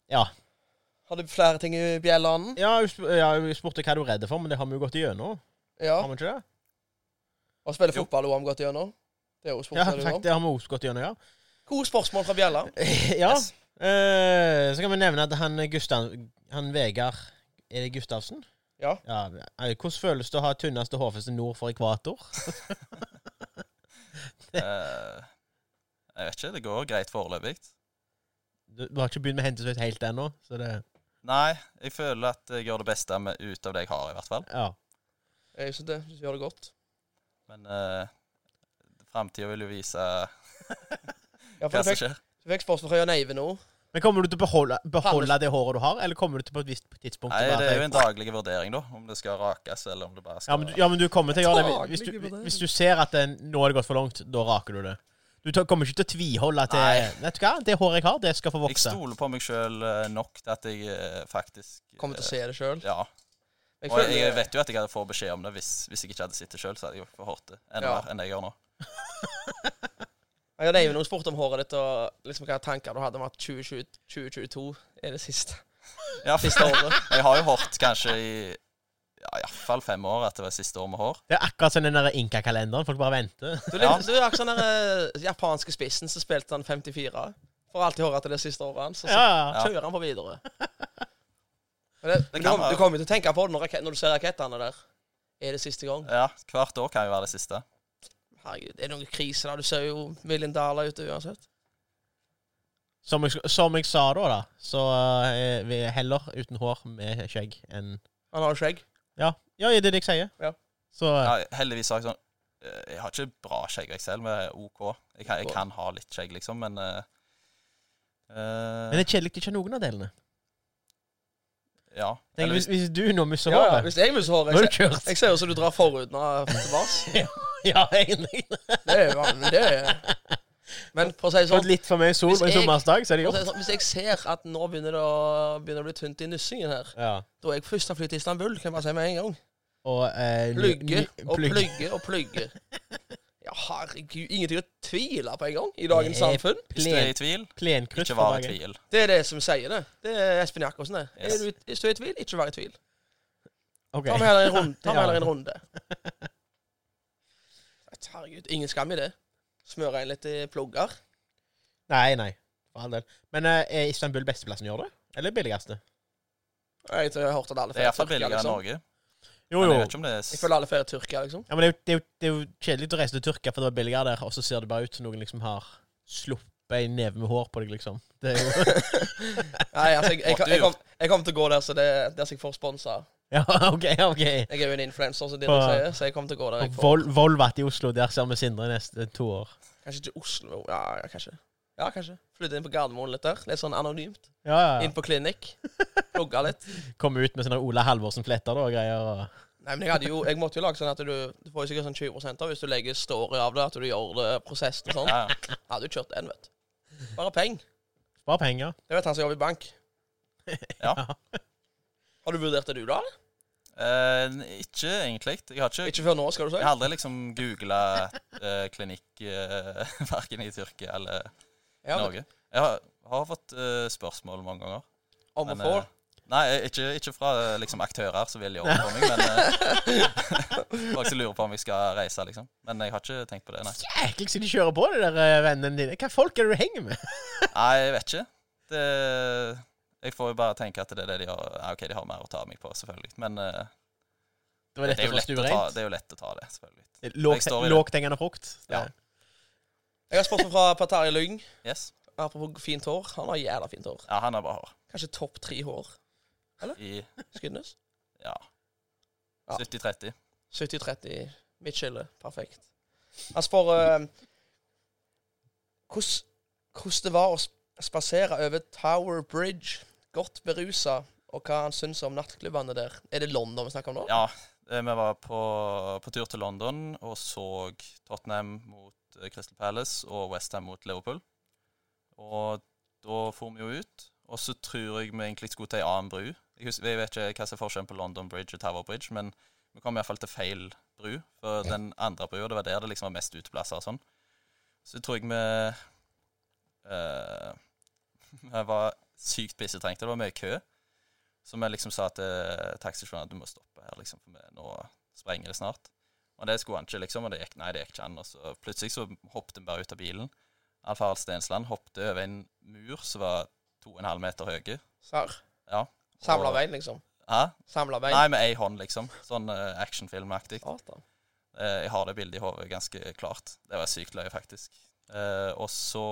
Speaker 1: Ja.
Speaker 2: Har du flere ting i bjellanden?
Speaker 1: Ja, hun sp- ja, hun spurte hva du er redd for, men det har vi jo gått igjennom.
Speaker 2: Ja.
Speaker 1: Har vi ikke det?
Speaker 2: Og spiller
Speaker 4: Jo.
Speaker 2: fotball OM godt gjennom? Det er jo
Speaker 1: Ja,
Speaker 2: sport. det du
Speaker 1: faktisk,
Speaker 2: om.
Speaker 1: det har vi også gått igjennom, ja.
Speaker 2: Gode spørsmål fra Bjella.
Speaker 1: ja.
Speaker 4: Yes.
Speaker 1: Eh, så kan vi nevne at han Gustav Han Vegard Er det Gustavsen?
Speaker 2: Ja.
Speaker 1: eh, Hvordan føles det å ha tynneste hårfeste nord for ekvator?
Speaker 4: Eh, jeg vet ikke. Det går greit foreløpig.
Speaker 1: Du, du har ikke begynt med hentesvett helt ennå, så det
Speaker 4: Nei, jeg føler at jeg gjør det beste med, ut av det jeg har, i hvert fall.
Speaker 1: Ja.
Speaker 2: Jeg synes det. Synes vi gjør det godt.
Speaker 4: eh, Men uh, framtida vil jo vise
Speaker 2: Ja,
Speaker 4: hva
Speaker 2: for du
Speaker 4: som
Speaker 2: fikk,
Speaker 4: skjer.
Speaker 2: du fikk spørsmål fra Jørn Eivind nå.
Speaker 1: Men kommer du til å beholde, beholde
Speaker 2: Anders.
Speaker 1: det håret du har, eller kommer du til på et visst tidspunkt
Speaker 4: Nei,
Speaker 1: til å
Speaker 4: det
Speaker 1: være-
Speaker 4: er jo en daglig vurdering, da. Om det skal rakes, eller om det bare
Speaker 1: ja
Speaker 4: skal
Speaker 1: men, du- ja, men du kommer til å gjøre det.
Speaker 2: Daglig
Speaker 1: Hvis du,
Speaker 2: vurdering.
Speaker 1: hvis du ser at det, nå har det gått for langt, da raker du det. Du tar- kommer ikke til å tviholde til
Speaker 4: Nei.
Speaker 1: Vet du hva, det håret jeg har, det skal få
Speaker 4: Jeg
Speaker 1: vokse.
Speaker 4: stoler på meg sjøl nok til at jeg eh, faktisk eh,
Speaker 2: Kommer til å se det sjøl.
Speaker 4: Ja.
Speaker 2: Jeg,
Speaker 4: Og jeg,
Speaker 2: føler-
Speaker 4: jeg vet jo at jeg hadde fått beskjed om det hvis, hvis jeg ikke hadde sett det sjøl, så hadde jeg jo fått hørt det enda
Speaker 2: Ja.
Speaker 4: mer enn det jeg gjør nå.
Speaker 2: Ja, Jørn Eivind hun spurte om håret ditt, og liksom hva tanker du hadde om at 2020 2022 er det siste,
Speaker 4: Ja,
Speaker 2: siste året.
Speaker 4: <laughs> Jeg har jo hørt kanskje i ja, iallfall fem år at det var siste år med hår.
Speaker 1: Det er akkurat som den der Inka-kalenderen. Folk bare venter. <laughs>
Speaker 2: Du, er litt, du er akkurat sånn den japanske spissen som spilte han 54. Får alltid høre til det siste året hans, og så
Speaker 1: Ja, ja.
Speaker 4: Ja.
Speaker 2: kjører han på videre. Men det,
Speaker 4: kan
Speaker 2: du, kommer-
Speaker 4: være.
Speaker 2: du kommer jo til å tenke på det når, rake- når du ser rakettene der. Er det siste gang?
Speaker 4: Ja, Hvert år kan jo være det siste.
Speaker 2: Herregud, er det noen krise der? Du ser jo million dollar ute uansett.
Speaker 1: Som, jeg, som jeg sa da, da, så er vi heller uten hår med skjegg enn
Speaker 2: Han har jo skjegg.
Speaker 1: Ja, ja det er det jeg sier.
Speaker 2: Ja.
Speaker 1: Så eh,
Speaker 4: Ja, heldigvis har jeg sånn eh, Jeg har ikke bra skjegg jeg selv, men jeg er OK. Jeg kan, jeg kan ha litt skjegg, liksom, men eh, eh,
Speaker 1: Men det er kjedelig å ikke ha noen av delene.
Speaker 4: Ja.
Speaker 1: Tenk,
Speaker 4: Eller
Speaker 1: hvis,
Speaker 4: hvis,
Speaker 1: hvis du nå mister
Speaker 2: Ja, ja,
Speaker 1: håret
Speaker 2: hvis jeg mister håret
Speaker 1: Nå er
Speaker 2: jeg,
Speaker 1: det kjørt.
Speaker 2: ser- jeg ser jo som du drar forut nå til Mars.
Speaker 1: <laughs> Ja, egentlig.
Speaker 2: Det er jo men det er. Men for å si det
Speaker 1: Fått
Speaker 2: sånn
Speaker 1: litt for mye sol
Speaker 2: Hvis
Speaker 1: på en
Speaker 2: jeg-
Speaker 1: sommersdag, så er det
Speaker 2: for å si
Speaker 1: gjort.
Speaker 2: det sånn, Hvis jeg ser at nå begynner det å, begynner det å bli tynt i nussingen her,
Speaker 1: Ja.
Speaker 2: da er jeg først av flyet til Istanbul, kan jeg bare si med en gang.
Speaker 1: Og eh, ny-
Speaker 2: Plugge
Speaker 1: ny-
Speaker 2: og
Speaker 1: plugg.
Speaker 2: plugge og plugge.
Speaker 4: <laughs>
Speaker 2: Ja, herregud. Ingenting å tvile på engang i dagens samfunn.
Speaker 4: hvis du er i tvil,
Speaker 1: Plen,
Speaker 4: ikke vær i tvil.
Speaker 2: Det er det som sier det. Det er Espen Jacobsen, det. Er
Speaker 4: Yes.
Speaker 2: du- Hvis du er i tvil, ikke vær i tvil.
Speaker 1: Ok.
Speaker 2: Ta meg heller en runde.
Speaker 4: <laughs>
Speaker 2: Ta meg
Speaker 1: Ja.
Speaker 2: heller en runde. Herregud, ingen skam i det. Smøre inn litt i plugger.
Speaker 1: Nei, nei. For all del. Men eh, er Istanbul besteplassen gjør det? Eller billigste?
Speaker 2: Jeg tror jeg har hørt at alle
Speaker 4: Det
Speaker 2: feirer
Speaker 4: er iallfall
Speaker 2: Tyrkia,
Speaker 4: billigere enn
Speaker 2: liksom.
Speaker 4: Norge.
Speaker 1: Jo,
Speaker 4: Men
Speaker 1: jo.
Speaker 4: jeg vet ikke om det er
Speaker 2: Jeg
Speaker 4: s-
Speaker 2: føler alle feirer Tyrkia, liksom.
Speaker 1: Ja, men det er jo, det er jo, det er jo kjedelig å reise til Tyrkia, for det var billigere der, og så ser det bare ut som noen liksom har sluppet en neve med hår på deg, liksom. Det er jo <laughs>
Speaker 2: Nei, altså, jeg, jeg,
Speaker 4: Måtte
Speaker 2: jeg, jeg,
Speaker 4: jo.
Speaker 2: kom, jeg kommer til å gå der så det, der så jeg får sponsa.
Speaker 1: Ja, OK, OK.
Speaker 2: Jeg er jo en influenser, så, det
Speaker 1: På-
Speaker 2: sier, så jeg kommer til å gå der. Jeg får.
Speaker 1: Vol Volvat i Oslo, der ser vi Sindre neste to år.
Speaker 2: Kanskje ikke Oslo Ja, ja kanskje. Ja, kanskje. Flytte inn på Gardermoen litt der. Litt sånn anonymt.
Speaker 1: Ja, ja,
Speaker 2: Inn
Speaker 1: ja.
Speaker 2: på
Speaker 4: <laughs>
Speaker 2: klinikk. Plugga litt.
Speaker 1: Komme ut med sånne Ola Halvorsen-fletter da, og greier. Og...
Speaker 2: Nei, men jeg hadde jo Jeg måtte jo lage sånn at du Du får jo sikkert sånn 20 av hvis du legger story av det, at du gjør det prosessen og sånn.
Speaker 4: Ja, ja.
Speaker 2: Jeg hadde jo kjørt den, vet du. Bare penger.
Speaker 1: Spar penger.
Speaker 2: Det vet han som jobber i
Speaker 4: <laughs>
Speaker 2: bank.
Speaker 4: Ja.
Speaker 2: Har du vurdert det, du, da? eller?
Speaker 4: Eh, ikke egentlig. Jeg har ikke
Speaker 2: Ikke før nå, skal du si?
Speaker 4: Jeg har aldri liksom googla klinikk eh, <laughs> verken i Tyrkia eller i
Speaker 2: Ja, men-
Speaker 4: Norge. Jeg har, har fått eh, spørsmål mange ganger.
Speaker 2: Om å
Speaker 4: men,
Speaker 2: få.
Speaker 4: eh, nei, ikke, ikke fra eh, liksom, aktører som vil jobbe for meg, men eh, <laughs> folk som lurer på om jeg skal reise, liksom. Men jeg har ikke tenkt på det, nei.
Speaker 1: Jæklig så de kjører på, de der eh, vennene dine. Hva folk er det du henger med?
Speaker 4: Nei, jeg vet ikke. Det, jeg får jo bare tenke at det er det de gjør. Ja, OK, de har mer å ta meg på, selvfølgelig. Men eh,
Speaker 1: Det var
Speaker 4: det,
Speaker 1: dette
Speaker 4: er jo
Speaker 1: som var
Speaker 4: lett å ta,
Speaker 1: stuereint.
Speaker 4: det er jo lett å ta det, selvfølgelig. Jeg
Speaker 1: Lågt-
Speaker 4: står i det.
Speaker 1: Lågthengende frukt. Det-
Speaker 4: Ja.
Speaker 2: Jeg har spørsmål fra Per Terje Lyng.
Speaker 4: Yes.
Speaker 2: Apropos fint hår. Han har jævla fint hår.
Speaker 4: Ja, han har bare hår
Speaker 2: Kanskje topp tre hår.
Speaker 4: i
Speaker 2: Skuddnes.
Speaker 4: ja,
Speaker 2: Ja.
Speaker 4: 70-30.
Speaker 2: 70-30. Mitt skille. Perfekt. Han spør eh, hvordan hvordan det var å sp- spasere over Tower Bridge, godt berusa, og hva han syns om nattklubbene der. Er det London vi snakker om nå?
Speaker 4: Ja, eh, vi var på, på tur til London og så Tottenham mot eh, Crystal Palace og Westham mot Liverpool. Og da for vi jo ut, og så tror jeg vi egentlig skulle til ei annen bru. Jeg, husker, jeg vet ikke hva som er forskjellen på London Bridge og Tower Bridge, men vi kom iallfall til feil bru. For den andre brua, det var der det liksom var mest uteplasser og sånn. Så tror jeg vi eh, <laughs> Vi var sykt pissetrengte. Det var mye kø. Så vi liksom sa til taxisjåføren at du må stoppe her, liksom, for vi- nå sprenger det snart. Og det skulle han ikke, liksom. Og det gikk, nei, det gikk ikke an. Og så plutselig så hoppet han bare ut av bilen. Alf Harald Stensland hoppet over en mur som var to og en halv meter høy.
Speaker 2: Sar.
Speaker 4: Ja.
Speaker 2: Samla
Speaker 4: Og-
Speaker 2: bein, liksom.
Speaker 4: Hæ?
Speaker 2: Samla bein.
Speaker 4: Nei, med ei hånd, liksom. Sånn eh, actionfilmaktig.
Speaker 2: Satan.
Speaker 4: Eh, jeg har det bildet i hodet ganske klart. Det var sykt løye, faktisk. Eh, og så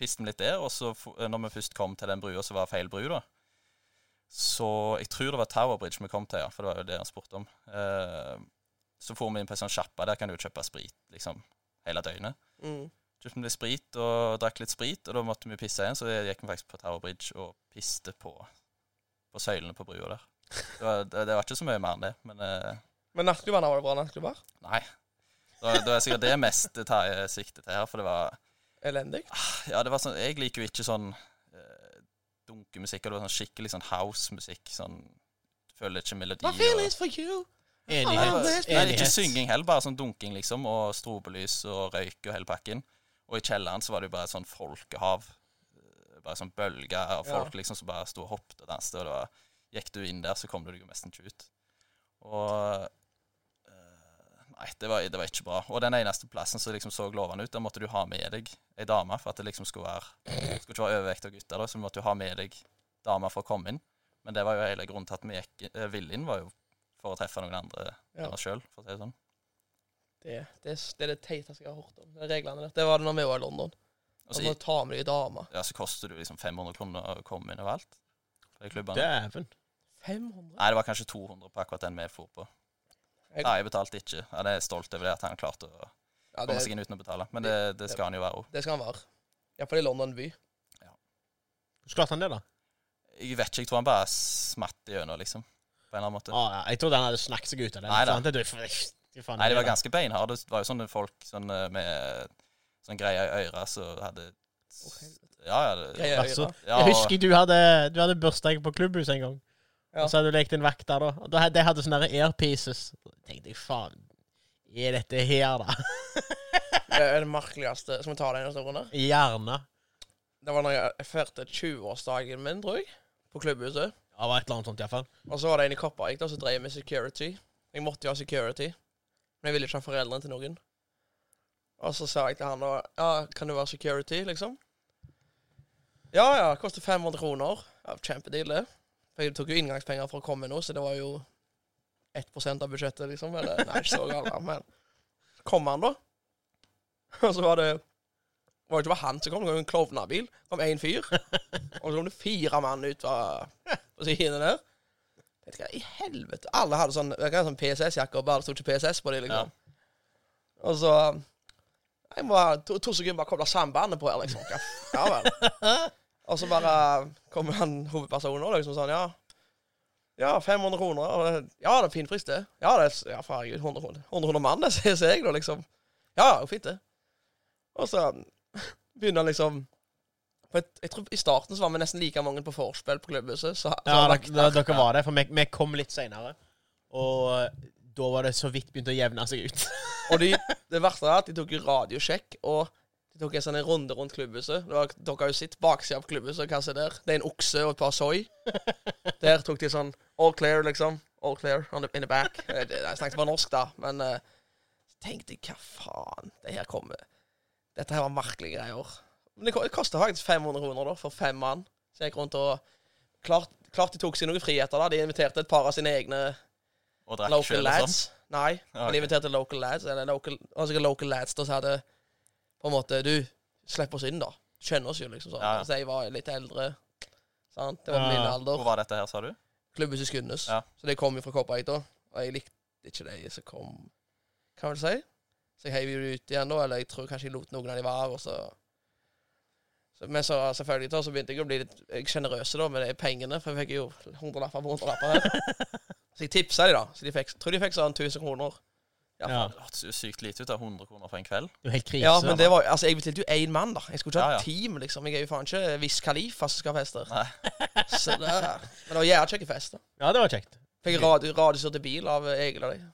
Speaker 4: piste vi litt der, og så fo- eh, når vi først kom til den brua som var feil bru, da Så jeg tror det var Tower Bridge vi kom til, ja, for det var jo det han spurte om. Eh, så for vi inn på ei sånn sjappe, der kan du jo kjøpe sprit liksom hele døgnet.
Speaker 2: Mm.
Speaker 4: Kjøpte litt sprit og drakk litt sprit, og da måtte vi pisse igjen, så gikk vi faktisk på Tower Bridge og piste på, på søylene på brua der. Det var, det, det var ikke så mye mer enn det, men eh,
Speaker 2: Men nattklubbene var det bra nattklubber?
Speaker 4: nei. Da, da er sikkert det mest det tar jeg sikte til her, for det var
Speaker 2: Elendig.
Speaker 4: Ja, det var sånn Jeg liker jo ikke sånn eh, dunkemusikk, og det var sånn skikkelig sånn house-musikk, sånn Føler ikke melodi
Speaker 2: My feelings for you.
Speaker 4: Nei,
Speaker 1: Enighet.
Speaker 4: det
Speaker 2: Nei,
Speaker 4: er ikke
Speaker 1: Enighet.
Speaker 4: synging heller, bare sånn dunking, liksom, og strobelys og røyk og hele pakken. Og i kjelleren så var det jo bare et sånn folkehav. Eh, Bare sånn bølge av
Speaker 2: Ja.
Speaker 4: folk liksom som bare sto og hoppet og danset, og det var Gikk du inn der, så kom du deg jo nesten ikke ut. Og eh, Nei, det var, det var ikke bra. Og den eneste plassen som liksom så lovende ut, der måtte du ha med deg ei dame, for at det liksom skulle være Skulle ikke være overvekt av gutter, da, så du måtte jo ha med deg dame for å komme inn. Men det var jo hele grunnen til at vi gikk, eh, ville inn, var jo for å treffe noen andre
Speaker 2: Ja.
Speaker 4: enn oss sjøl, for å si det sånn.
Speaker 2: Det, det, det er det teiteste jeg har hørt om. Det er reglene der. Det var det når vi var i London.
Speaker 4: Og
Speaker 2: Da
Speaker 4: så,
Speaker 2: må du ta med deg dame.
Speaker 4: ja, så koster det jo liksom 500 kroner å komme inn overalt. på de klubbene.
Speaker 1: Dæven.
Speaker 2: 500?
Speaker 4: Nei, det var kanskje 200 på akkurat den vi for på.
Speaker 2: Jeg-
Speaker 4: Nei, jeg betalte ikke. Ja, det er jeg stolt over det at han klarte å
Speaker 2: Ja,
Speaker 4: komme
Speaker 2: det,
Speaker 4: seg inn uten å betale. Men det, det skal han jo være òg.
Speaker 2: det skal han være. Iallfall i London by.
Speaker 1: Så klarte han det, da.
Speaker 4: Jeg vet ikke, jeg tror han bare smatt gjennom, liksom. På en eller annen måte.
Speaker 1: Ah, ja. Jeg trodde han hadde snakket seg ut av det.
Speaker 4: Nei da.
Speaker 1: sant? Det er for- Fy faen,
Speaker 4: Nei, det var
Speaker 1: da.
Speaker 4: ganske beinhardt. Det var jo sånne folk sånn, eh, med sånn greier i øret som hadde Ja, ja. Det,
Speaker 2: Greier i
Speaker 1: Altså,
Speaker 2: øret.
Speaker 4: ja,
Speaker 1: Jeg
Speaker 4: og-
Speaker 1: husker du hadde, du hadde bursdag på klubbhuset en gang.
Speaker 2: Ja.
Speaker 1: Og så hadde du lekt en vakt der, da. Og da hadde, de hadde sånne her airpieces. Da tenkte jeg, faen Er dette her, da?
Speaker 2: Det Eh, er det merkeligste. Skal vi ta den neste runde?
Speaker 1: Gjerne.
Speaker 2: Det var når jeg feirte 20-årsdagen min, tror jeg. På klubbhuset.
Speaker 1: Ja, det var et eller annet sånt, iallfall.
Speaker 2: Og så var det en i Kopervik der som drev med security. Jeg måtte jo ha security. Men jeg ville ikke ha foreldrene til noen. Og så sa jeg til han da Ja, kan du være security, liksom? Ja ja, koster 500 kroner. Ja, Kjempedeal, det. For jeg tok jo inngangspenger for å komme nå, så det var jo 1 av budsjettet, liksom. Eller nei, ikke så galt, men Så kom han, da. <laughs> Og så var det Det var jo ikke bare han som kom, det var jo en klovnabil. Det kom én fyr. Og så kom det fire mann ut fra på sidene der. Vet du hva, i helvete. Alle hadde sånn, jeg hadde sånn PSS-jakke, og bare det sto ikke PSS på dem, liksom. Og så Jeg må ha to, to sekunder bare koble sambandet på her, liksom. Ja, ja vel. Og så bare kommer han hovedpersonen og liksom sånn, ja. Ja, 500 kroner. Og det, ja, det er fin pris, det. Ja, det er ja, faen, herregud, 100 kroner. 100 kroner mann, det sier sier jeg, da, liksom. Ja, jo, fint, det. Og så begynner han liksom på et, jeg tror I starten så var vi nesten like mange på vorspiel på klubbhuset. Så, så
Speaker 1: Ja,
Speaker 2: han
Speaker 1: da,
Speaker 2: lagt-
Speaker 1: da, dere var det, for vi, vi kom litt seinere. Og eh, da var det så vidt begynt å jevne seg ut.
Speaker 2: Og de, det verste er at de tok jo radiosjekk, og de tok en sånn en runde rundt klubbhuset. Det var, dere har jo sett baksida av klubbhuset, hva som er der? Det er en okse og et par soy. Der tok de sånn All clear, liksom. All clear on the, in the back. Eh, det- Jeg snakket bare norsk, da, men eh, så tenkte jeg, hva faen? Det her kommer Dette her var merkelige greier. Men det, ko- det kosta faktisk 500 kroner, da, for fem mann. Så jeg gikk rundt og Klart, klart de tok seg noen friheter, da. De inviterte et par av sine egne
Speaker 4: og drakk
Speaker 2: Local
Speaker 4: sjøl og sånn.
Speaker 2: lads? Nei.
Speaker 4: Ja,
Speaker 2: Han
Speaker 4: ok.
Speaker 2: inviterte local lads. Eller local, altså ikke local lads da, så hadde på en måte Du, slipp oss inn, da. Kjenner oss jo, liksom. sånn.
Speaker 4: Ja, ja.
Speaker 2: Så jeg var litt eldre. Sant? Det var på min
Speaker 1: Ja.
Speaker 4: Hvor
Speaker 2: alder.
Speaker 4: var dette her, sa du?
Speaker 2: Klubbhuset Skundes.
Speaker 4: Ja.
Speaker 2: Så de kom jo fra Kopervik, da. Og jeg likte ikke de som kom, kan man si. Så jeg heiv jo de ut igjen, da. Eller jeg tror kanskje jeg lot noen av de være, og så så, men så selvfølgelig da, så begynte jeg å bli litt sjenerøs med de pengene, for jeg fikk jo hundrelapper på hundrelapper.
Speaker 1: <laughs>
Speaker 2: her. Så jeg tipsa de da. Så de fikk, tror de fikk sånn 1000 kroner. Ja,
Speaker 1: <laughs> Ja.
Speaker 4: Det hørtes jo sykt lite ut, da. 100 kroner for en kveld.
Speaker 1: Det var helt krise.
Speaker 2: Ja, men det var, altså, jeg bestilte jo én mann, da. Jeg skulle ikke
Speaker 4: Ja,
Speaker 2: ha
Speaker 4: ja.
Speaker 2: et team, liksom. Jeg er jo faen ikke Wiz Khalifa som skal ha fester. <laughs>
Speaker 4: Nei.
Speaker 2: Så det, men det var jævla kjekke fester.
Speaker 1: Ja, det var kjekt.
Speaker 2: Fikk radio, radiostyrte bil av eh, Egil og deg.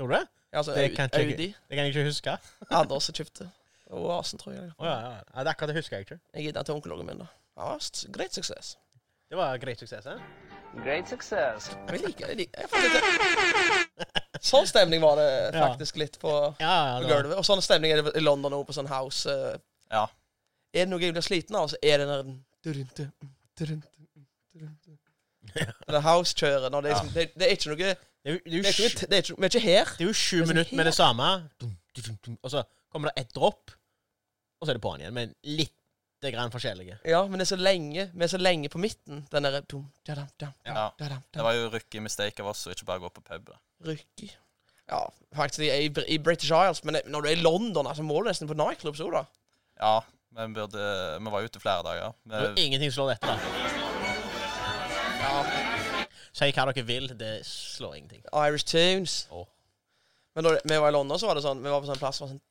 Speaker 1: Gjorde du det?
Speaker 2: Altså
Speaker 1: Det
Speaker 2: Au-
Speaker 1: kan ikke jeg-
Speaker 2: Audi.
Speaker 1: Det kan jeg ikke huske.
Speaker 2: Anders som kjøpte. Oasen, tror jeg.
Speaker 1: Å, ja, ja. ja, det akkurat det husker jeg ikke.
Speaker 2: Jeg gitt den til onkelen min, da. Ja, s- Great suksess.
Speaker 1: Det var greit suksess. eh?
Speaker 5: Great success.
Speaker 2: Jeg liker jeg liker, jeg faktisk, Sånn stemning var det
Speaker 1: Ja.
Speaker 2: faktisk litt på,
Speaker 1: Ja, ja,
Speaker 2: på
Speaker 1: det var.
Speaker 2: gulvet. Og sånn stemning er det i London òg, på sånn house. eh,
Speaker 4: Ja.
Speaker 2: Er det noe jeg blir sliten av, så er det den der durunte, durunte, durunte. Det house-kjøret. når Det, er liksom, det, det er ikke noe
Speaker 1: Det er jo- det er
Speaker 2: det
Speaker 1: jo
Speaker 2: er ikke,
Speaker 1: sju-
Speaker 2: noe- det er ikke, Vi er ikke her.
Speaker 1: det er jo sju
Speaker 2: er så
Speaker 1: minutter med det
Speaker 2: helt-
Speaker 1: samme. Dum, dum, dum, dum. Og så kommer det ett dropp, og så er det på'n igjen. Men litt grann forskjellige.
Speaker 2: Ja, men det er så lenge. Vi er så lenge på midten. Den derre dum, da-dam, dam,
Speaker 4: Ja.
Speaker 2: dam, da-dam,
Speaker 4: Det
Speaker 2: dam.
Speaker 4: var jo rookie mistake av oss å ikke bare gå på pub. da.
Speaker 2: Rykker. Ja, faktisk i, i British Isles, men når du er i London, altså, må du nesten på nightclubs òg, da.
Speaker 4: Ja, men vi, burde, vi var ute flere dager.
Speaker 1: Det er
Speaker 4: Vi,
Speaker 1: jo ingenting som slår dette. Si hva dere vil, det slår ingenting.
Speaker 2: Irish Tunes.
Speaker 1: Åh.
Speaker 2: Men da vi var i London, så var det sånn Vi var på sånn plass som var sånn,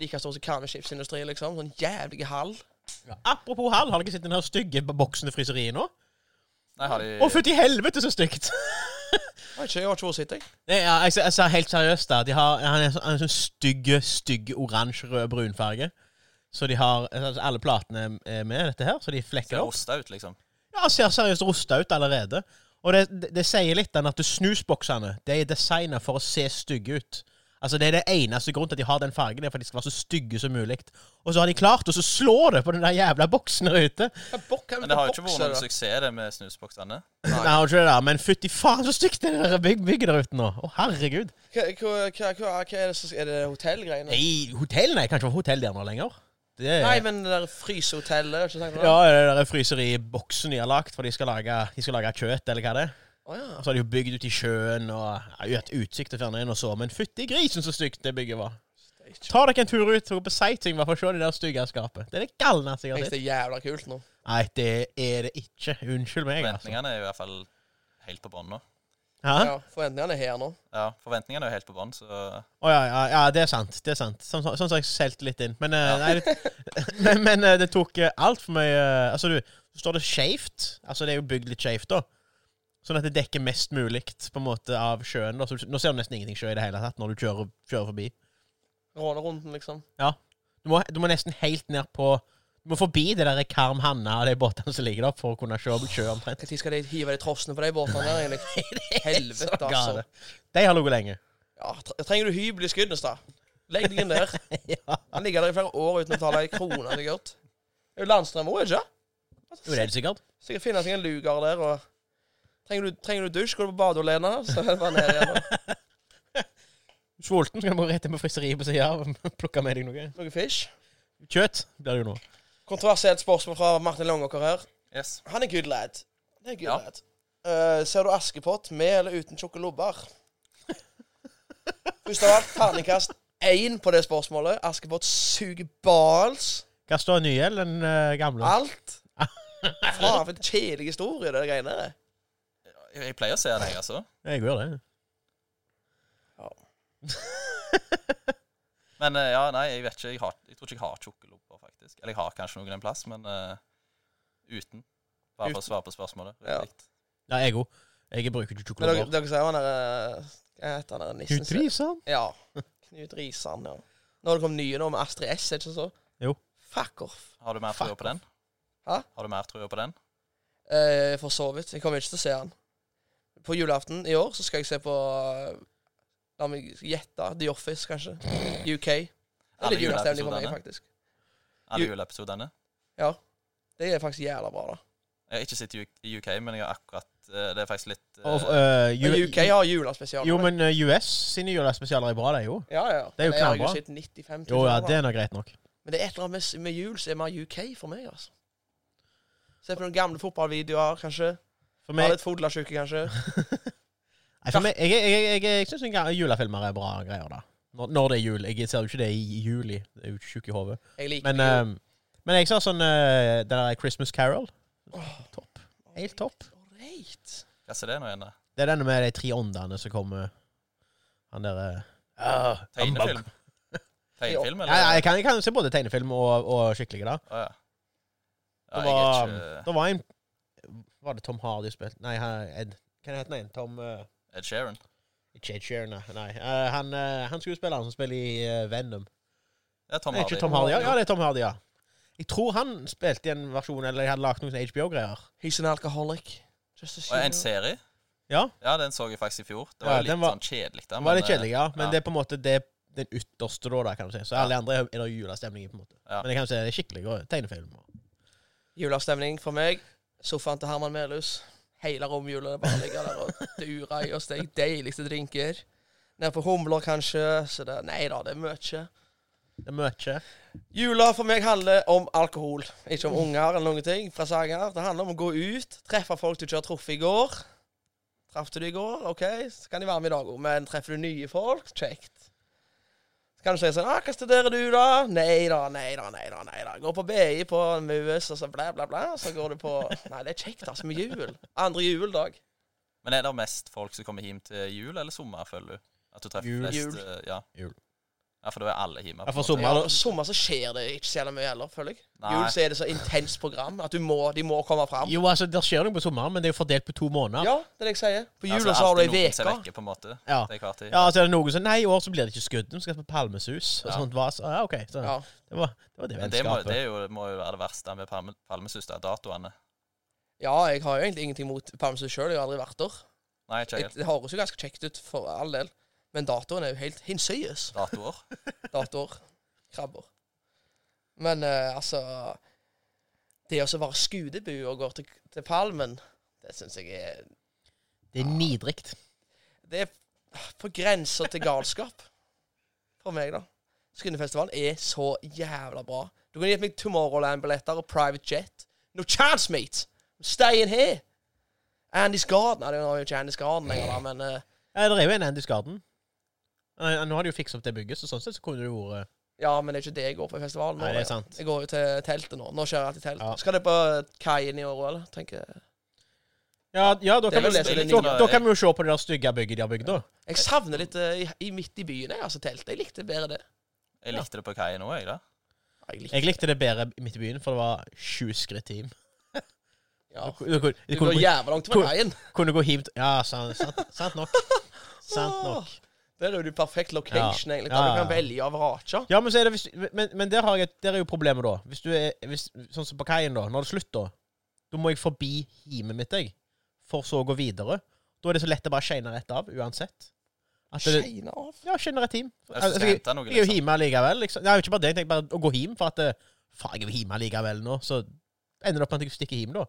Speaker 2: like stor som kanneskipsindustrien, liksom. Sånn jævlig hall.
Speaker 1: Ja. Apropos hall, har dere sett den her stygge b- boksen til fryseriet nå?
Speaker 4: nei, har de
Speaker 1: Å, fytti helvete, så stygt!
Speaker 2: Jeg vet ikke, jeg har ikke vært jeg.
Speaker 1: Nei, ja, jeg, ser- jeg ser helt seriøst da. De har, han er så- han er sånn stygge, stygge oransje-rød-brunfarge. Så de har altså, alle platene er med dette her, så de flekker
Speaker 4: ser
Speaker 1: opp.
Speaker 4: rosta ut, liksom.
Speaker 1: Ja, ser seriøst rusta ut allerede. Og det, det, det sier litt den at snusboksene de er designa for å se stygge ut. Altså Det er det eneste grunnen til at de har den fargen, er for at de skal være så stygge som mulig. Og så har de klart å så slå det på den der jævla boksen der ute.
Speaker 2: Ja, bok,
Speaker 4: Men det har jo ikke vært noen suksess, det med snusboksene.
Speaker 1: Nei, det er jo ikke det der, Men fytti faen, så stygt det der byg- bygget der ute nå. Å, herregud.
Speaker 2: Hva, hva, hva, hva hva er det som Er det hotellgreiene?
Speaker 1: Nei, hotell? Nei, kan ikke være hotell der nå lenger. Det er,
Speaker 2: Nei, men det der frysehotellet ikke snakket om
Speaker 1: eh. Ja,
Speaker 2: det?
Speaker 1: det der fryseriboksen de har lagt, for de skal lage, de skal lage kjøtt, eller hva det er.
Speaker 2: Å, ja.
Speaker 1: Og så har de jo bygd ut i sjøen, og ja, jo et utsikt til fjerne inn og så, men fytti grisen så stygt det bygget var. Ta dere en tur ut og gå på sighting, bare for å se det der stygge skapet. Det er det galneste jeg
Speaker 2: Jeg
Speaker 1: har
Speaker 2: synes
Speaker 1: sett.
Speaker 2: det er jævla kult nå.
Speaker 1: Nei, det er det ikke. Unnskyld meg, altså.
Speaker 4: Forventningene er jo i hvert fall helt på bånn nå.
Speaker 1: Hæ?
Speaker 2: Ja, Forventningene er her nå.
Speaker 4: Ja, forventningene er jo helt på bånn, så ja,
Speaker 1: Å ja, ja, ja, det er sant. Det er sant. Sånn som sånn, så jeg solgte litt inn. Men, eh, nei, det, <laughs> men, men eh, det tok eh, altfor mye eh, Altså, du, så står det skeivt. Altså, det er jo bygd litt skeivt, da. Sånn at det dekker mest mulig på en måte av sjøen. Da. Så, du- nå ser du nesten ingenting sjø i det hele tatt når du kjører, kjører forbi.
Speaker 2: Rånerunden, liksom.
Speaker 1: Du må, du må nesten helt ned på Du må forbi det der Karm Hanna og de båtene som ligger der, for å kunne se sjø omtrent.
Speaker 2: Når skal de hive de trossene på de båtene der,
Speaker 1: <laughs>
Speaker 2: egentlig? Helvete,
Speaker 1: Så gale.
Speaker 2: altså.
Speaker 1: De har ligget lenge.
Speaker 2: Ja, tre- trenger du hybel i Skuddestad? Legg deg inn der.
Speaker 1: <laughs> ja.
Speaker 2: Han ligger der i flere år uten å betale ei krone. Det er godt. Det er jo landstrøm òg, ikke
Speaker 1: Jo, det er det sikkert.
Speaker 2: Sikkert finne seg en lugar der. og... Trenger du, trenger du dusj, går du på badet alene, så er det bare ned igjen. og
Speaker 1: Sulten, så kan du bare rett inn på fryseriet på sida og plukke med deg noe.
Speaker 2: Noe fish.
Speaker 1: Kjøtt blir det jo nå.
Speaker 2: Kontroversielt spørsmål fra Martin Langåker her.
Speaker 4: yes.
Speaker 2: Han er good lad. Det er good
Speaker 4: Ja.
Speaker 2: lad. Eh, ser du Askepott med eller uten tjukke lobber?
Speaker 1: <laughs>
Speaker 2: Først av alt, terningkast én på det spørsmålet. Askepott suger bals.
Speaker 1: Hva står nye eller den eh, gamle? <laughs>
Speaker 2: Alt. Faen, for en kjedelig historie, det greiene der.
Speaker 4: Jeg pleier å se den, jeg, altså.
Speaker 1: Jeg gjør det.
Speaker 2: Ja.
Speaker 4: Men eh, ja, nei, jeg vet ikke. Jeg, har, jeg tror ikke jeg har tjukke lopper, faktisk. Eller jeg har kanskje noen en plass, men eh, uten. Bare for å svare på spørsmålet.
Speaker 2: Ja.
Speaker 4: riktig.
Speaker 1: Ja, jeg òg. Jeg bruker ikke
Speaker 2: Men dere,
Speaker 1: sjokolader.
Speaker 2: dere ser han der eh, Hva heter han der nissen?
Speaker 1: Knut Risan?
Speaker 2: Ja. Knut Risan, ja. Nå har det kommet nye nå med Astrid S, er det ikke så?
Speaker 1: Jo.
Speaker 2: Fuck off.
Speaker 4: Har du mer
Speaker 1: Fuck
Speaker 4: trua på den?
Speaker 2: Hæ?
Speaker 4: Har du mer trua på den?
Speaker 2: Eh, for så vidt. Jeg kommer ikke til å se han. På julaften i år så skal jeg se på eh, La meg gjette. The Office, kanskje. UK. Det er
Speaker 4: Alle
Speaker 2: litt julestemning for meg,
Speaker 4: juleepisodene.
Speaker 2: faktisk.
Speaker 4: Alle
Speaker 2: Ju-
Speaker 4: juleepisodene?
Speaker 2: Ja. Det er faktisk jævla bra, da.
Speaker 4: Jeg har ikke sett U- i UK, men jeg har akkurat eh, Det er faktisk litt eh,
Speaker 1: Og, eh,
Speaker 2: Men
Speaker 1: U-
Speaker 2: UK har julespesialer.
Speaker 1: Jo, men eh, US sine julespesialer er bra, de jo.
Speaker 2: ja, ja.
Speaker 1: Det er jo
Speaker 2: Men jeg har
Speaker 1: knallbra.
Speaker 2: sett 95 000
Speaker 1: Jo, ja,
Speaker 2: av
Speaker 1: det er nå greit nok.
Speaker 2: Men det er et eller annet med, med jul som er mer UK for meg, altså. Se på noen gamle fotballvideoer, kanskje.
Speaker 1: For
Speaker 2: Ha
Speaker 1: meg,
Speaker 2: litt fodlasjuke, kanskje.
Speaker 1: nei, for meg jeg, jeg, jeg, jeg, jeg syns julefilmer er bra greier, da. Når, når det er jul. Jeg ser jo ikke det i i juli. Det er jo ikke tjukk i hodet.
Speaker 2: Jeg liker
Speaker 1: Men,
Speaker 2: jul.
Speaker 1: eh, men jeg ser sånn eh, Den der Christmas Carol. Topp. Helt topp.
Speaker 2: Alright.
Speaker 4: Hva er det nå igjen? da?
Speaker 1: Det er denne med de tre åndene som kommer Han derre uh,
Speaker 4: Tegnefilm? <laughs> Tegnefilm,
Speaker 1: Ja,
Speaker 4: eller?
Speaker 1: ja, jeg, kan, jeg kan se både tegnefilm og, og skikkelige. da
Speaker 4: Å, ja. Ja,
Speaker 1: Det
Speaker 4: jeg
Speaker 1: var, um,
Speaker 4: er ikke
Speaker 1: det var en Var det Tom Hardy spilte Nei, han- Ed Hva heter han igjen? Tom eh,
Speaker 4: Ed Sheeran.
Speaker 1: Ikke Ed Sheeran, nei. nei. eh, han uh, han skuespilleren som spiller i eh, Venom.
Speaker 4: Det er Tom
Speaker 1: Nei,
Speaker 4: Hardy.
Speaker 1: ikke Tom Hardy. Ja, ja, det er Tom Hardy, ja. Jeg tror han spilte i en versjon Eller hadde lagd noen HBO-greier.
Speaker 2: He's an alcoholic. Just a
Speaker 4: Og en
Speaker 2: shooter.
Speaker 4: serie?
Speaker 1: Ja,
Speaker 4: Ja, den så jeg faktisk i fjor. Det
Speaker 1: Ja,
Speaker 4: var jo
Speaker 1: den
Speaker 4: litt
Speaker 1: var-
Speaker 4: sånn kjedelig, da.
Speaker 1: det var litt
Speaker 4: eh,
Speaker 1: kjedelig, ja. Men
Speaker 4: ja.
Speaker 1: det er på en måte det, den ytterste, da, da, kan du si. Så alle andre er er det julestemning i, på en måte.
Speaker 4: Ja.
Speaker 1: Men jeg kan si det er skikkelig og tegnefilm.
Speaker 2: Julestemning for meg. Sofaen til Herman Melhus. Hele romjula bare ligger der og durer i oss de deiligste drinker. Nede på humler, kanskje. Så det, nei da, det er mye.
Speaker 1: Det er mye.
Speaker 2: Jula for meg handler om alkohol, ikke om unger eller noen ting. fra sanger. Det handler om å gå ut, treffe folk du ikke har truffet i går. Traff du de i går, OK, så kan de være med i dag òg. Men treffer du nye folk, kjekt. Så kan du si sånn ah, 'Hva studerer du, da?' 'Nei da, nei da, nei da.' nei da. Går på BI på MUS, og så bla, bla, bla. Og så går du på Nei, det er kjekt, altså, med jul. Andre juledag.
Speaker 4: Men er det mest folk som kommer hjem til jul eller sommer, føler du? At du treffer
Speaker 1: Jul.
Speaker 4: flest
Speaker 2: Jul.
Speaker 4: eh, Ja.
Speaker 1: Jul.
Speaker 4: ja, for da er alle hjemme.
Speaker 1: Ja,
Speaker 4: på
Speaker 1: for
Speaker 4: en måte.
Speaker 1: sommer-
Speaker 2: Ja, og sommer så skjer det ikke så jævla mye heller, føler jeg.
Speaker 4: Nei.
Speaker 2: Jul så er det så intenst program at du må, de må komme fram.
Speaker 1: Jo, altså, det skjer noe på sommeren, men det er jo fordelt på to måneder.
Speaker 2: Ja, det er det jeg sier. På
Speaker 4: Ja,
Speaker 2: jula
Speaker 4: så er
Speaker 2: så har du ei
Speaker 4: Altså, alltid noen som er
Speaker 2: uke.
Speaker 4: vekke, på en måte.
Speaker 1: Ja.
Speaker 4: Til enhver tid.
Speaker 1: Ja, altså er det noen som Nei, i år så blir det ikke skudd. Vi skal på palmesus. Og
Speaker 4: Ja.
Speaker 1: sånt vas. Ja, OK. Så
Speaker 2: Ja.
Speaker 1: det, var, det var det
Speaker 4: Men det, må,
Speaker 1: vennskapet.
Speaker 4: det er jo, må jo være det verste med palme, palmesus, det er datoene.
Speaker 2: ja, jeg har jo egentlig ingenting mot Palmesus sjøl, jeg har aldri vært der.
Speaker 4: Nei, ikke
Speaker 2: Jeg-
Speaker 4: helt.
Speaker 2: Det høres jo ganske kjekt ut, for all del. Men datoen er jo helt hinsides.
Speaker 4: Datoer.
Speaker 2: Datoer. Krabber. Men eh, altså Det å så være skudebu og gå til, til Palmen, det syns jeg er
Speaker 1: Det er nidrikt.
Speaker 2: Det er på grensa til galskap. For meg, da. Skyndefestivalen er så jævla bra. Du kunne gitt meg Tomorrowland-billetter og private jet. No chance, mate! I'm staying here! Andy's Garden. Nei, det var jo ikke Andy's Garden lenger, da, men eh,
Speaker 1: Ja, det er jo en Andys Garden. Eh, Nå har de jo fiksa opp det bygget, så sånn sett så kunne det jo vært
Speaker 2: Ja, men det er ikke det jeg går på i festivalen. nå,
Speaker 1: Nei, det er
Speaker 2: da.
Speaker 1: sant.
Speaker 2: Jeg går jo til teltet nå. Nå kjører jeg til teltet.
Speaker 1: Ja.
Speaker 2: Skal det på kaien i år òg, eller? Tenker jeg.
Speaker 1: Ja, ja da,
Speaker 2: Det er
Speaker 1: kan vi,
Speaker 2: vel det som
Speaker 1: da,
Speaker 2: er
Speaker 1: da,
Speaker 4: nidrikt.
Speaker 1: kan vi jo se på det der stygge bygget de har bygd, da.
Speaker 2: jeg savner litt eh, i, i midt i byen, jeg, altså teltet. Jeg likte bedre det.
Speaker 4: Jeg likte det på kaien òg, jeg, da.
Speaker 2: Ja, Jeg likte,
Speaker 1: Jeg likte det bedre midt i byen, for det var sju skritt hjem.
Speaker 2: ja.
Speaker 1: Du, du, du,
Speaker 2: Du
Speaker 1: kunne,
Speaker 2: går
Speaker 1: gå-
Speaker 2: jævla langt
Speaker 1: Hvor-
Speaker 2: på kaien.
Speaker 1: kunne gå hjem til- Ja, sant, sant, sant nok. Sant nok.
Speaker 2: Der er jo du perfekt location,
Speaker 1: Ja.
Speaker 2: egentlig.
Speaker 1: Ja,
Speaker 2: Da
Speaker 1: ja,
Speaker 2: du kan
Speaker 1: ja.
Speaker 2: velge av Raja.
Speaker 1: Ja, men, så er det, hvis, men, men der, har jeg, et- der er jo problemet, da. Hvis du er hvis, Sånn som på kaien, da. Når det er slutt, da. Da må jeg forbi hjemmet mitt, jeg. For så å gå videre. Da er det så lett å bare shine rett av, uansett. At det,
Speaker 2: Skeina av.
Speaker 1: ja, shine rett hjem.
Speaker 4: Jeg skal
Speaker 1: Altså, jeg,
Speaker 4: hente noe,
Speaker 1: jeg er jo
Speaker 4: liksom.
Speaker 1: hjemme allikevel. Liksom. Nei, ikke bare det. Jeg tenker bare å gå hjem, for at eh, Faen, jeg er jo hjemme allikevel nå. Så ender det opp med at jeg stikker hjem, da.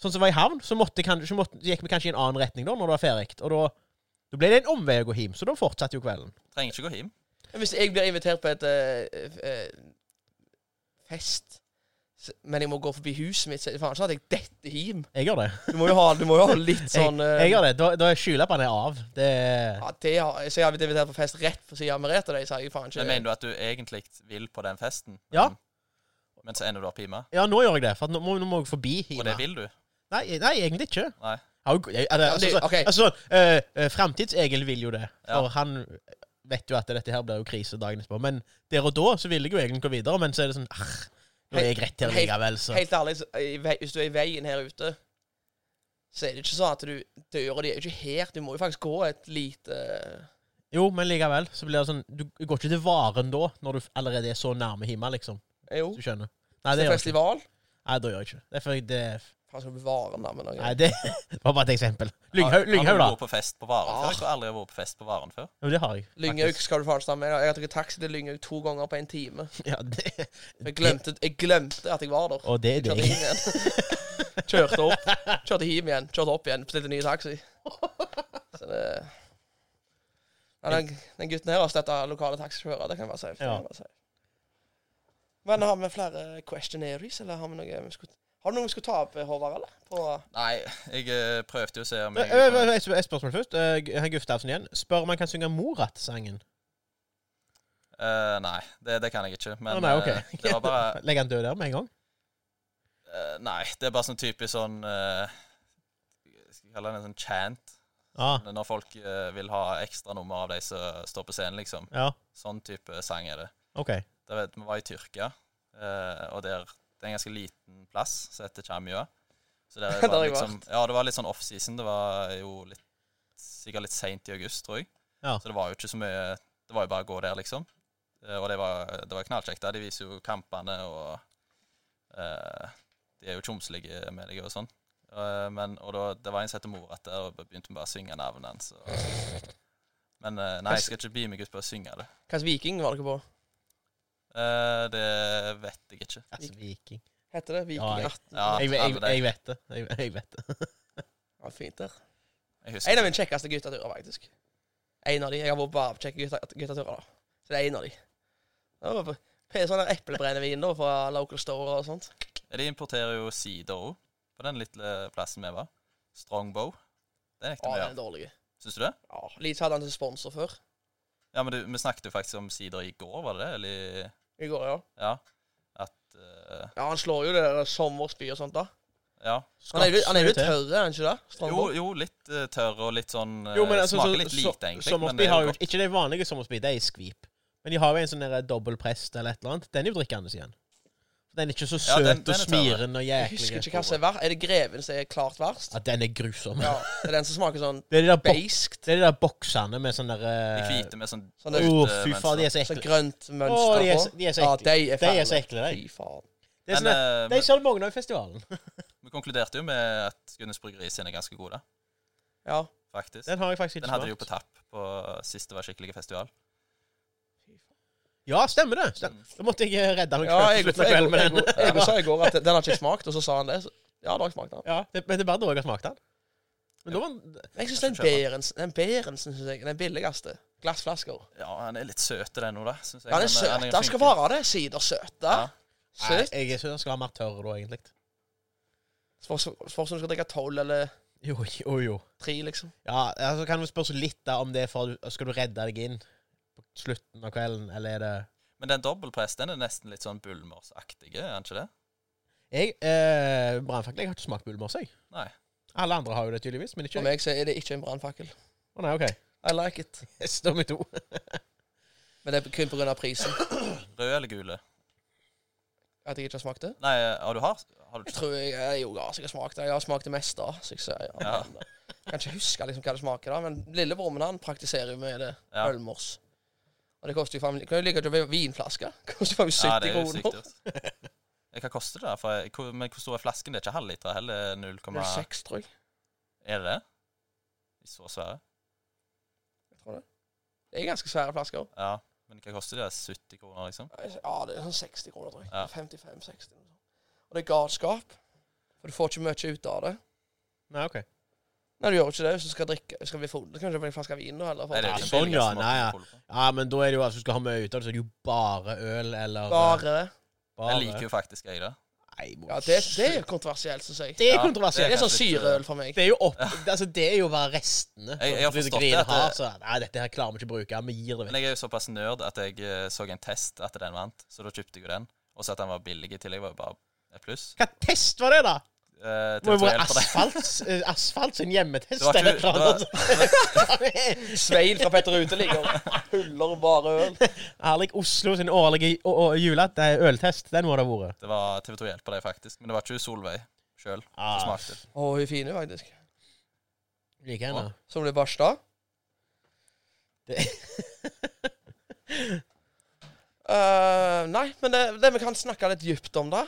Speaker 1: Sånn som jeg var i havn, så, måtte, jeg kan- så måtte, så gikk vi kanskje i en annen retning da, når det var ferdig. Og da, da ble det en omvei å gå hjem, så da fortsatte jo kvelden.
Speaker 4: Trenger ikke gå hjem.
Speaker 2: Hvis jeg blir invitert på et eh, eh, fest, s- men jeg må gå forbi huset mitt, så er det faen ikke sånn at jeg detter hjem.
Speaker 1: Jeg gjør det.
Speaker 2: Du må jo ha, du må jo ha litt sånn
Speaker 1: <laughs> jeg,
Speaker 2: eh,
Speaker 1: jeg gjør det. Da, da er skylappene av. Det
Speaker 2: Ja, det har, så jeg har blitt invitert på fest rett for siden av Merete, og det sa jeg faen ikke.
Speaker 4: Men mener du at du egentlig vil på den festen?
Speaker 1: Ja.
Speaker 4: Men- Men så ender du opp hjemme?
Speaker 1: Ja, nå gjør jeg det. For at nå, må- nå må jeg forbi
Speaker 4: Og det
Speaker 1: Hima.
Speaker 4: vil du?
Speaker 1: Nei, nei, egentlig ikke.
Speaker 4: Nei.
Speaker 1: Har jo- jeg- altså,
Speaker 2: Ja, men det-
Speaker 1: altså,
Speaker 2: ok.
Speaker 1: altså, eh, eh, Framtids-Egil vil jo det.
Speaker 4: Ja.
Speaker 1: For han vet jo at dette her blir jo krise dagen etterpå. Men der og da så ville jeg jo egentlig gå videre, men så er det sånn ah, Nå er jeg rett her
Speaker 2: Helt-
Speaker 1: likevel, så
Speaker 2: Helt ærlig, så, i vei- hvis du er i veien her ute, så er det ikke sånn at du døra di er jo ikke her. Du må jo faktisk gå et lite
Speaker 1: Jo, men likevel. Så blir det sånn Du går ikke til varen da, når du allerede er så nærme Hima, liksom.
Speaker 2: eh, Jo.
Speaker 1: Du skjønner. Nei, det gjør
Speaker 2: Det
Speaker 1: jeg ikke.
Speaker 2: festival.
Speaker 1: Nei, da gjør jeg ikke det. er fordi det
Speaker 2: Faen, skal du bevare den der med noe?
Speaker 1: Nei, det <laughs> det var bare et eksempel. Lynghaug,
Speaker 4: Har-
Speaker 1: Lynghaug
Speaker 4: Har
Speaker 1: da.
Speaker 4: du vært på fest på Varen før?
Speaker 2: Ah.
Speaker 4: Jeg tror aldri jeg har vært på fest på Varen før.
Speaker 1: Jo, det har jeg.
Speaker 2: Lynghaug
Speaker 1: faktisk.
Speaker 2: skal du faen stamme med. Jeg har tatt taxi til Lynghaug to ganger på en time.
Speaker 1: Ja, det,
Speaker 2: Jeg glemte, jeg glemte at jeg var der.
Speaker 1: og det er
Speaker 2: Kjørte
Speaker 1: deg.
Speaker 2: hjem igjen.
Speaker 1: <laughs>
Speaker 2: Kjørte opp. Kjørte hjem igjen. Kjørte opp igjen. Bestilte ny taxi. Så det ja, den, den gutten her har støtta lokale taxisjåfører. Det kan jeg bare si. Det kan
Speaker 1: Ja.
Speaker 2: jeg bare si. Men har vi flere questionaries, eller har vi noe vi skulle Har du noe vi skulle ta opp, Håvard, eller? På
Speaker 4: Nei, jeg eh, prøvde jo å se om
Speaker 1: Eh,
Speaker 4: jeg
Speaker 1: eh, eh, Et et spørsmål først. Eh, Herr Gustavsen igjen. Spør om han kan synge Morat-sangen.
Speaker 4: Eh, Nei, det, det kan jeg ikke. Men
Speaker 1: Å, nei, ok. <laughs>
Speaker 4: eh, det var bare
Speaker 1: Legger han død der med en gang?
Speaker 4: eh, Nei, det er bare sånn typisk sånn eh, Skal jeg kalle det en sånn chant?
Speaker 1: Ah,
Speaker 4: Når folk eh, vil ha ekstra nummer av de som står på scenen, liksom.
Speaker 1: ja.
Speaker 4: Sånn type sang er det.
Speaker 1: OK.
Speaker 4: Det var, vi var i Tyrkia, eh, og der, det er en ganske liten plass som heter Chamua.
Speaker 2: <laughs>
Speaker 4: Så der,
Speaker 2: Der
Speaker 4: var
Speaker 2: har
Speaker 4: det
Speaker 2: jeg
Speaker 4: liksom, ja, det var litt sånn offseason. Det var jo litt, sikkert litt seint i august, tror jeg.
Speaker 1: Ja.
Speaker 4: Så det var jo ikke så mye Det var jo bare å gå der, liksom. Eh, Og det var, det var knallkjekt. der. De viser jo kampene og eh, De er jo tjomslige med deg og sånn. Eh, men, og da, det var en som het Morat der, og begynte vi bare å synge navnet hans. og- Men eh, nei, jeg skal ikke bi meg ut på å synge det.
Speaker 2: Hvilken viking var dere på?
Speaker 4: Eh, det vet jeg ikke.
Speaker 1: Altså, viking.
Speaker 2: Heter det
Speaker 1: Ja,
Speaker 2: Viking
Speaker 1: jeg-
Speaker 2: 18?
Speaker 4: Ja,
Speaker 1: Jeg, jeg, jeg,
Speaker 4: alle de.
Speaker 1: jeg vet det. Jeg, jeg vet det.
Speaker 2: Ja, fint der.
Speaker 4: Jeg husker
Speaker 2: En av mine kjekkeste gutteturer, faktisk. En av de. Jeg har vært på bare på kjekke gutta- gutteturer, da. Så det er en av de. Det var på- på Sånn der eplebrennevin da, fra local store og sånt.
Speaker 4: Ja, De importerer jo sider òg, på den lille plassen vi var. Strongbow. Det nekter
Speaker 2: Ja,
Speaker 4: vi å
Speaker 2: den er
Speaker 4: gjøre.
Speaker 2: dårlig.
Speaker 4: Syns du det?
Speaker 2: Ja, Leeds hadde han til sponsor før.
Speaker 4: Ja, men du, vi snakket jo faktisk om sider i går, var det det? Eller
Speaker 2: I går, ja.
Speaker 4: Ja. At eh,
Speaker 2: Ja, Han slår jo det der sommerspy og sånt, da.
Speaker 4: Ja.
Speaker 2: Han er, jo litt- han er jo litt
Speaker 1: Skapslig til.
Speaker 2: tørr, er han ikke det?
Speaker 4: Jo,
Speaker 2: Strandborg?
Speaker 4: jo, litt eh, tørr og litt sånn eh,
Speaker 1: Jo, men altså,
Speaker 4: Smaker
Speaker 1: så-
Speaker 4: litt
Speaker 1: så-
Speaker 4: lite, egentlig. men
Speaker 1: Sommersby
Speaker 4: det er
Speaker 1: har
Speaker 4: jo
Speaker 1: jo
Speaker 4: godt.
Speaker 1: ikke det vanlige sommersby, det er i skvip. Men de har jo en sånn der dobbeltprest eller et eller annet. Den er jo drikkende igjen. Den er ikke så
Speaker 4: Ja,
Speaker 1: søt
Speaker 4: den-
Speaker 1: og
Speaker 4: den er
Speaker 1: smirende og
Speaker 2: Jeg husker
Speaker 1: jæklig.
Speaker 2: ikke hva som er verst. Er det Greven som er klart verst?
Speaker 1: Ja, den er grusom.
Speaker 2: Ja, Det er den som smaker sånn
Speaker 1: <laughs> Det er de der, bok
Speaker 2: beiskt.
Speaker 1: det er de der boksene med sånn der
Speaker 4: De
Speaker 1: eh,
Speaker 4: hvite med sånn
Speaker 2: Sånn
Speaker 1: Å,
Speaker 2: der-
Speaker 1: fy faen, de er så
Speaker 2: Sånn
Speaker 1: ekle.
Speaker 2: grønt
Speaker 1: Å, de er
Speaker 2: mønster
Speaker 1: så-
Speaker 2: på.
Speaker 1: de er så
Speaker 2: Ja,
Speaker 1: ekle.
Speaker 2: de er
Speaker 1: De er
Speaker 2: fæle.
Speaker 1: så ekle, de.
Speaker 2: Fy faen.
Speaker 1: Det er
Speaker 4: Men
Speaker 1: sånn at-
Speaker 4: eh,
Speaker 1: De selger mange av i festivalen.
Speaker 4: vi, vi konkluderte jo med at Gunnes Bryggeri sine er ganske gode,
Speaker 2: Ja.
Speaker 4: faktisk. Den,
Speaker 1: Den har jeg faktisk ikke
Speaker 4: hadde de jo på
Speaker 1: smakt.
Speaker 4: tapp på siste var skikkelige festival.
Speaker 1: Ja, stemmer det. Stem. Da måtte jeg eh, redde meg
Speaker 2: Ja,
Speaker 1: selv
Speaker 2: jeg
Speaker 1: på slutten av kvelden med den.
Speaker 2: jeg sa i går at den har ikke jeg smakt, og så sa han det. Så, ja, da har jeg smakt den.
Speaker 1: <laughs> Ja, det, men det er bare da jeg har smakt den. Men da var den
Speaker 2: Men Jeg syns den Berensen, den Berensen synes jeg, er den billigste. Glassflasker.
Speaker 4: Ja, han er litt søt den nå, da. Synes jeg.
Speaker 2: Ja, den er
Speaker 4: Han
Speaker 2: søt.
Speaker 4: han
Speaker 2: Den skal
Speaker 4: funker.
Speaker 2: være det. Sidersøte.
Speaker 4: Ja.
Speaker 1: Nei,
Speaker 2: Søt.
Speaker 1: Jeg syns den skal være mer tørr da, egentlig.
Speaker 2: For for som du skal drikke tolv eller
Speaker 1: Jo, jo, jo.
Speaker 2: tre, liksom.
Speaker 1: Ja, altså kan vi spørre så litt da om det er for Skal du redde deg inn på slutten av kvelden, eller er det
Speaker 4: Men den dobbeltpress, den er nesten litt sånn Bulmers-aktig, er den ikke det?
Speaker 1: Jeg, eh, brannfakkel, jeg har ikke smakt bulmers, jeg.
Speaker 4: Nei.
Speaker 1: Alle andre har jo det tydeligvis, men ikke
Speaker 2: For
Speaker 1: jeg.
Speaker 2: meg så er det ikke en brannfakkel.
Speaker 1: Å nei, OK.
Speaker 2: I like it.
Speaker 1: <laughs> Jeg står med to.
Speaker 2: Men det er kun pga. prisen
Speaker 4: Rød eller gule?
Speaker 2: at jeg ikke har smakt det.
Speaker 4: Nei, ja, du har, har du
Speaker 2: Jeg
Speaker 4: ikke?
Speaker 2: tror jeg, jeg, jo, ja, så jeg har smakt det. Jeg har smakt det meste. da, Så jeg, sier, ja,
Speaker 4: Ja.
Speaker 2: men, jeg kan ikke huske liksom, hva det smaker, da, men lillebroren min han praktiserer jo med det.
Speaker 4: Ja.
Speaker 2: Ølmors. Og det koster jo faen Kan jo ligge til <laughs> vinflaske. Koster faen meg 70
Speaker 4: Ja, det er jo sykt
Speaker 2: kroner.
Speaker 4: dyrt. Eh, Hva koster det? da? For, jeg- hvor- men hvor stor er flasken? Det er ikke halvliter heller? 0,
Speaker 2: Det er seks, tror jeg.
Speaker 4: er det det? I så svære?
Speaker 2: jeg tror det. det er ganske svære flasker.
Speaker 4: Ja. Men hva koster det? 70 kroner, liksom?
Speaker 2: Ja, det er sånn 60 kroner, tror jeg.
Speaker 4: Ja.
Speaker 2: 55-60. Og det er galskap. For du får ikke mye ut av det.
Speaker 1: Nei, OK.
Speaker 2: Nei, du gjør jo ikke det hvis du skal drikke Skal bli full. Da kan du kjøpe en flaske vin da, heller. For
Speaker 4: Nei, det er
Speaker 1: Ja,
Speaker 4: jo den
Speaker 1: sånn,
Speaker 4: billigste
Speaker 1: ja.
Speaker 4: måten
Speaker 1: Nei, ja.
Speaker 4: å holde på.
Speaker 1: Ja, men da er det jo altså, du skal ha mye ut av det, så er det jo bare øl eller
Speaker 2: Bare
Speaker 4: Jeg liker jo faktisk jeg det.
Speaker 1: Nei, må
Speaker 2: Ja, det, det er jo kontroversielt, syns jeg.
Speaker 1: Det er
Speaker 4: Ja,
Speaker 1: kontroversielt.
Speaker 2: Det er sånn
Speaker 4: kanskje litt,
Speaker 2: syreøl for meg.
Speaker 1: Det er jo opp, altså, det er jo bare restene.
Speaker 4: Jeg- jeg har
Speaker 1: som
Speaker 4: forstått
Speaker 1: Green
Speaker 4: det at det-
Speaker 1: Har, så, nei, dette her klarer vi ikke å bruke. Vi gir det
Speaker 4: Men
Speaker 1: vekk.
Speaker 4: jeg er jo såpass nerd at jeg eh, så en test etter den vant, så da kjøpte jeg jo den. Og så at den var billig i tillegg, var jo bare et pluss.
Speaker 1: Hva test var det, da?
Speaker 4: Eh,
Speaker 1: Må
Speaker 4: til
Speaker 1: jo være
Speaker 4: tutoriell for
Speaker 1: <laughs>
Speaker 4: det.
Speaker 1: asfalt, eh, asfalt sin hjemmetest.
Speaker 4: Det var ikke-
Speaker 1: eller et eller annet. <laughs>
Speaker 2: Sveil fra Petter Rute ligger huller bare
Speaker 4: <laughs>
Speaker 2: øl.
Speaker 1: Herlig Oslo sin årlige å- å- jule. Det er øltest. Den må det ha vært.
Speaker 4: Det var TV2 Hjelp på deg, faktisk. Men det var ikke Solveig sjøl som
Speaker 1: Ah.
Speaker 4: smakte.
Speaker 2: Å, hun er fin, hun, faktisk.
Speaker 1: Liker henne.
Speaker 2: Som ble barsta.
Speaker 1: Det-
Speaker 2: <laughs> Eh, nei, men det, det vi kan snakke litt dypt om, da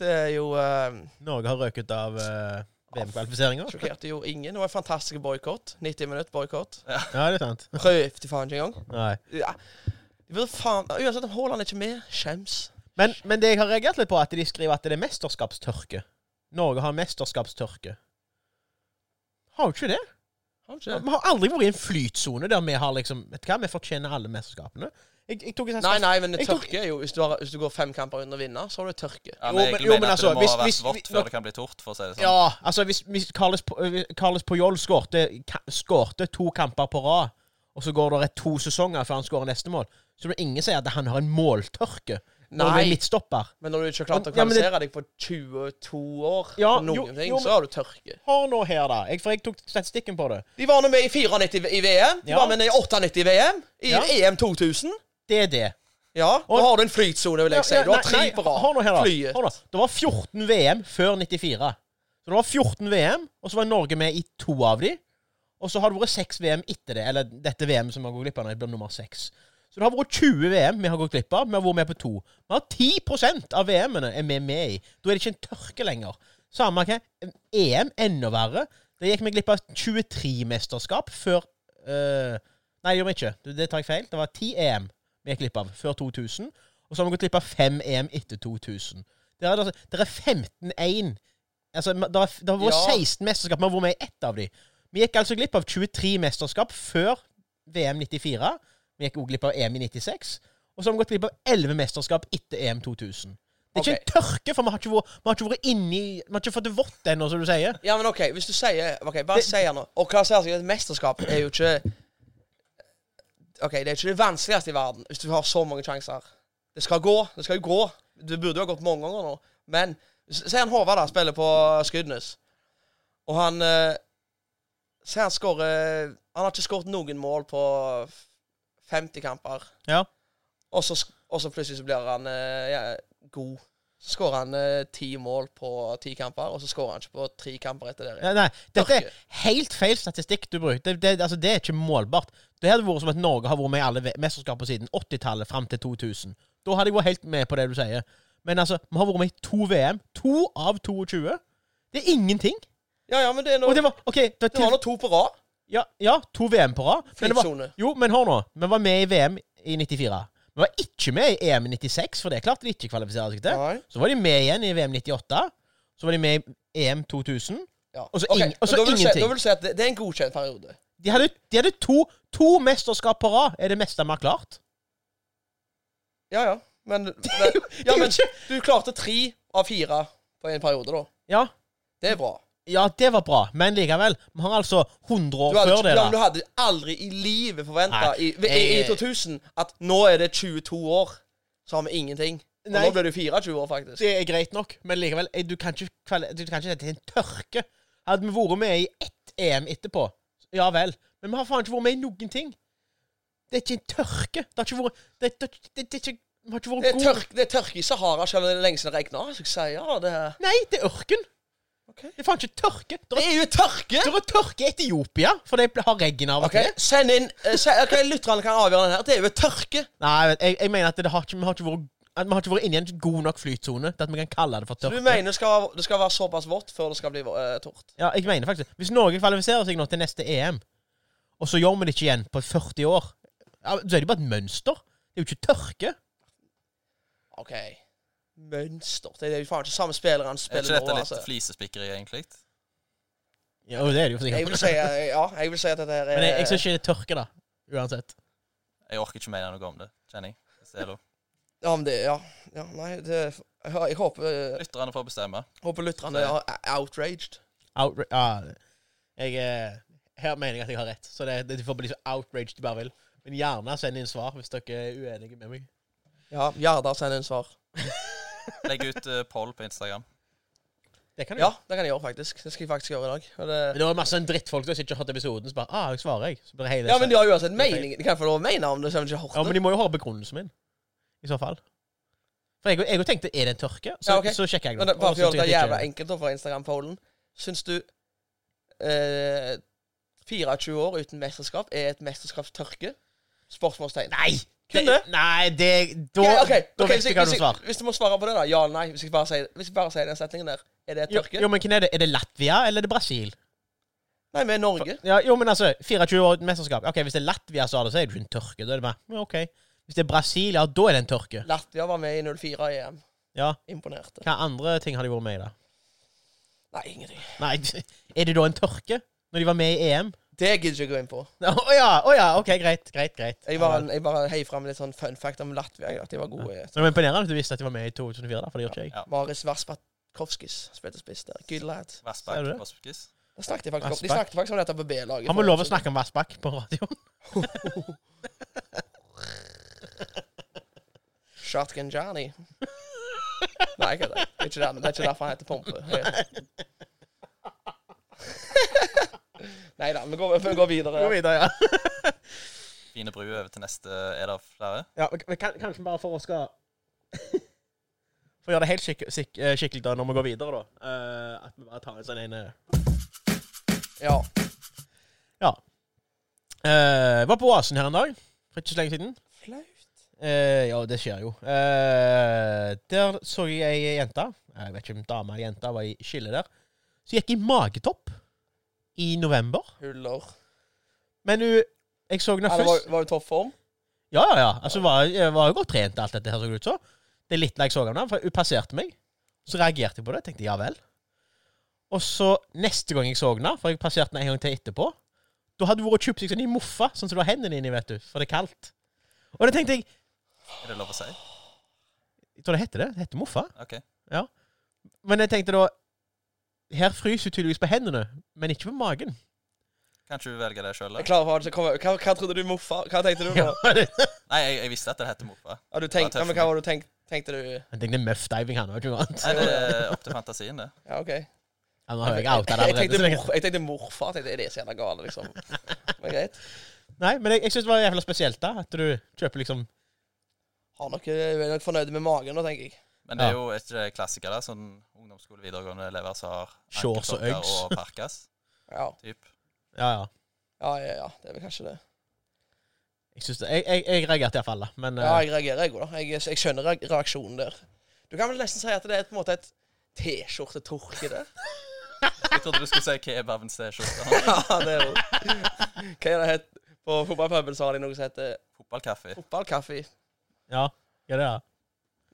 Speaker 2: Det er jo uh,
Speaker 1: Norge har røket av eh, VM-kvalifiseringa.
Speaker 2: Sjokkerte jo ingen. Det var en fantastisk boikott. 90 minutt boikott.
Speaker 1: Ja, det er sant.
Speaker 2: Prøvde faen ikke engang.
Speaker 1: Nei.
Speaker 2: Ja. Jeg vil faen, uansett om Haaland er ikke med, skjems.
Speaker 1: Men, men det jeg har reagert litt på, er at de skriver at det er mesterskapstørke. Norge har mesterskapstørke. Har jo ikke det.
Speaker 2: Har han
Speaker 1: Vi
Speaker 2: ikke det?
Speaker 1: har aldri vært i en flytsone der vi har liksom Vet du hva, vi fortjener alle mesterskapene. Jeg, jeg tok en sånn
Speaker 2: Nei, nei, men
Speaker 1: Jeg tok-
Speaker 2: tørke er jo hvis du, har, hvis du går fem kamper uten å vinne, så har du tørke.
Speaker 4: Ja,
Speaker 1: Jo,
Speaker 4: men jeg
Speaker 1: men-
Speaker 4: mener
Speaker 1: jo, men
Speaker 4: at
Speaker 1: altså,
Speaker 4: det må
Speaker 1: hvis-
Speaker 4: ha
Speaker 1: hvis-
Speaker 4: vært vått
Speaker 1: hvis-
Speaker 4: før det kan bli tort, for å si det sånn.
Speaker 1: Ja, altså hvis, hvis Carles, Carles Puyol skårte, ka- skårte to kamper på rad, og så går det rett to sesonger før han skårer neste mål, så vil ingen si at han har en måltørke når han er
Speaker 2: Nei.
Speaker 1: midtstopper.
Speaker 2: Men når du ikke har klart å
Speaker 1: Ja, men det-
Speaker 2: kvalifisere deg på 22 år,
Speaker 1: Ja,
Speaker 2: for noen
Speaker 1: jo-
Speaker 2: ting,
Speaker 1: jo, men-
Speaker 2: så har du tørke.
Speaker 1: Hør nå her, da. Jeg, for jeg tok statistikken på det.
Speaker 2: De var nå med i 94 i VM. De
Speaker 1: Ja.
Speaker 2: var med i 98 i VM. I E
Speaker 1: Ja.
Speaker 2: EM 2000.
Speaker 1: Det er det.
Speaker 2: Ja, nå
Speaker 1: Og-
Speaker 2: har du en flytsone, vil jeg si. Du har tre
Speaker 1: nei,
Speaker 2: på rad.
Speaker 1: Hør nå her, da.
Speaker 2: Flyet.
Speaker 1: Hør nå. Det var 14 VM før 94. Så det var 14 VM, og så var Norge med i to av de. Og så har det vært seks VM etter det, eller dette VM som vi har gått glipp av, når jeg blir nummer seks. Så det har vært 20 VM vi har gått glipp av. Vi har vært med på to. Vi har 10 av VM-ene er vi med i. Da er det ikke en tørke lenger. Samme hva. EM, enda verre. Det gikk vi glipp av 23 mesterskap før eh, Nei, det gjorde vi ikke. Det tar jeg feil. Det var 10 EM vi gikk glipp av før 2000. Og så har vi gått glipp av fem EM etter 2000. Det er, altså- det er 15-1. Altså, det har, det har vært
Speaker 2: Ja.
Speaker 1: 16 mesterskap. Vi har vært med i ett av de. Vi gikk altså glipp av 23 mesterskap før VM 94. Vi gikk også glipp av EM i 96. Og så har vi gått glipp av 11 mesterskap etter E EM 2000. Det er ikke en tørke, for vi har ikke vært, vi har ikke vært inni Vi har ikke fått det vått ennå, som du sier.
Speaker 2: Ja, men OK, hvis du sier OK, bare
Speaker 1: Det-
Speaker 2: si her nå. Og hva sier seg, et mesterskap er jo ikke OK, det er ikke det vanskeligste i verden hvis du har så mange sjanser. Det skal gå. Det skal jo gå. Det burde jo ha gått mange ganger nå. Men s- se han Håvard da, spiller på Skudenes. Og han eh, Se han skårer Han har ikke skåret noen mål på 50 kamper.
Speaker 1: Ja.
Speaker 2: Og så, sk- og så plutselig så blir han eh, ja, god. Så skårer han eh, ti mål på ti kamper, og så skårer han ikke på tre kamper etter det. igjen.
Speaker 1: Nei, Eh, nei, dette er helt feil statistikk du bruker. Det, det, altså, det er ikke målbart. Det hadde vært som at Norge har vært med i alle ve- mesterskaper siden 80-tallet fram til 2000. Da hadde jeg vært helt med på det du sier. Men altså, vi har vært med i to VM. To av 22. Det er ingenting.
Speaker 2: Ja, ja, men det er nå
Speaker 1: Og det var OK, det var
Speaker 2: Det var
Speaker 1: til,
Speaker 2: nå to på rad.
Speaker 1: ja, ja, to VM på rad. Men det var,
Speaker 2: Fliksone.
Speaker 1: jo, men hør nå. Vi var med i VM i 94. Vi var ikke med i EM i 96, for det klarte de ikke å kvalifisere seg til.
Speaker 2: Nei.
Speaker 1: Så var de med igjen i VM 98. Så var de med i E EM 2000.
Speaker 2: Ja.
Speaker 1: Og så
Speaker 2: Ok,
Speaker 1: ing- og så
Speaker 2: da vil du si-
Speaker 1: ingenting.
Speaker 2: Da vil du si at det, det er en godkjent periode.
Speaker 1: De hadde, de hadde to, to mesterskap på rad, er det meste vi har klart.
Speaker 2: Ja, ja. Men, men,
Speaker 1: <laughs> det er
Speaker 2: ja,
Speaker 1: jo
Speaker 2: men
Speaker 1: ikke-
Speaker 2: du klarte tre av fire på en periode, da.
Speaker 1: Ja,
Speaker 2: Det er bra.
Speaker 1: ja det var bra, men likevel. Vi har altså 100 år
Speaker 2: Du hadde,
Speaker 1: før
Speaker 2: ikke-
Speaker 1: det.
Speaker 2: ja, men du
Speaker 1: da.
Speaker 2: hadde aldri i livet forventa
Speaker 1: Nei, Eh.
Speaker 2: i, i, i,
Speaker 1: jeg-
Speaker 2: 2000 at nå er det 22 år, så har vi ingenting. Og
Speaker 1: Nei.
Speaker 2: nå ble det 24 år, faktisk.
Speaker 1: Det er greit nok, men likevel. eh, Du kan ikke, kvali- du kan ikke sette en tørke. Hadde vi vært med i ett EM etterpå, ja vel. Men vi har faen ikke vært med i noen ting. Det er ikke en tørke. Det har ikke vært det, det, det, det er ikke, Vi har ikke
Speaker 2: Det
Speaker 1: vært
Speaker 2: er,
Speaker 1: gode.
Speaker 2: tørk, det er tørke i Sahara, selv om det er lenge siden det regna. Så jeg sier ja, det er
Speaker 1: Nei, det er ørken.
Speaker 2: Ok.
Speaker 1: Det er faen ikke tørke. Det
Speaker 2: Det
Speaker 1: er,
Speaker 2: er jo tørke!
Speaker 1: det er tørke i Etiopia, for de har regn av og
Speaker 2: OK,
Speaker 1: til.
Speaker 2: send inn eh, se- Ok, Lytterne kan avgjøre den her. Det er jo tørke.
Speaker 1: Nei, jeg, jeg mener at det har ikke, vi har ikke vært at vi har ikke vært inne i en god nok flytsone til at vi kan kalle det for
Speaker 2: Du
Speaker 1: tørke.
Speaker 2: mener det skal, det skal være såpass vått før det skal bli eh, tort?
Speaker 1: Ja, jeg mener faktisk Hvis Norge kvalifiserer seg nå til neste EM, og så gjør vi det ikke igjen på 40 år, ja, så er det bare et mønster. Det er jo ikke tørke.
Speaker 2: OK. Mønster Det er jo faen ikke samme spillere han
Speaker 4: Er
Speaker 2: spiller
Speaker 4: ikke
Speaker 2: nå.
Speaker 4: dette litt
Speaker 2: Altså.
Speaker 4: flisespikkeri, egentlig?
Speaker 1: Ja, og det er det jo for
Speaker 2: Jeg vil
Speaker 1: sikkert.
Speaker 2: si, eh, ja, jeg vil si at dette her
Speaker 1: <laughs>
Speaker 2: er
Speaker 1: Men jeg, jeg syns ikke det er tørke, da. Uansett.
Speaker 4: Jeg orker ikke mer noe om det, kjenner jeg. Hvis det er lov.
Speaker 2: Ja, men det Ja, ja nei, det Jeg, jeg håper, eh,
Speaker 4: Lytterne får bestemme.
Speaker 2: håper lytterne er outraged.
Speaker 1: Outra ja, jeg eh, Her mener jeg at jeg har rett, så det, det, du får bli så outraged du bare vil. Men gjerne send inn svar hvis dere er uenige med meg.
Speaker 2: Ja, Gjerda sender inn svar.
Speaker 4: Legg ut uh, poll på Instagram.
Speaker 1: Det kan du
Speaker 2: Ja, det kan jeg gjøre, faktisk. Det skal jeg faktisk gjøre i dag. Og det,
Speaker 1: Men det var masse sånn drittfolk som ikke har hørt episoden, så bare ah, jeg svarer, jeg. Så blir det hele
Speaker 2: ja, men de har uansett mening. De kan få lov å mene om det, selv om de ikke
Speaker 1: ja,
Speaker 2: har
Speaker 1: men
Speaker 2: hørt det.
Speaker 1: de må jo høre begrunnelsen min. I så fall. For jeg, jeg tenkte er det en tørke, så,
Speaker 2: Ja, ok.
Speaker 1: så sjekker jeg
Speaker 2: Men det, bare
Speaker 1: Og så
Speaker 2: for å gjøre
Speaker 1: tydeligvis
Speaker 2: det jævla
Speaker 1: ikke.
Speaker 2: enkelt da fra Instagram-pollen Syns du eh, 24 år uten mesterskap er et mesterskapstørke? Spørsmålstegn.
Speaker 1: Nei!
Speaker 2: Kunne?
Speaker 1: Det, nei, det Da,
Speaker 2: Ok, ok,
Speaker 1: da
Speaker 2: ok,
Speaker 1: vet
Speaker 2: hvis,
Speaker 1: jeg hva du
Speaker 2: jeg- hvis, jeg-
Speaker 1: svarer.
Speaker 2: hvis du må svare på det, da. Ja eller nei? Hvis jeg bare sier, hvis jeg bare sier den setningen der. Er det et
Speaker 1: Jo,
Speaker 2: tørke?
Speaker 1: jo, men hvem er det? Er det Latvia eller er det Brasil?
Speaker 2: Nei, vi er Norge.
Speaker 1: Ja, jo, men altså 24 år uten mesterskap. Ok, Hvis det er Latvia som har det, så er det jo ikke en tørke. Da er det bare, ja, ok. Hvis det er Brasil, ja, da er det en tørke.
Speaker 2: Latvia var med i 04 i EM.
Speaker 1: Ja.
Speaker 2: Imponerte.
Speaker 1: Hva andre ting har de vært med i, da?
Speaker 2: Nei, ingenting.
Speaker 1: Nei, <laughs> er det da en tørke? Når de var med i EM?
Speaker 2: Det gidder jeg ikke gå inn på.
Speaker 1: Å ja, å ja, ok, greit, greit, greit.
Speaker 2: Jeg
Speaker 1: Ja,
Speaker 2: bare,
Speaker 1: vel.
Speaker 2: jeg bare heier fram litt sånn fun fact om Latvia. jeg, At de var gode. i-
Speaker 1: Men det var imponerende at du visste at de var med i 2004, da, for det gjør ikke jeg.
Speaker 4: Ja.
Speaker 2: Maris Vaspatkovskis spilte spiss der. Good lad.
Speaker 1: Ser du
Speaker 4: Vassbakk,
Speaker 1: det?
Speaker 4: Kospkis.
Speaker 2: Da snakket de, faktisk om, de
Speaker 1: Vassbakk.
Speaker 2: snakket faktisk om dette på B-laget.
Speaker 1: Har vi lov å snakke om Vassbakk på radioen?
Speaker 2: Shotgun Johnny. Nei, ikke det. Det er ikke, der, det er ikke derfor han heter Pompe. <laughs> Nei da, vi går, vi går videre.
Speaker 1: <laughs> Gå videre, ja.
Speaker 4: Fine bru over til neste. Er det flere?
Speaker 1: ja men kan, kanskje bare for å skal <laughs> For å gjøre det helt skikk, sikk- eh, skikkelig da, når vi går videre, da. eh, at vi bare tar en sånn en eh,
Speaker 2: Ja.
Speaker 1: Ja. Eh, var på Oasen her en dag for ikke så lenge siden.
Speaker 2: Flaut.
Speaker 1: Eh, ja, det skjer jo. Eh, der så jeg ei jente Jeg vet ikke om dame eller jente var i skillet der. Som gikk i magetopp i november.
Speaker 2: Huller.
Speaker 1: Men hun Jeg så henne
Speaker 2: Ja, det
Speaker 1: først.
Speaker 2: var, var jo topp form.
Speaker 1: Ja, ja, ja. Altså, var, jeg var jo godt trent, alt dette her så det ut så. Det er litt like jeg så henne, for hun passerte meg. Så reagerte jeg på det, tenkte ja vel. Og så neste gang jeg så henne, for jeg passerte henne en gang til etterpå, da hadde hun vært og kjøpt seg sånn i moffa, sånn som du har hendene inni, vet du, for det er kaldt. Og da tenkte jeg,
Speaker 4: Er det lov å si?
Speaker 1: jeg tror det heter det, det heter moffa.
Speaker 4: OK.
Speaker 1: Men jeg tenkte da, her fryser hun tydeligvis på hendene, men ikke på magen.
Speaker 4: Kan ikke du velge det sjøl?
Speaker 2: Jeg er klar over hva som kommer. Hva, hva trodde du moffa? Hva tenkte du
Speaker 1: <laughs>
Speaker 2: nå?
Speaker 4: Nei, jeg, jeg visste at det heter Mofa.
Speaker 2: Ja, du tenkte,
Speaker 4: Ja,
Speaker 2: ja, men hva var det du tenkte, tenkte du?
Speaker 1: Jeg tenkte muff-diving, han. Det var ikke noe annet.
Speaker 4: Nei, det er opp til fantasien, det.
Speaker 2: Ja, OK.
Speaker 1: Han har jeg outa det
Speaker 2: Jeg tenkte,
Speaker 1: allerede.
Speaker 2: mor, jeg tenkte morfar. Jeg tenkte, er det så jævla gale, liksom? Men greit.
Speaker 1: Nei, men jeg, jeg syns det var jævla spesielt, da. At du kjøper liksom
Speaker 2: Har nok, eh, jeg er nok fornøyd med magen nå, tenker jeg.
Speaker 4: Men det er jo et eh, klassiker, da. Sånn ungdomsskole, videregående elever som har
Speaker 1: Shorts og
Speaker 4: ankelsokker
Speaker 1: Uggs.
Speaker 4: og parkas.
Speaker 2: Ja,
Speaker 4: Typ.
Speaker 1: Ja, ja.
Speaker 2: ja, ja. ja. Det er vel kanskje det.
Speaker 1: Jeg, synes det, jeg, jeg, jeg reagerte iallfall, da. Men
Speaker 2: Ja,
Speaker 1: eh,
Speaker 2: jeg reagerer, jeg òg. Jeg, jeg skjønner reag- reaksjonen der. Du kan vel nesten si at det er på en måte et T-skjortetorkede?
Speaker 4: Jeg trodde du skulle si kebabens eh, T-skjorte.
Speaker 2: Ja, det er jo Hva er det het? På fotballpuben så har de noe som heter
Speaker 1: <laughs>
Speaker 4: Fotballkaffe.
Speaker 2: fotballkaffe.
Speaker 1: eh, ja. Hva er det, da?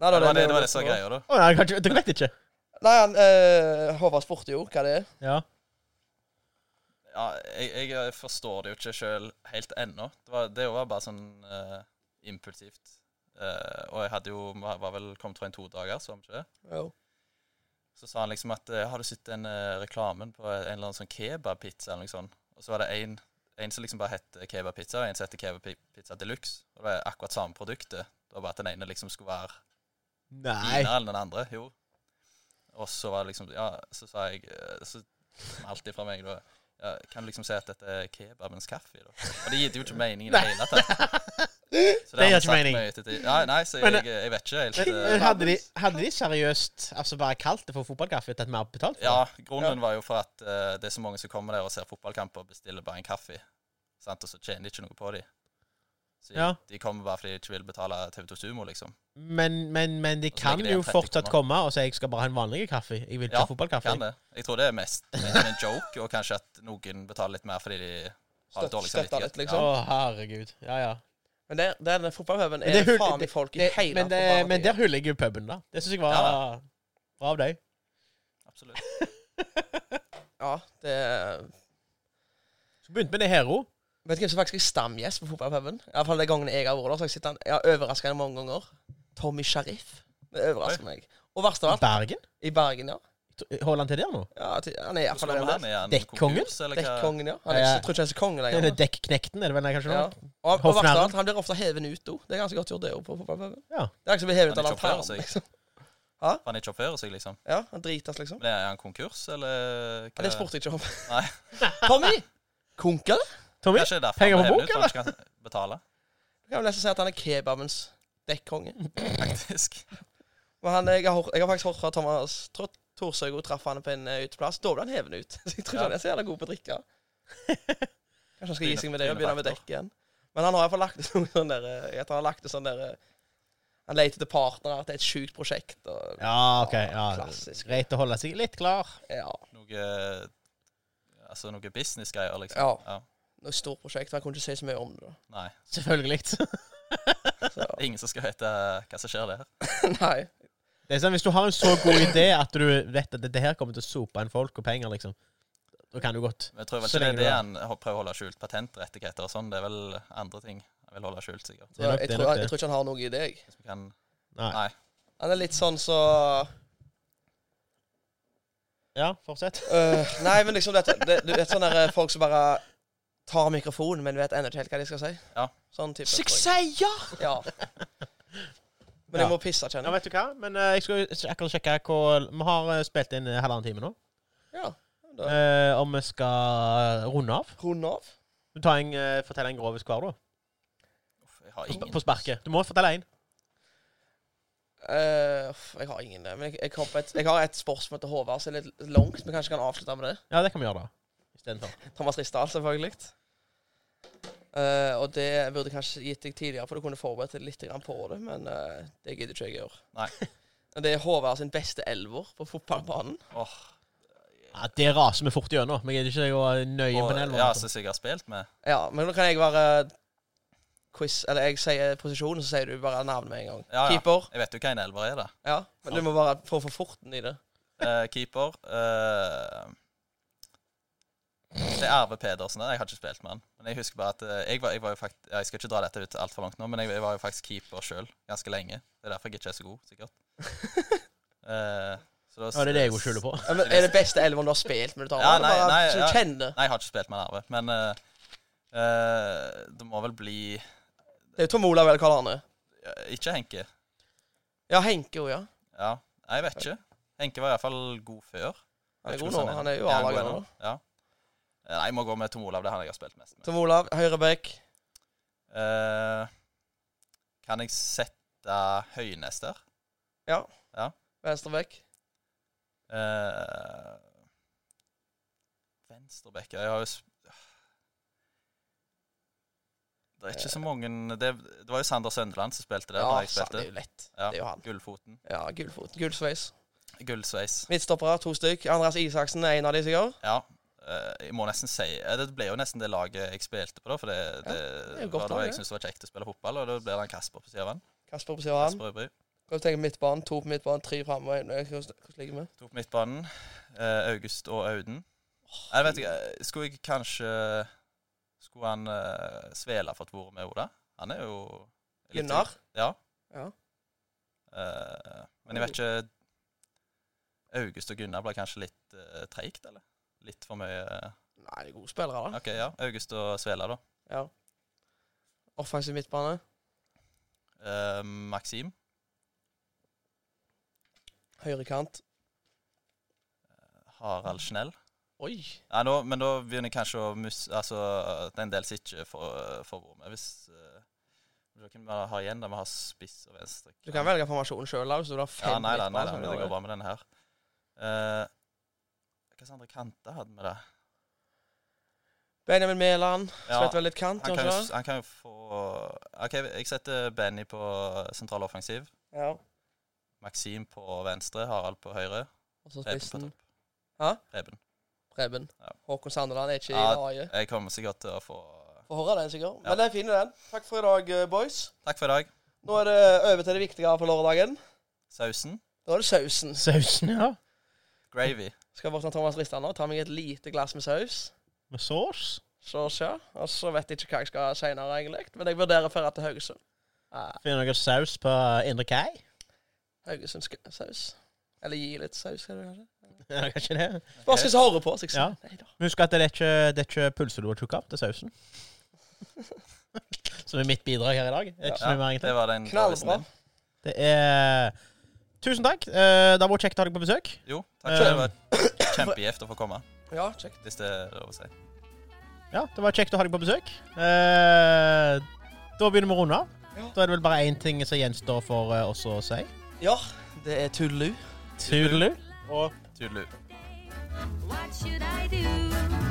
Speaker 2: Nei,
Speaker 4: Det var
Speaker 2: vi
Speaker 4: det, det,
Speaker 2: gjorde
Speaker 4: var det som
Speaker 1: sånn.
Speaker 4: var
Speaker 2: nå.
Speaker 4: greia, da.
Speaker 1: Å, nei, jeg kan ikke- dere vet ikke?
Speaker 2: Nei, han, eh, Håvard spurte jo hva det er.
Speaker 1: Ja.
Speaker 4: Ja, jeg, jeg forstår det jo ikke sjøl helt ennå. Det var, det var bare sånn eh, impulsivt. Eh, og jeg hadde jo var var vel kommet fra en to dager, så var vi ikke det?
Speaker 2: Jo.
Speaker 4: Så sa han liksom at eh, Har du sett den eh, reklamen på en eller annen sånn kebabpizza eller noe sånt? Og så var det en, en som liksom bare het kebabpizza, og en som het kebabpizza deluxe. Og det var akkurat samme produktet. Det var bare at den ene liksom skulle være
Speaker 1: Nei.
Speaker 4: finere enn den andre. Jo. Og så var det liksom Ja, så sa jeg eh, Så alltid fra meg, da. Ja, kan du liksom si at dette er kebabens kaffe? da? Og det gir jo ikke mening i det hele
Speaker 1: <laughs>
Speaker 4: tatt. Så
Speaker 1: Det
Speaker 4: har
Speaker 1: gir
Speaker 4: vi
Speaker 1: ikke
Speaker 4: sagt
Speaker 1: mening.
Speaker 4: meg i ettertid. Nei, nei, så
Speaker 1: Men,
Speaker 4: jeg, jeg vet ikke helt eh,
Speaker 1: Men Hadde de, hadde de seriøst altså bare kalt det for fotballkaffe og tatt mer betalt for det?
Speaker 4: Ja, grunnen var jo for at eh, det er så mange som kommer der og ser fotballkamper og bestiller bare en kaffe. Sant? Og så tjener de ikke noe på de. Så de,
Speaker 1: Ja.
Speaker 4: de kommer bare fordi de ikke vil betale TV2 Sumo, liksom.
Speaker 1: Men, men, men de
Speaker 4: Og så
Speaker 1: kan
Speaker 4: legger de
Speaker 1: jo
Speaker 4: igjen 30
Speaker 1: fortsatt komme og si jeg skal bare ha en vanlig kaffe. Jeg vil ikke ha fotballkaffe.
Speaker 4: kan det. Jeg tror det er mest en en joke, og kanskje at noen betaler litt mer fordi de har litt
Speaker 2: Støtt,
Speaker 4: dårlig
Speaker 2: støtta litt,
Speaker 4: samvittighet.
Speaker 1: Å,
Speaker 2: liksom.
Speaker 1: herregud. Ja, ja.
Speaker 2: Men der, den fotballpuben
Speaker 1: det
Speaker 2: er
Speaker 1: hull-
Speaker 2: det faen meg folk i
Speaker 1: det-
Speaker 2: hele
Speaker 1: men, det,
Speaker 2: fotballpartiet.
Speaker 1: men der hyller jeg jo puben, da. Det syns jeg var
Speaker 4: Ja.
Speaker 1: bra av deg.
Speaker 4: Ja, absolutt.
Speaker 2: Ja, det er-
Speaker 1: Så begynte vi med det her òg.
Speaker 2: Vet du hvem som faktisk er stamgjest på fotballpuben? Iallfall de gangene jeg har vært der. så har Jeg sitter han ja, overraskende mange ganger. Tommy Sheriff. Det overrasker meg. Og verst av alt,
Speaker 1: Bergen?
Speaker 2: i Bergen, ja.
Speaker 1: Holder han til der nå?
Speaker 2: ja til- han er
Speaker 4: Hvordan
Speaker 2: iallfall
Speaker 4: kommer han
Speaker 2: der.
Speaker 4: igjen?
Speaker 1: Dekkongen?
Speaker 4: Konkurs, eller hva?
Speaker 2: Dekkongen, ja. Han er, ikke-
Speaker 1: Ja.
Speaker 2: jeg tror ikke han er så konge
Speaker 1: Det er
Speaker 2: lenger.
Speaker 1: det Dekknekten, er det vel nei, kanskje?
Speaker 2: Ja.
Speaker 1: nå?
Speaker 2: Og, og verst av
Speaker 1: Hoffnæren.
Speaker 2: alt, han blir ofte hevet ut òg. Det er ganske godt gjort, det òg, på fotballpuben.
Speaker 1: Ja.
Speaker 2: Det er ikke som å bli hevet ut
Speaker 4: Han
Speaker 2: av
Speaker 4: er ikke oppfører
Speaker 2: lanternen,
Speaker 4: seg.
Speaker 2: liksom.
Speaker 4: Han ikke oppfører seg, liksom.
Speaker 2: Ja, han drites, liksom.
Speaker 4: Men er han konkurs, eller
Speaker 2: Ja, det spurte jeg ikke om.
Speaker 4: Nei.
Speaker 2: <laughs> Tommy! Konker?
Speaker 1: Tommy?
Speaker 4: Kanskje det er derfor
Speaker 1: Penger
Speaker 4: han
Speaker 1: på
Speaker 4: ble
Speaker 1: bok,
Speaker 4: hevet ut, for han ikke kan betale,
Speaker 2: Du kan jo nesten si at han er kebabens dekkonge.
Speaker 4: faktisk.
Speaker 2: Men han, jeg, har, hør- jeg har faktisk hørt fra Thomas Tro- Thorsøgo traff han på en eh, uteplass. Da ble han hevet ut. <laughs> Så jeg tror ikke
Speaker 4: Ja.
Speaker 2: han er så jævla god på å
Speaker 1: <laughs>
Speaker 2: drikke. Kanskje han skal gi
Speaker 4: Tryne-
Speaker 2: seg med det og begynne med
Speaker 4: trynefaktor.
Speaker 2: dekk igjen. Men han har iallfall lagt ut sånn der eh, Jeg tror han har lagt ut sånn der eh, Han leter etter partnere til et sjukt prosjekt. Og,
Speaker 1: Ja, OK. Ja.
Speaker 2: Klassisk.
Speaker 1: Greit å holde seg litt klar.
Speaker 2: Ja.
Speaker 4: Noe Altså noe businessgreier, liksom.
Speaker 2: Ja.
Speaker 4: ja.
Speaker 2: Noe stort prosjekt. og Han kunne ikke si så mye om det. da.
Speaker 4: Nei.
Speaker 1: Selvfølgelig. <laughs>
Speaker 2: Så,
Speaker 4: Det er ingen som skal vite eh, hva som skjer der.
Speaker 2: nei.
Speaker 1: Det er sånn, Hvis du har en så god idé at du vet at dette her kommer til å sope inn folk og penger, liksom, da kan du godt
Speaker 4: Men jeg tror vel
Speaker 1: Så
Speaker 4: ikke det er
Speaker 1: lenge
Speaker 4: det
Speaker 1: du-
Speaker 4: han ho- prøver å holde skjult. Patentrettigheter og sånn, det er vel andre ting han vil holde skjult, sikkert.
Speaker 1: Det er
Speaker 2: Så
Speaker 1: nok-
Speaker 2: jeg,
Speaker 1: det er
Speaker 2: tror,
Speaker 1: nok
Speaker 2: jeg
Speaker 1: det.
Speaker 2: tror ikke han har noe i det, jeg.
Speaker 4: Hvis vi kan
Speaker 1: Nei.
Speaker 4: Nei.
Speaker 2: Han er litt sånn så
Speaker 1: Ja, fortsett.
Speaker 2: Øh, Nei, men liksom dette, det, Du vet sånne der, eh, folk som bare tar mikrofonen, men vet ennå ikke helt hva de skal si?
Speaker 4: Ja.
Speaker 2: Sånn type
Speaker 1: Suksesser!
Speaker 2: folk. Ja. Men
Speaker 1: Ja.
Speaker 2: jeg må pisse,
Speaker 1: Ja,
Speaker 2: kjenner jeg.
Speaker 1: vet du hva? Men eh, jeg skal jo akkurat sjekke hvor Vi har eh, spilt inn eh, halvannen time nå.
Speaker 2: Ja. Da-
Speaker 1: Eh, om vi skal runde av.
Speaker 2: Runde av.
Speaker 1: Du tar en, eh, Fortell en grovis hver, da.
Speaker 4: Uff, jeg har
Speaker 1: På sp-
Speaker 4: ingen
Speaker 1: På sparket. Du må fortelle én.
Speaker 2: Eh, uff, jeg har ingen det. Men jeg, jeg, kom på et, jeg har et spørsmål til Håvard som er litt langt, men kanskje kan avslutte med det.
Speaker 1: Ja, det kan vi gjøre, da. Istedenfor.
Speaker 2: Thomas Risdal, selvfølgelig. Eh, og det burde jeg kanskje gitt deg tidligere, for du kunne forberedt deg litt grann på det. Men eh, det gidder ikke jeg å gjøre.
Speaker 4: Nei.
Speaker 2: Og Det er Håvard sin beste elver på fotballbanen.
Speaker 4: Åh,
Speaker 1: <laughs> Ja, det raser vi fort gjennom. Vi gidder ikke å gå nøye på
Speaker 4: og-
Speaker 1: den elva.
Speaker 4: Ja,
Speaker 1: altså.
Speaker 4: som jeg har spilt med.
Speaker 2: Ja, men nå kan jeg være quiz Eller jeg sier posisjonen, så sier du bare navnet med en gang.
Speaker 4: Ja, ja.
Speaker 2: Keeper.
Speaker 4: Jeg vet jo hva en elver er, da.
Speaker 2: Ja, men du må bare få for forten i det.
Speaker 4: Eh, keeper eh, Det er Arve Pedersen. da. Jeg har ikke spilt med han. Men jeg husker bare at eh, jeg var, jeg var jo fakt ja, Jeg skal ikke dra dette ut altfor langt nå, men jeg, jeg
Speaker 1: <laughs>
Speaker 4: var jo faktisk keeper sjøl ganske lenge. Det er derfor jeg ikke er så god, sikkert. Eh, Så da-
Speaker 1: Ja, det er det jeg skylder på. <laughs>
Speaker 2: Ja, men Er det beste elveren du har spilt? Men du tar
Speaker 4: Ja,
Speaker 2: den,
Speaker 4: nei,
Speaker 2: bare,
Speaker 4: nei,
Speaker 2: så du
Speaker 4: ja.
Speaker 2: kjenner.
Speaker 4: Nei, jeg har ikke spilt med Narve, men eh, eh, det må vel bli
Speaker 2: Det er jo Tom Olav eller Karl Arne.
Speaker 4: eh, Ikke Henke.
Speaker 2: Ja, Henke òg, ja.
Speaker 4: Ja, Nei, jeg vet ikke. Henke var iallfall god før.
Speaker 2: Han er
Speaker 4: Jeg vet ikke
Speaker 2: god
Speaker 4: hvordan
Speaker 2: nå. Han er jo
Speaker 4: Ja,
Speaker 2: A-laget
Speaker 4: god
Speaker 2: nå.
Speaker 4: nå. Ja. Eh, Nei, jeg må gå med Tom Olav. Det er han jeg har spilt mest med.
Speaker 2: Tom Olav, Høyrebekk.
Speaker 4: Eh, kan jeg sette Høynes der?
Speaker 2: Venstrebekk.
Speaker 4: Uh, Venstrebekke Jeg har jo sp Det er ikke så mange Det, det var jo Sander Søndeland som spilte der.
Speaker 2: Eh. Ja,
Speaker 4: da jeg
Speaker 2: sant, det
Speaker 4: spilte.
Speaker 2: er jo lett.
Speaker 4: Ja.
Speaker 2: Det er jo han.
Speaker 4: Gullfoten.
Speaker 2: Ja, Gullfot. Gullsveis.
Speaker 4: Gullsveis.
Speaker 2: Midtstoppere, to stykk. Andreas Isaksen er en av de, sikkert.
Speaker 4: Ja. eh, jeg må nesten si eh, Det ble jo nesten det laget jeg spilte på, da. For det, det,
Speaker 2: er jo godt
Speaker 4: var da
Speaker 2: lag,
Speaker 4: jeg
Speaker 2: det.
Speaker 4: syntes det var kjekt å spille fotball, og da blir det han Kasper på siden av han.
Speaker 2: Kasper på siden av han.
Speaker 4: Kasper Øybry.
Speaker 2: Kan du tenke midtbanen? To på midtbanen, tre framme. Hvordan ligger vi?
Speaker 4: To på midtbanen. eh, August og Auden. Jeg vet ikke, eh, skulle jeg kanskje Skulle han eh, Svela fått vært med, Oda? Han er jo litt-
Speaker 2: Gunnar?
Speaker 4: Ja.
Speaker 2: Ja.
Speaker 4: Eh, men jeg vet ikke August og Gunnar ble kanskje litt uh, treigt, eller? Litt for mye eh,
Speaker 2: Nei, de er gode spillere, da.
Speaker 4: OK, ja. August og Svela, da.
Speaker 2: Ja. Offensiv midtbane.
Speaker 4: Eh, Maxim.
Speaker 2: Høyrekant.
Speaker 4: Harald Schnell.
Speaker 2: Oi!
Speaker 4: Ja, nå, men da begynner jeg kanskje å mus... Altså, det er en del som ikke får får være med. Hvis eh, Hva kan vi ha igjen? da Vi har spiss og venstre.
Speaker 2: Du kan velge formasjonen sjøl, da. Hvis du har fem
Speaker 4: Ja, nei da, nei
Speaker 2: midtbaner,
Speaker 4: da, det
Speaker 2: så
Speaker 4: går
Speaker 2: kan du gjøre
Speaker 4: bra med denne her. Eh, hva slags andre kanter hadde vi da?
Speaker 2: det. Benjamin Mæland.
Speaker 4: Ja,
Speaker 2: Spilte vel litt kant,
Speaker 4: Han kan,
Speaker 2: kanskje?
Speaker 4: jo, han kan jo få OK, jeg setter Benny på sentral offensiv.
Speaker 2: Ja.
Speaker 4: Maxim på venstre, Harald på høyre.
Speaker 2: Og så
Speaker 4: Preben på
Speaker 2: spissen.
Speaker 4: topp.
Speaker 2: Hæ?
Speaker 4: Preben.
Speaker 2: Preben.
Speaker 4: Ja.
Speaker 2: Håkon Sandeland er ikke i
Speaker 4: Ja.
Speaker 2: laget.
Speaker 4: Jeg kommer sikkert til å få
Speaker 2: Får høre den, sikkert.
Speaker 4: Ja.
Speaker 2: Men det er fin, den. Takk for i dag, eh, boys.
Speaker 4: Takk for i dag.
Speaker 2: Nå er det eh, over til det viktige på lørdagen.
Speaker 4: Sausen.
Speaker 2: Nå er det sausen.
Speaker 1: Sausen, ja.
Speaker 4: Gravy.
Speaker 2: Skal bort til Thomas Ristan nå. Ta meg et lite glass med saus.
Speaker 1: Med sauce.
Speaker 2: Så ja. Og så vet jeg ikke hva jeg skal seinere, egentlig. Men jeg vurderer å dra til Haugesund. Ah,
Speaker 1: Finner noe saus på Indre Kai? <laughs>
Speaker 2: Haugesund sk- saus. Eller gi litt saus, skal du kanskje.
Speaker 1: Ja, Kanskje det.
Speaker 2: Bare skal så høre på. Så jeg
Speaker 1: Ja.
Speaker 2: sier, Nei da.
Speaker 1: Husk at det er ikke, det er ikke pølser du har tjukka opp, det er sausen. <laughs> Som er mitt bidrag her i dag. Det er ikke så
Speaker 4: Ja,
Speaker 1: mye mer
Speaker 4: det
Speaker 1: egentlig.
Speaker 4: var den avisen
Speaker 2: Knallbra.
Speaker 4: din.
Speaker 1: Det er Tusen takk. Eh, Det har vært kjekt å ha deg på besøk.
Speaker 4: Jo, takk for det.
Speaker 1: Eh,
Speaker 4: Det var kjempegift å få komme,
Speaker 2: Ja, kjekt.
Speaker 4: hvis det er lov å si.
Speaker 1: Ja, det var kjekt å ha deg på besøk. Eh, Da begynner vi å runde av.
Speaker 2: Ja.
Speaker 1: Da er det vel bare én ting som gjenstår for eh, oss å si.
Speaker 2: Ja, det er Tudelu.
Speaker 1: Tudelu. Og
Speaker 4: Tudelu.
Speaker 6: What should I do?